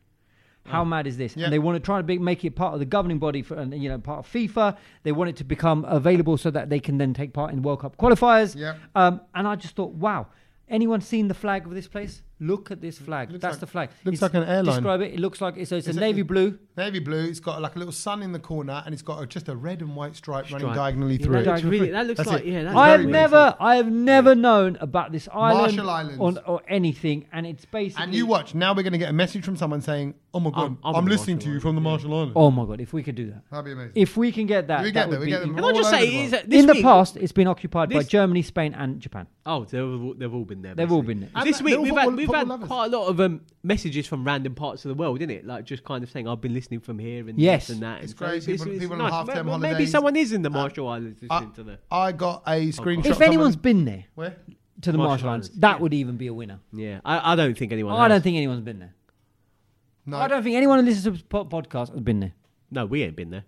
S2: How
S3: Mm.
S2: mad is this?
S1: Yeah.
S2: And they want to try to be, make it part of the governing body for, and, you know, part of FIFA. They want it to become available so that they can then take part in World Cup qualifiers.
S1: Yeah.
S2: Um, and I just thought, wow, anyone seen the flag of this place? Look at this flag.
S1: Looks
S2: That's
S1: like-
S2: the flag.
S1: looks
S2: It's-
S1: like an airline.
S2: Describe it. It looks like it's, so it's
S1: Is
S2: a
S1: it-
S2: navy blue.
S1: Navy blue. It's got like a little sun in the corner, and it's got a, just a red and white stripe, running
S3: Stripe.
S1: diagonally
S3: Yeah,
S1: through it.
S3: that, looks really, that looks
S1: That's
S3: like
S1: it.
S3: yeah. That's
S1: I
S2: I
S1: have
S2: have
S1: very
S3: very
S2: never, I have never known about this island,
S1: Marshall Islands.
S2: on- or anything, and it's basically.
S1: And you watch. Now we're going to get a message from someone saying, "Oh my god,
S3: I'm-
S1: I'm,
S3: I'm in the
S1: listening
S3: Marshall
S1: to you from the Marshall Islands."
S2: Oh my god! If we could do that,
S1: That'd be amazing.
S2: if we can get that,
S1: We get that,
S2: that would
S1: we
S2: be
S1: get them
S2: in-
S3: Can I just
S1: all over
S3: say
S1: the
S3: it is
S1: world.
S3: this
S2: in the
S3: week-
S2: past, it's been occupied by
S3: This-
S2: Germany, Spain, and Japan.
S3: Oh, they've all, they've all been there.
S2: They've all
S3: basically.
S2: been there.
S1: And
S3: This
S1: they're
S3: week
S1: all
S3: we've
S1: football-
S3: had, we've
S1: football
S3: had
S1: lovers.
S3: quite a lot of um, messages from random parts of the world, isn't it? Like just kind of saying I've been listening from here and
S2: Yes.
S3: this and that.
S1: It's
S3: and so
S1: great. People- people on half-term
S3: Maybe maybe
S1: holidays. Uh,
S3: someone is in the Marshall Islands listening
S1: I,
S3: to the.
S1: I got a screenshot.
S2: if
S1: someone-
S2: anyone's been there
S1: where?
S2: to the
S3: Marshall
S2: Marshall Islands,
S3: Islands,
S2: that
S3: yeah.
S2: would even be a winner.
S3: Yeah, I, I don't think anyone.
S2: I
S3: has.
S2: don't think anyone's been there.
S1: No,
S2: I don't think anyone who listens to this po- podcast has been there.
S3: No, we ain't been there.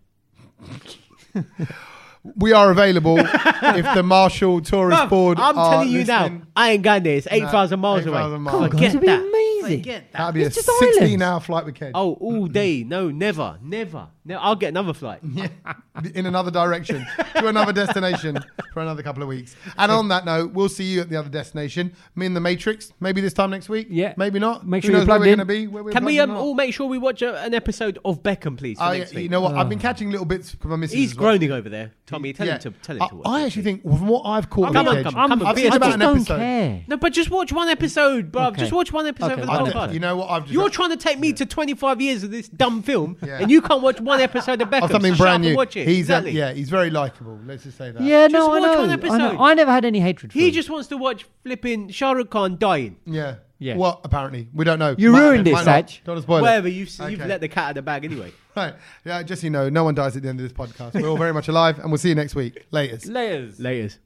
S1: we are available if the Marshall Tourist
S3: Bruv,
S1: Board.
S3: I'm
S1: are
S3: telling you
S1: listening.
S3: now, I ain't going there. It's eight thousand miles away.
S1: 8,000
S3: Come on,
S1: miles.
S2: God,
S3: get
S2: it'd be
S3: that.
S2: amazing.
S3: Get that.
S1: That'd be
S2: It's
S1: a
S2: just islands.
S1: 16-hour flight with Kedge
S3: Oh, all day. No, never, never. No, I'll get another flight.
S1: Yeah. in another direction to another destination for another couple of weeks. And on that note, we'll see you at the other destination. Me and the Matrix, maybe this time next week.
S2: Yeah.
S1: maybe not.
S2: Make
S1: Who
S2: sure you're
S1: knows where
S2: plugged
S1: we're
S2: in.
S1: going to be. where we're
S3: Can we
S1: plugged
S3: um,
S1: in or not.
S3: all make sure we watch a, an episode of Beckham, please? For
S1: Oh,
S3: next
S1: yeah,
S3: week?
S1: you know what? I've been catching little bits from my missus.
S3: He's
S1: as well.
S3: groaning over there. Tommy, tell
S1: Yeah.
S3: him to tell him
S1: I-
S3: to watch.
S1: I
S3: it,
S1: actually
S3: please.
S1: think from what I've caught,
S3: Come
S1: with
S3: on,
S1: Kedge,
S3: come on, come on.
S1: I've
S3: It's
S1: seen
S2: I
S1: about
S2: just
S1: an
S2: don't
S1: episode.
S2: care.
S3: No, but just watch one episode, bruv.
S2: Okay.
S3: Just watch one episode
S2: Okay,
S3: of the
S1: I
S2: I'll do
S1: don't-
S2: it.
S3: podcast.
S1: You know what? I've just
S3: You're trying to take me to 25 years of this dumb film,
S1: Yeah.
S3: and you can't watch one episode of Beckham.
S1: or something
S3: Shut up
S1: brand
S3: and
S1: new.
S3: Watch it.
S1: He's
S3: exactly.
S1: um, yeah, he's very likable. Let's just say that.
S2: Yeah,
S3: Just
S2: no, I
S3: watch
S2: know.
S3: one
S2: I know.
S3: episode.
S2: I never had any hatred. For
S3: He
S2: him.
S3: just wants to watch flipping Shah Rukh Khan dying.
S1: Yeah.
S2: Yeah.
S1: What? Apparently, we don't know.
S2: You
S1: Might-
S2: ruined
S1: might
S2: this,
S1: not.
S2: Saj.
S1: Don't wanna spoil
S3: Whatever
S1: it.
S3: you've you've
S1: Okay.
S3: let the cat out of the bag anyway.
S1: Right. Yeah. Just so you know, no one dies at the end of this podcast. We're all very much alive, and we'll see you next week. Latest.
S2: layers.
S3: Laters.